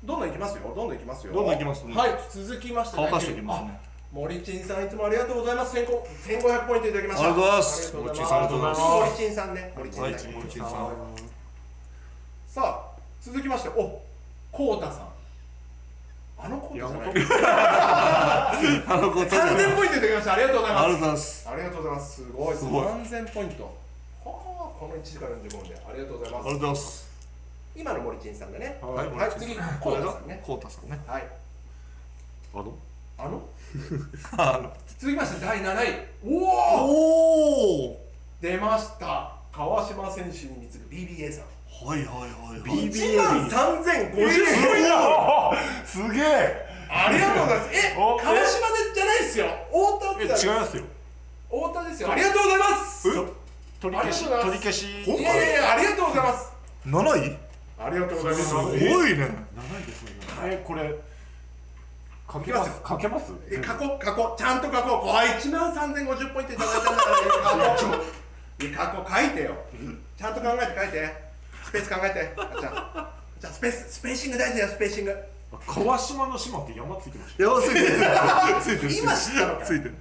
Speaker 1: どんどんいきますよ。どんどんいきますよ。
Speaker 2: どんどんいきますね
Speaker 1: はい。続きまして、
Speaker 2: 乾かしておきますね。
Speaker 1: あ。森珍さんいつもありがとうございます。1500ポイントいただきました。
Speaker 2: ありがとうございます
Speaker 1: ありがとうござい
Speaker 2: 森珍さんありがとうございます
Speaker 1: 森珍さんね。森珍さん。
Speaker 2: はい、森千さん。
Speaker 1: さあ続きましておこうたさんあのこうたさん
Speaker 3: 山
Speaker 1: 3000
Speaker 2: あの子、
Speaker 1: ポ
Speaker 2: ありがとう
Speaker 1: イントいただきましたありがとうござい
Speaker 2: ござい
Speaker 1: ます
Speaker 2: ます。
Speaker 1: ありがとうございますすごい
Speaker 2: すごい
Speaker 1: 3000ポイントはあこの1時間45分でありがとうござい
Speaker 2: あり
Speaker 1: ます
Speaker 2: がとうございます。
Speaker 1: 今の森珍さんがね
Speaker 3: はい
Speaker 2: はい、
Speaker 1: はい次こうたさんね
Speaker 2: こうたさんね。
Speaker 1: はい
Speaker 3: あの
Speaker 1: あ の
Speaker 2: あの
Speaker 1: 続きまして第7位おお
Speaker 2: おお。
Speaker 1: 出ました川島選手に貢ぐ BBA さん
Speaker 2: はいはいはいはい。
Speaker 3: BBA
Speaker 1: 1万3050
Speaker 3: え
Speaker 1: 円
Speaker 3: すごいなすげえ
Speaker 1: ありがとうございますえ
Speaker 3: お
Speaker 1: 川島でじゃないですよ太田
Speaker 3: え違い
Speaker 1: って
Speaker 3: ますよ
Speaker 1: 太田ですよありがとうございます
Speaker 3: 取り消し
Speaker 1: ありがとう
Speaker 3: 取
Speaker 1: ござい
Speaker 3: り消
Speaker 1: ま
Speaker 3: し
Speaker 1: いやいやいやありがとうございます
Speaker 2: 七位？
Speaker 1: ありがとうございますす
Speaker 3: ご
Speaker 2: すごいね。
Speaker 3: 長いですねえこれかけ
Speaker 1: ま
Speaker 3: ますすかけます
Speaker 1: え過去過去ちゃんと過去こう1万3050ポイントいただいたんだから 過去いや過去書いてよちゃんと考えて書いてスペース考えてあじゃあじゃあスペーススペーシング大事だよスペーシング
Speaker 3: 川島の島って山ついてまし
Speaker 2: やばすぎてる。ついてる。
Speaker 1: 今知ったのか
Speaker 2: ついてる。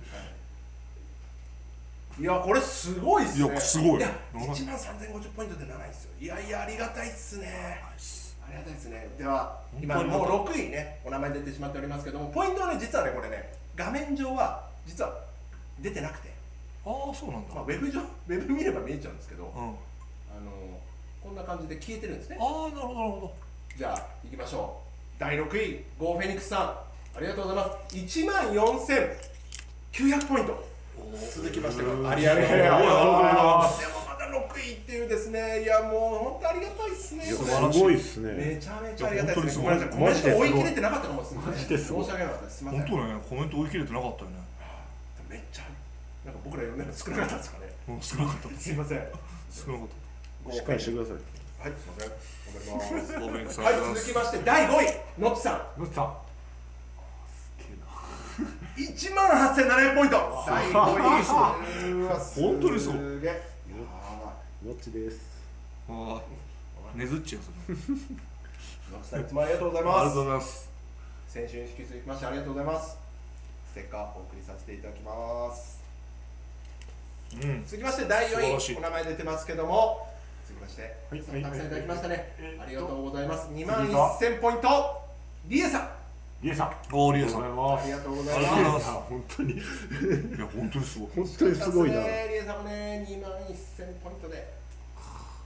Speaker 1: いやこれすごいっすね
Speaker 2: いやすごい
Speaker 1: や1万3050ポイントで7位っすよいやいやありがたいっすねありがたいですね。では、今
Speaker 2: 本当に
Speaker 1: もう6位ね、お名前出てしまっておりますけども、ポイントはね、実はね、これね、画面上は実は出てなくて、
Speaker 2: ああそうなんだ、
Speaker 1: まあ、ウェブ上、ウェブ見れば見えちゃうんですけど、あ
Speaker 2: うん、あ
Speaker 1: のこんな感じで消えてるんですね
Speaker 2: あ。ーなるほどなるほど
Speaker 1: じゃあ、行きましょう。第6位、ゴーフェニックスさん、ありがとうございます。1万4900ポイント。続きましては、ありがとうござい
Speaker 4: あ
Speaker 1: ま。
Speaker 4: りがとうございます
Speaker 1: でもまだ6位っていうですね、いやもう本当ありがたいですね。
Speaker 2: 晴らしい
Speaker 4: すごいです
Speaker 1: め
Speaker 4: ね。
Speaker 1: ちゃめちゃありがたいですね。
Speaker 2: い
Speaker 1: ご
Speaker 2: や
Speaker 1: めん
Speaker 4: 本
Speaker 1: なさい、
Speaker 4: 当
Speaker 1: コメ
Speaker 4: にす
Speaker 1: ン
Speaker 4: ごい
Speaker 1: ト追い切れてなかったかもしれない。
Speaker 3: マジですごい
Speaker 1: 申し訳なかったです。すみま
Speaker 2: 本
Speaker 1: せん。
Speaker 2: 当だねコメント追い切れてなかったよね
Speaker 1: めっちゃ、なんか僕ら呼んだの少なかったですかね。
Speaker 2: うん少なかった
Speaker 1: すみません。はい、
Speaker 2: 少なかっ
Speaker 4: しっかりしてください。
Speaker 1: すみません。頑張ります。
Speaker 2: た
Speaker 1: は
Speaker 2: ごめんなさ
Speaker 1: い
Speaker 2: ありがとう
Speaker 1: い、
Speaker 2: ござ
Speaker 1: 続
Speaker 2: い
Speaker 1: き
Speaker 2: ま
Speaker 1: まして第5位、のっちさん。
Speaker 5: どっちさん
Speaker 1: 1万8700ポイント第5位ですうわす
Speaker 2: 本当にそう
Speaker 1: すげえ
Speaker 4: のっちです。
Speaker 2: すああねずっちやそれ
Speaker 1: ノッチさんいつもありがとうござい
Speaker 2: あり
Speaker 1: ま
Speaker 2: がとう
Speaker 1: す
Speaker 2: ございます
Speaker 1: 先週に引き続きましてありがとうございますステッカーお送りさせていただきます
Speaker 2: うん
Speaker 1: 続きまして第
Speaker 2: 素晴ら
Speaker 1: 4
Speaker 2: し
Speaker 1: 位
Speaker 2: い
Speaker 1: お名前出てますけども続きまして、
Speaker 4: はい
Speaker 1: いつもたくさんいただきましたね、
Speaker 5: はい
Speaker 1: ありがとうございます2
Speaker 5: が
Speaker 1: 万1000ポイントリエさん
Speaker 5: リエさん
Speaker 2: おーリ
Speaker 5: あ
Speaker 2: エ
Speaker 5: り
Speaker 2: さ
Speaker 5: が
Speaker 2: んい
Speaker 5: とうご
Speaker 1: あ
Speaker 5: ざ
Speaker 1: り
Speaker 5: い
Speaker 1: が
Speaker 5: ます
Speaker 1: とうござい
Speaker 2: ありがとうござい
Speaker 1: ま
Speaker 2: ますす
Speaker 4: 本当に
Speaker 2: や本当にすごい
Speaker 4: 本当にすごいな。
Speaker 1: ねリエさんもね2万1000ポイントで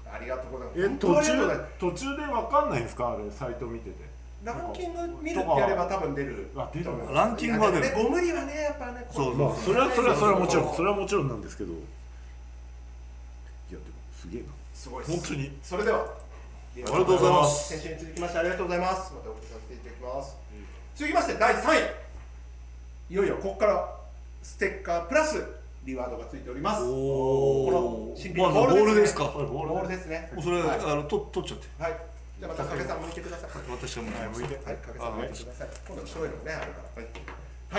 Speaker 1: ありがとうございます
Speaker 4: え
Speaker 1: 本当にありがとうございます
Speaker 5: 途中でわかんないですかあれサイト見てて
Speaker 1: ランキング見るってやれば多分出る
Speaker 5: あ出る
Speaker 1: と思います
Speaker 2: ランキングは出る
Speaker 1: いやでもねご無理はねやっぱね
Speaker 2: そう
Speaker 4: まあそれはそれはそれはもちろんそれはもちろんなんですけど。いやでもすげえな。
Speaker 1: すごい
Speaker 4: 本当に
Speaker 1: それではあり
Speaker 2: がとうございます
Speaker 1: 先週に続きましてありがとうございますまたお送りさせていただきます、続きまして第3位いよいよここからステッカープラスリワードがついております
Speaker 2: おー
Speaker 1: この新品
Speaker 2: ま
Speaker 1: のボ
Speaker 2: ずボー
Speaker 1: ー
Speaker 2: ル
Speaker 1: ル
Speaker 2: で
Speaker 1: ですす
Speaker 2: か
Speaker 1: ね
Speaker 2: も
Speaker 1: ボールですね
Speaker 2: うそれ
Speaker 1: はい、
Speaker 2: あのと取っちゃって
Speaker 1: はいじゃあまた影さん向いてください
Speaker 2: 私がも
Speaker 1: はい、
Speaker 2: う
Speaker 1: 向いてはい、かけさん
Speaker 2: あ
Speaker 1: 向いてください。今度白いのね、あるから。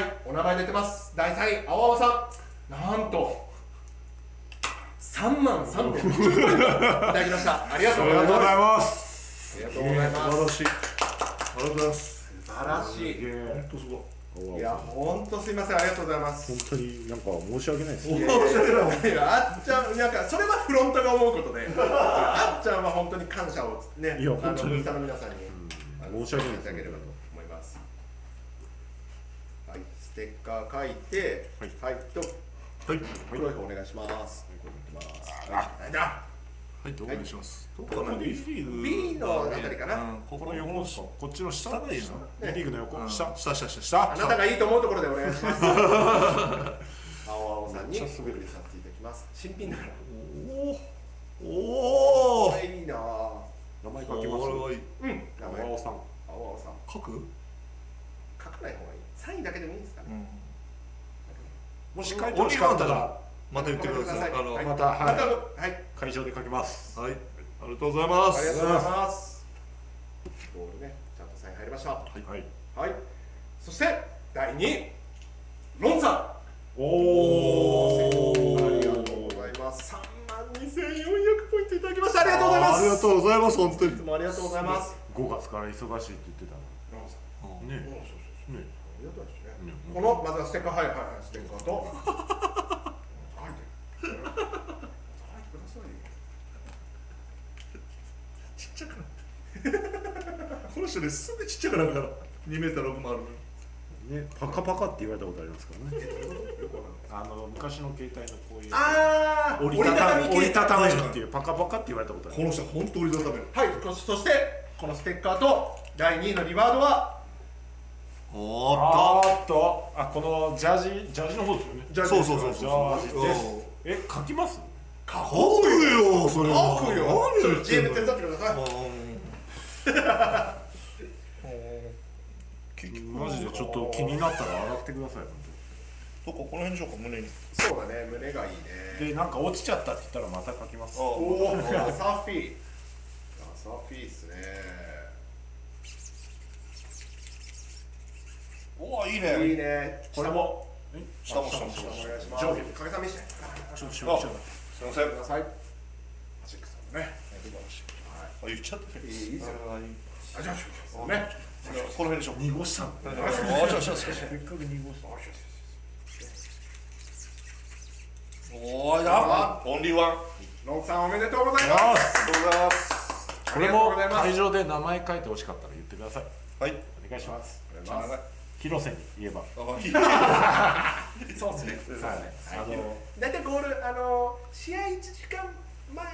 Speaker 1: はい、はい、お名前出てます。第三位、青青さん。なんと。三万三千。いただきました。ありがとうございます。あり
Speaker 5: ます
Speaker 1: がとうございます。
Speaker 2: 素晴らしいありがとうござい
Speaker 1: 素晴らしい。
Speaker 2: ます本当すごい
Speaker 1: いや、本当すみません、ありがとうございます。
Speaker 4: 本当になんか申し訳ないですね。
Speaker 1: いやいやあっちゃん、なんか、それはフロントが思うことで。あっちゃんは本当に感謝を、ね、
Speaker 4: いや
Speaker 1: あ
Speaker 4: 本
Speaker 1: の、
Speaker 4: 当に
Speaker 1: ブースターの皆さんに。あの
Speaker 4: 申し訳ない
Speaker 1: い
Speaker 4: です
Speaker 1: ただけ
Speaker 4: ね
Speaker 1: ればと思います。はい、ステッカー書いて、はい、と
Speaker 2: はい
Speaker 1: 黒い方お願いします。はい、これいきますはい、だ。
Speaker 2: はいお願いしますど
Speaker 1: こ
Speaker 2: こかな
Speaker 1: こ
Speaker 2: B リーグ
Speaker 1: B のあたりかな
Speaker 2: うんここの横の下
Speaker 5: こっちの下
Speaker 2: 下がいいな
Speaker 5: リーグの
Speaker 2: う
Speaker 5: 横
Speaker 2: ん
Speaker 5: 下
Speaker 2: 下下下下
Speaker 1: あなたがいいと思うところでお願いし ます。青青さんにお送りさせていただきます。新品だから。
Speaker 2: おお
Speaker 1: これいいなぁ。
Speaker 4: 名前書きます。
Speaker 2: これはいい
Speaker 1: うん、名前
Speaker 5: 青尾さん
Speaker 1: 青青さん。
Speaker 2: 書く
Speaker 1: 書かない方がいい。サインだけでもいいですかね。
Speaker 5: もし書いて
Speaker 2: お
Speaker 5: ほ
Speaker 2: 時
Speaker 5: し
Speaker 2: 間あ
Speaker 5: か
Speaker 2: っ
Speaker 5: ったた
Speaker 2: ら
Speaker 5: ら
Speaker 2: また言ってくださいあ
Speaker 1: は
Speaker 2: のはい
Speaker 1: い、
Speaker 5: また
Speaker 1: ま
Speaker 5: はい
Speaker 1: た、はい。
Speaker 5: 会場で書きます
Speaker 2: ありがとうございま
Speaker 1: ありが
Speaker 2: す
Speaker 1: とうございます。ボールね、ちゃんとサイン入りました。は
Speaker 5: はい
Speaker 1: い。そして第2位、ロンさ
Speaker 5: お
Speaker 1: ん。
Speaker 5: お
Speaker 1: ありがとうございます。3万2400ポイントいただきました。ありがとうございます。
Speaker 2: ありがとうございます本当に
Speaker 1: いつもありがとうございます。
Speaker 5: 5月から忙しいって言ってたの
Speaker 1: ロンさん。
Speaker 5: ね
Speaker 1: うんそうそうそう
Speaker 5: ね
Speaker 1: ありがとうございますね。
Speaker 5: ね
Speaker 1: このまずはステッカーはいはいはいステッカーと。書いてる。書いてくださいよ。
Speaker 2: ちっちゃくなってこの人ねすぐちっちゃくなるから2メーター6もある
Speaker 4: ねパカパカって言われたことありますからね。
Speaker 5: あの昔の携帯のこういう
Speaker 1: ああ。
Speaker 4: 折りたたみ折りたため
Speaker 2: み系
Speaker 4: るっていうパカパカって言われたことあ
Speaker 2: こ
Speaker 4: る。
Speaker 2: の人本当折りたためる
Speaker 1: はい、そそしてこのステッカーと第2位のリワードは
Speaker 2: お
Speaker 5: あーっとあこのジャージジャージの方ですよね
Speaker 2: じゃそうそうそうそう
Speaker 5: そう
Speaker 2: そう
Speaker 5: え書きます
Speaker 2: 書くよそれは
Speaker 1: 書くよ
Speaker 2: 何言ってん
Speaker 1: GM
Speaker 2: の
Speaker 1: 手伝ってください
Speaker 5: マジでちょっと気になったら洗ってください本
Speaker 2: どここの辺でしょうか胸に
Speaker 1: そうだね、胸がいい
Speaker 5: 当に
Speaker 1: ね
Speaker 5: でなんか落ちちゃったって言ったらまた書きます
Speaker 1: おお、アサフィーアサフィーっすね
Speaker 2: おおいい
Speaker 1: いい
Speaker 2: ね
Speaker 1: ね
Speaker 5: これも
Speaker 2: 下も下も
Speaker 1: お
Speaker 2: 下も
Speaker 1: 願いします
Speaker 5: 上下
Speaker 1: 影さん見せて
Speaker 5: ちょっとしましょう
Speaker 2: すいません
Speaker 1: くださいマジックさんもね
Speaker 2: あ言っちゃった
Speaker 1: いいいいっすよ
Speaker 2: こ
Speaker 1: あ、じゃあ、そうね
Speaker 2: の辺でしょ
Speaker 5: 濁したの
Speaker 2: あちょちょちょ
Speaker 5: せっかく濁した
Speaker 2: おーやっぱオンリーワン
Speaker 1: ノンさんおめでとうございます
Speaker 5: あ
Speaker 1: ありがとうございます
Speaker 5: こ
Speaker 1: あ
Speaker 5: れ
Speaker 1: りがとう
Speaker 5: も
Speaker 1: ございます
Speaker 5: 会場で名前書いてほしかったら言ってください
Speaker 1: はい
Speaker 5: お願いします
Speaker 1: お願いします
Speaker 5: 広瀬に言えば
Speaker 1: そうですね。そうですね。
Speaker 5: あ
Speaker 1: はい
Speaker 5: の
Speaker 1: 大体ゴールあの試合1時間前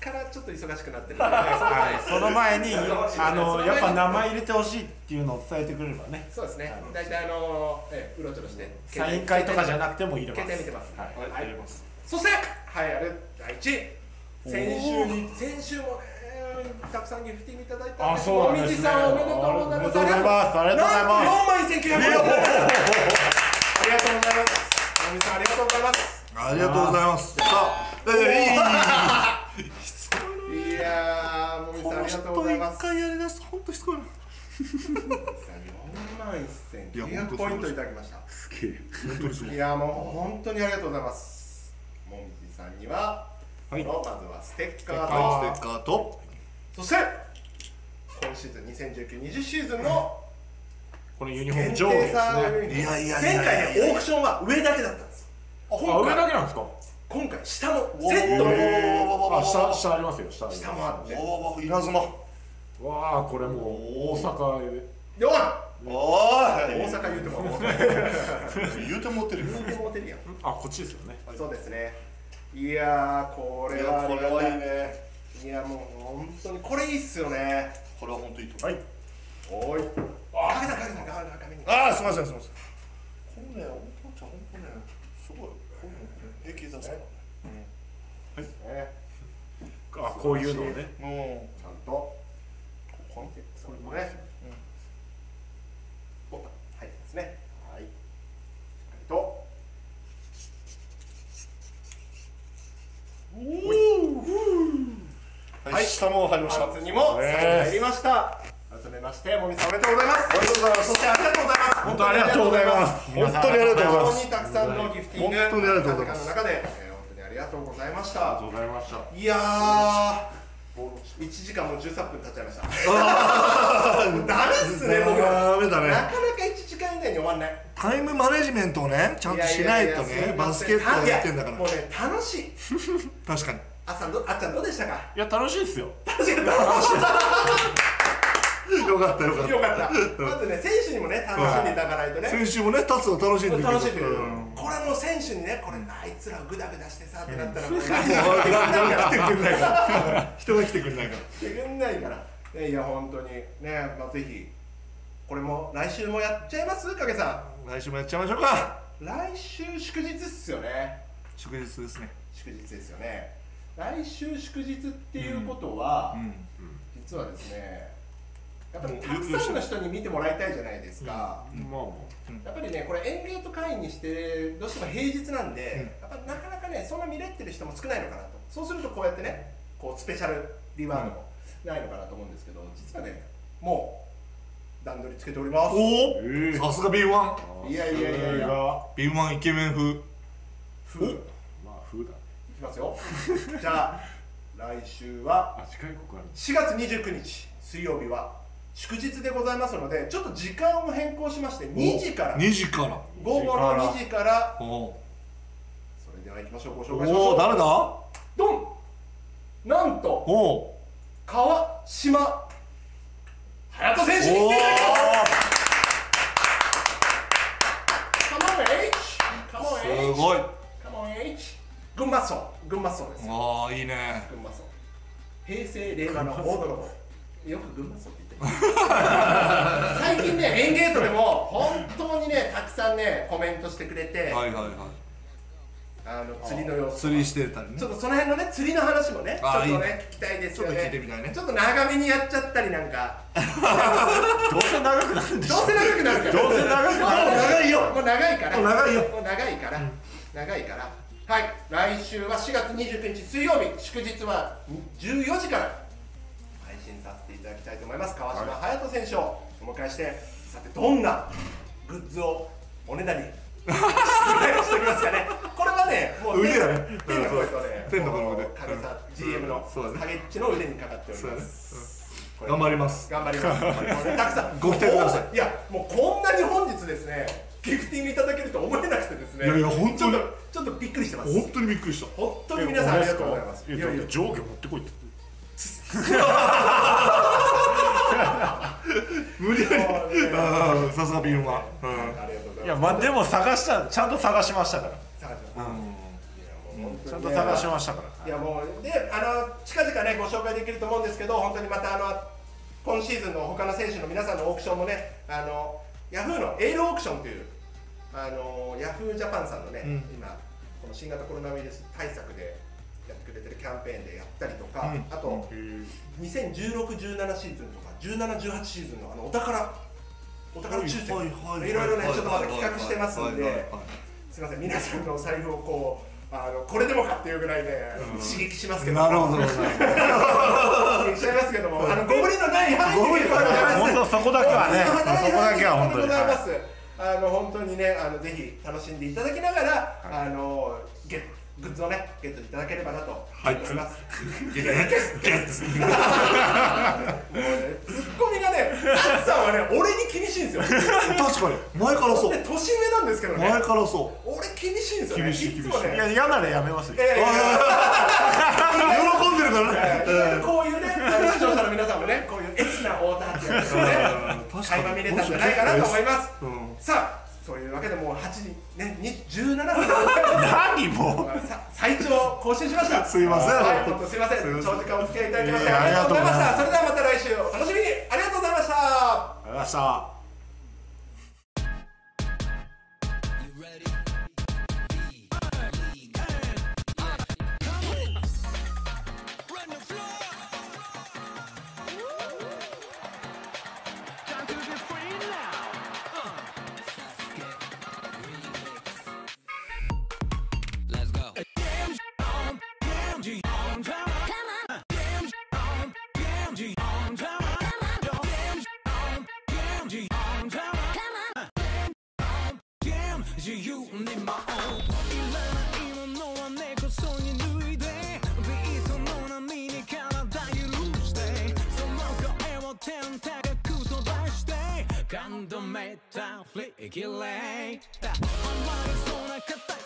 Speaker 1: からちょっと忙しくなってるんではい
Speaker 5: その前にあ
Speaker 1: その前
Speaker 5: の
Speaker 1: に
Speaker 5: やっぱ名前入れてほしいっていうのを伝えてくれればね
Speaker 1: そうですね大体あの、ええうろちょろして
Speaker 5: サイン会とかじゃ
Speaker 1: な
Speaker 5: なくても入れます
Speaker 1: 携帯見てます
Speaker 5: はい
Speaker 1: はいそしてはいあれ第一位先週に先週もねたくさんギフティングいただいたん
Speaker 5: あそうなん
Speaker 1: も
Speaker 5: で
Speaker 1: みじ
Speaker 5: すね
Speaker 1: さんおめでとうございます
Speaker 5: おめでとうございますありがとうございます
Speaker 1: なんと4万1900円ありがとうございますもみじさんありがとうございます
Speaker 2: ありがとうございますさあえ
Speaker 1: いやー、もみ
Speaker 2: ー、
Speaker 1: さんありがとうございます。
Speaker 2: この人一回やりだすと本当しつこいな
Speaker 1: 4万1000
Speaker 2: いや本当
Speaker 1: ポイントいただきました。
Speaker 4: すげえ
Speaker 2: 本当にすごい
Speaker 1: いやー、もう本当にありがとうございます。もみじさんには、
Speaker 5: はい
Speaker 1: このまずはステッカーと、
Speaker 2: はいステッカーと
Speaker 1: そして今シーズン2019、20シーズンの
Speaker 5: このユニフォー
Speaker 1: 限
Speaker 5: ム上下
Speaker 1: 定
Speaker 5: ですね
Speaker 1: サ
Speaker 5: あ
Speaker 1: ー
Speaker 2: いやいやいやいや
Speaker 1: 前回ねオークションは上だけだったんですよ。今
Speaker 5: 上
Speaker 1: 回
Speaker 5: だけなんですか
Speaker 1: 今回下もセットも
Speaker 5: あ下下ありますよ下あり
Speaker 1: 下
Speaker 5: ま
Speaker 1: もあって、
Speaker 2: おー稲妻
Speaker 5: すわあこれもう大阪へ
Speaker 1: でおい
Speaker 2: お
Speaker 1: 大
Speaker 2: ー
Speaker 1: 阪言うてももう
Speaker 2: い言うて持ってるよ
Speaker 1: 言うてもうてるやん。
Speaker 5: あこっちですよね
Speaker 1: そうですね。いやーこ
Speaker 2: こ
Speaker 1: れ
Speaker 2: れ
Speaker 1: はあ
Speaker 2: は
Speaker 1: り
Speaker 2: こ
Speaker 1: がた
Speaker 2: れはいいいね
Speaker 1: いやもう本当にこれいいっすよね。
Speaker 2: これは本当いいと思う
Speaker 5: はい
Speaker 1: おい。あかけたかけたかけた。
Speaker 4: ああすみませんすみません
Speaker 2: これね、お父ちゃん、本当ね、すごい、こういうの平気出すからね。
Speaker 1: ね、
Speaker 5: あこういうのをね
Speaker 4: も
Speaker 1: ちゃんと。これもね。ボタン入ってますね。はい。しっかりと。
Speaker 4: うはい下も入りました
Speaker 1: パンツにも入りました。改めまして、もみさんおめでとうございます。おめでとうございます。そしてありがとうございます。
Speaker 5: 本当ありがとうございます
Speaker 4: 本当にありがとうございま
Speaker 1: 本当
Speaker 4: す
Speaker 1: にたくさんのギフティング、
Speaker 4: 本当にありがとうございます
Speaker 1: 数々の中で、えー本当にありがとうございました
Speaker 5: ありがと。うございました
Speaker 1: いやー、1時間もう13分経っちゃいました。ダメっすね、僕は。
Speaker 2: ダメだ
Speaker 1: なかな
Speaker 2: ね。
Speaker 1: か1時間以内に終わんない。
Speaker 2: タイムマネジメントをね、ちゃんとしないと
Speaker 1: ややや
Speaker 2: ね、バスケットをやってんだか
Speaker 1: い
Speaker 2: ら
Speaker 1: やもう。ね、楽しい。
Speaker 2: 確かに。
Speaker 1: あっさんど、あっちゃんどうでしたか
Speaker 5: いや楽しいですよ
Speaker 2: よかったよかっ
Speaker 1: よかった。まずね、選手にもね、楽しんでいただかないと
Speaker 2: た。
Speaker 1: ね。
Speaker 2: 先週もね、立つを楽しんでくれた
Speaker 1: 楽しんでる
Speaker 2: うん
Speaker 1: これもう選手にね、これあいつらグダグダしてさってなったら、もう
Speaker 2: もう
Speaker 1: 来
Speaker 2: 来てくんないから。人が来てくんないから。
Speaker 1: てくんないから。ね、いや、本当にね、まあ、ぜひ、これも来週もやっちゃいます影さ
Speaker 2: 来週もやっちゃいましょうか。
Speaker 1: ん。来週祝日っすよね。
Speaker 2: 祝日ですね。
Speaker 1: 祝日ですよね来週祝日っていうことは、
Speaker 2: うん。
Speaker 1: 実はですねやっぱりたくさんの人に見てもらいたいじゃないですか、
Speaker 5: まあも
Speaker 1: やっぱりねこれ園芸と会員にしてどうしても平日なんで、
Speaker 2: う
Speaker 1: やっぱなかなかねそんな見れてる人も少ないのかなとそうするとこうやってねこうスペシャルリワードもないのかなと思うんですけど実はねもう段取りつけております
Speaker 2: お
Speaker 5: うえ
Speaker 2: お。さすが B1。
Speaker 1: いやいやいやいや
Speaker 5: ま
Speaker 2: B1 イケメン風。
Speaker 1: ふうい
Speaker 5: あ風だね
Speaker 1: きますよじゃあ来週は
Speaker 5: あ近いここある
Speaker 1: 4月29日水曜日は祝日でございますのでちょっと時間を変更しまして2時から
Speaker 2: 2時から。
Speaker 1: 午後の2時から
Speaker 2: おお。
Speaker 1: それでは行きましょうご紹介しまし
Speaker 2: お
Speaker 1: ょ
Speaker 2: お、
Speaker 1: う
Speaker 2: 誰だ
Speaker 1: ドンなんと
Speaker 2: おお。
Speaker 1: 川島隼人選手に来ていただきます Come on H
Speaker 2: す
Speaker 1: Come on H
Speaker 2: ごい。
Speaker 1: Come on H 群馬層群馬層ですよ
Speaker 2: ああ、いいね。
Speaker 1: 群馬層平成令和の大泥棒よく群馬層って言って る最近ねエンゲートでも本当にねたくさんねコメントしてくれて、
Speaker 2: はいはいはい。
Speaker 1: あの釣りの様子
Speaker 2: 釣りしてたりね
Speaker 1: ちょっ。とその辺のね釣りの話もねちょっ
Speaker 2: あ
Speaker 1: と
Speaker 2: ー
Speaker 1: ね聞きたいですよね
Speaker 2: ちょっと聞いてみたいね
Speaker 1: ちょっと長めにやっちゃったりなんか
Speaker 5: どうせ長くなるんで
Speaker 1: どうせ長くなるから
Speaker 5: どうせ長くなる
Speaker 1: もう長いよもう長いから
Speaker 5: もう長いよ
Speaker 1: もう長いから、長いからはい来週は4月29日水曜日祝日は14時から配信させていただきたいと思います川島隼人選手をお迎えしてさてどんなグッズをおねだりしておきますかねこれはねもう
Speaker 2: 腕だね
Speaker 1: 手の声とね
Speaker 2: 手の声とね
Speaker 1: 影さ
Speaker 2: うん
Speaker 1: GM の
Speaker 2: そうだね
Speaker 1: 影っちの腕にかかっており
Speaker 2: そうだ
Speaker 1: ま
Speaker 2: ね
Speaker 1: す
Speaker 2: うん頑張ります
Speaker 1: 頑張ります。これたくさん
Speaker 2: ご期待くださ
Speaker 1: い。いや、もうこんなに本日ですね、ギフティングいただけると思えなくてですね。
Speaker 2: いやいや本当に
Speaker 1: ちょっとちょっとびっくりしてます。
Speaker 2: 本当にびっくりした
Speaker 1: 本当に皆さんありがとうございます。い
Speaker 5: い
Speaker 1: やい
Speaker 5: や
Speaker 1: や
Speaker 5: 上下持ってこいって
Speaker 1: 無理やり
Speaker 2: うんさすが敏腕、う
Speaker 1: ありがとうござい
Speaker 2: ん、
Speaker 1: ます
Speaker 5: いやまあでも探したちゃんと探しました から
Speaker 1: 坂ちゃんいやもう本当にね
Speaker 5: ちゃんと探しましたから
Speaker 1: いやもうであの近々ねご紹介できると思うんですけど本当にまたあの今シーズンの他の選手の皆さんのオークションもねあのヤフーのエールオークションというあのヤフージャパンさんのね、
Speaker 2: うん
Speaker 1: 今この新型コロナウイルス対策でやってくれてるキャンペーンでやったりとか、
Speaker 2: うん
Speaker 1: あと、2016-17シーズンとか17-18シーズンのあのお宝お宝抽選、
Speaker 2: はいいはいはい
Speaker 1: ろいろねちょっとまだ企画してますんで。
Speaker 2: はいはいはい
Speaker 1: すみません皆さんのお財布をこうあのこれでもかっていうぐらいで
Speaker 2: うん
Speaker 1: 刺激しますけど、
Speaker 2: なるほ
Speaker 1: 刺
Speaker 2: ど、
Speaker 1: 激しちゃいますけどもあのご無理のない範囲でご無理のない
Speaker 5: 本当そこだけはねそこだけは本当に
Speaker 1: ございます、あの本当にねあのぜひ楽しんでいただきながら、あのゲットグッズをねゲットいただければなと思います、もうねツッコミがねあっさんはね俺に厳しいんですよ
Speaker 2: 確かに前からそう
Speaker 1: で年上なんですけどね
Speaker 2: 前からそ
Speaker 1: 俺厳しいんですよね
Speaker 3: 厳しい
Speaker 1: つもね
Speaker 5: いや嫌ならやめますよ
Speaker 1: いやいやいや
Speaker 2: う喜んでるからね
Speaker 1: こういうね、視聴者の皆さんもね、こういうエスな太田ってやつをね
Speaker 2: うん、
Speaker 1: 垣間見れたんじゃないかなと思います。
Speaker 2: うん
Speaker 1: さあ、そういうわけでもう8人、ね、に17分
Speaker 5: 何も
Speaker 1: さ最長更新しました。
Speaker 2: すいません
Speaker 1: はい、本当すいません。長時間お付き合いいただきましてありがとうございました。それではまた来週お楽しみにありがとうございました。
Speaker 5: ありました。
Speaker 6: Let's go. You need my own いらないものは根こそぎ脱いでビートの波に体許してその声を天高く飛ばして感動めた振り切れた離れそうな肩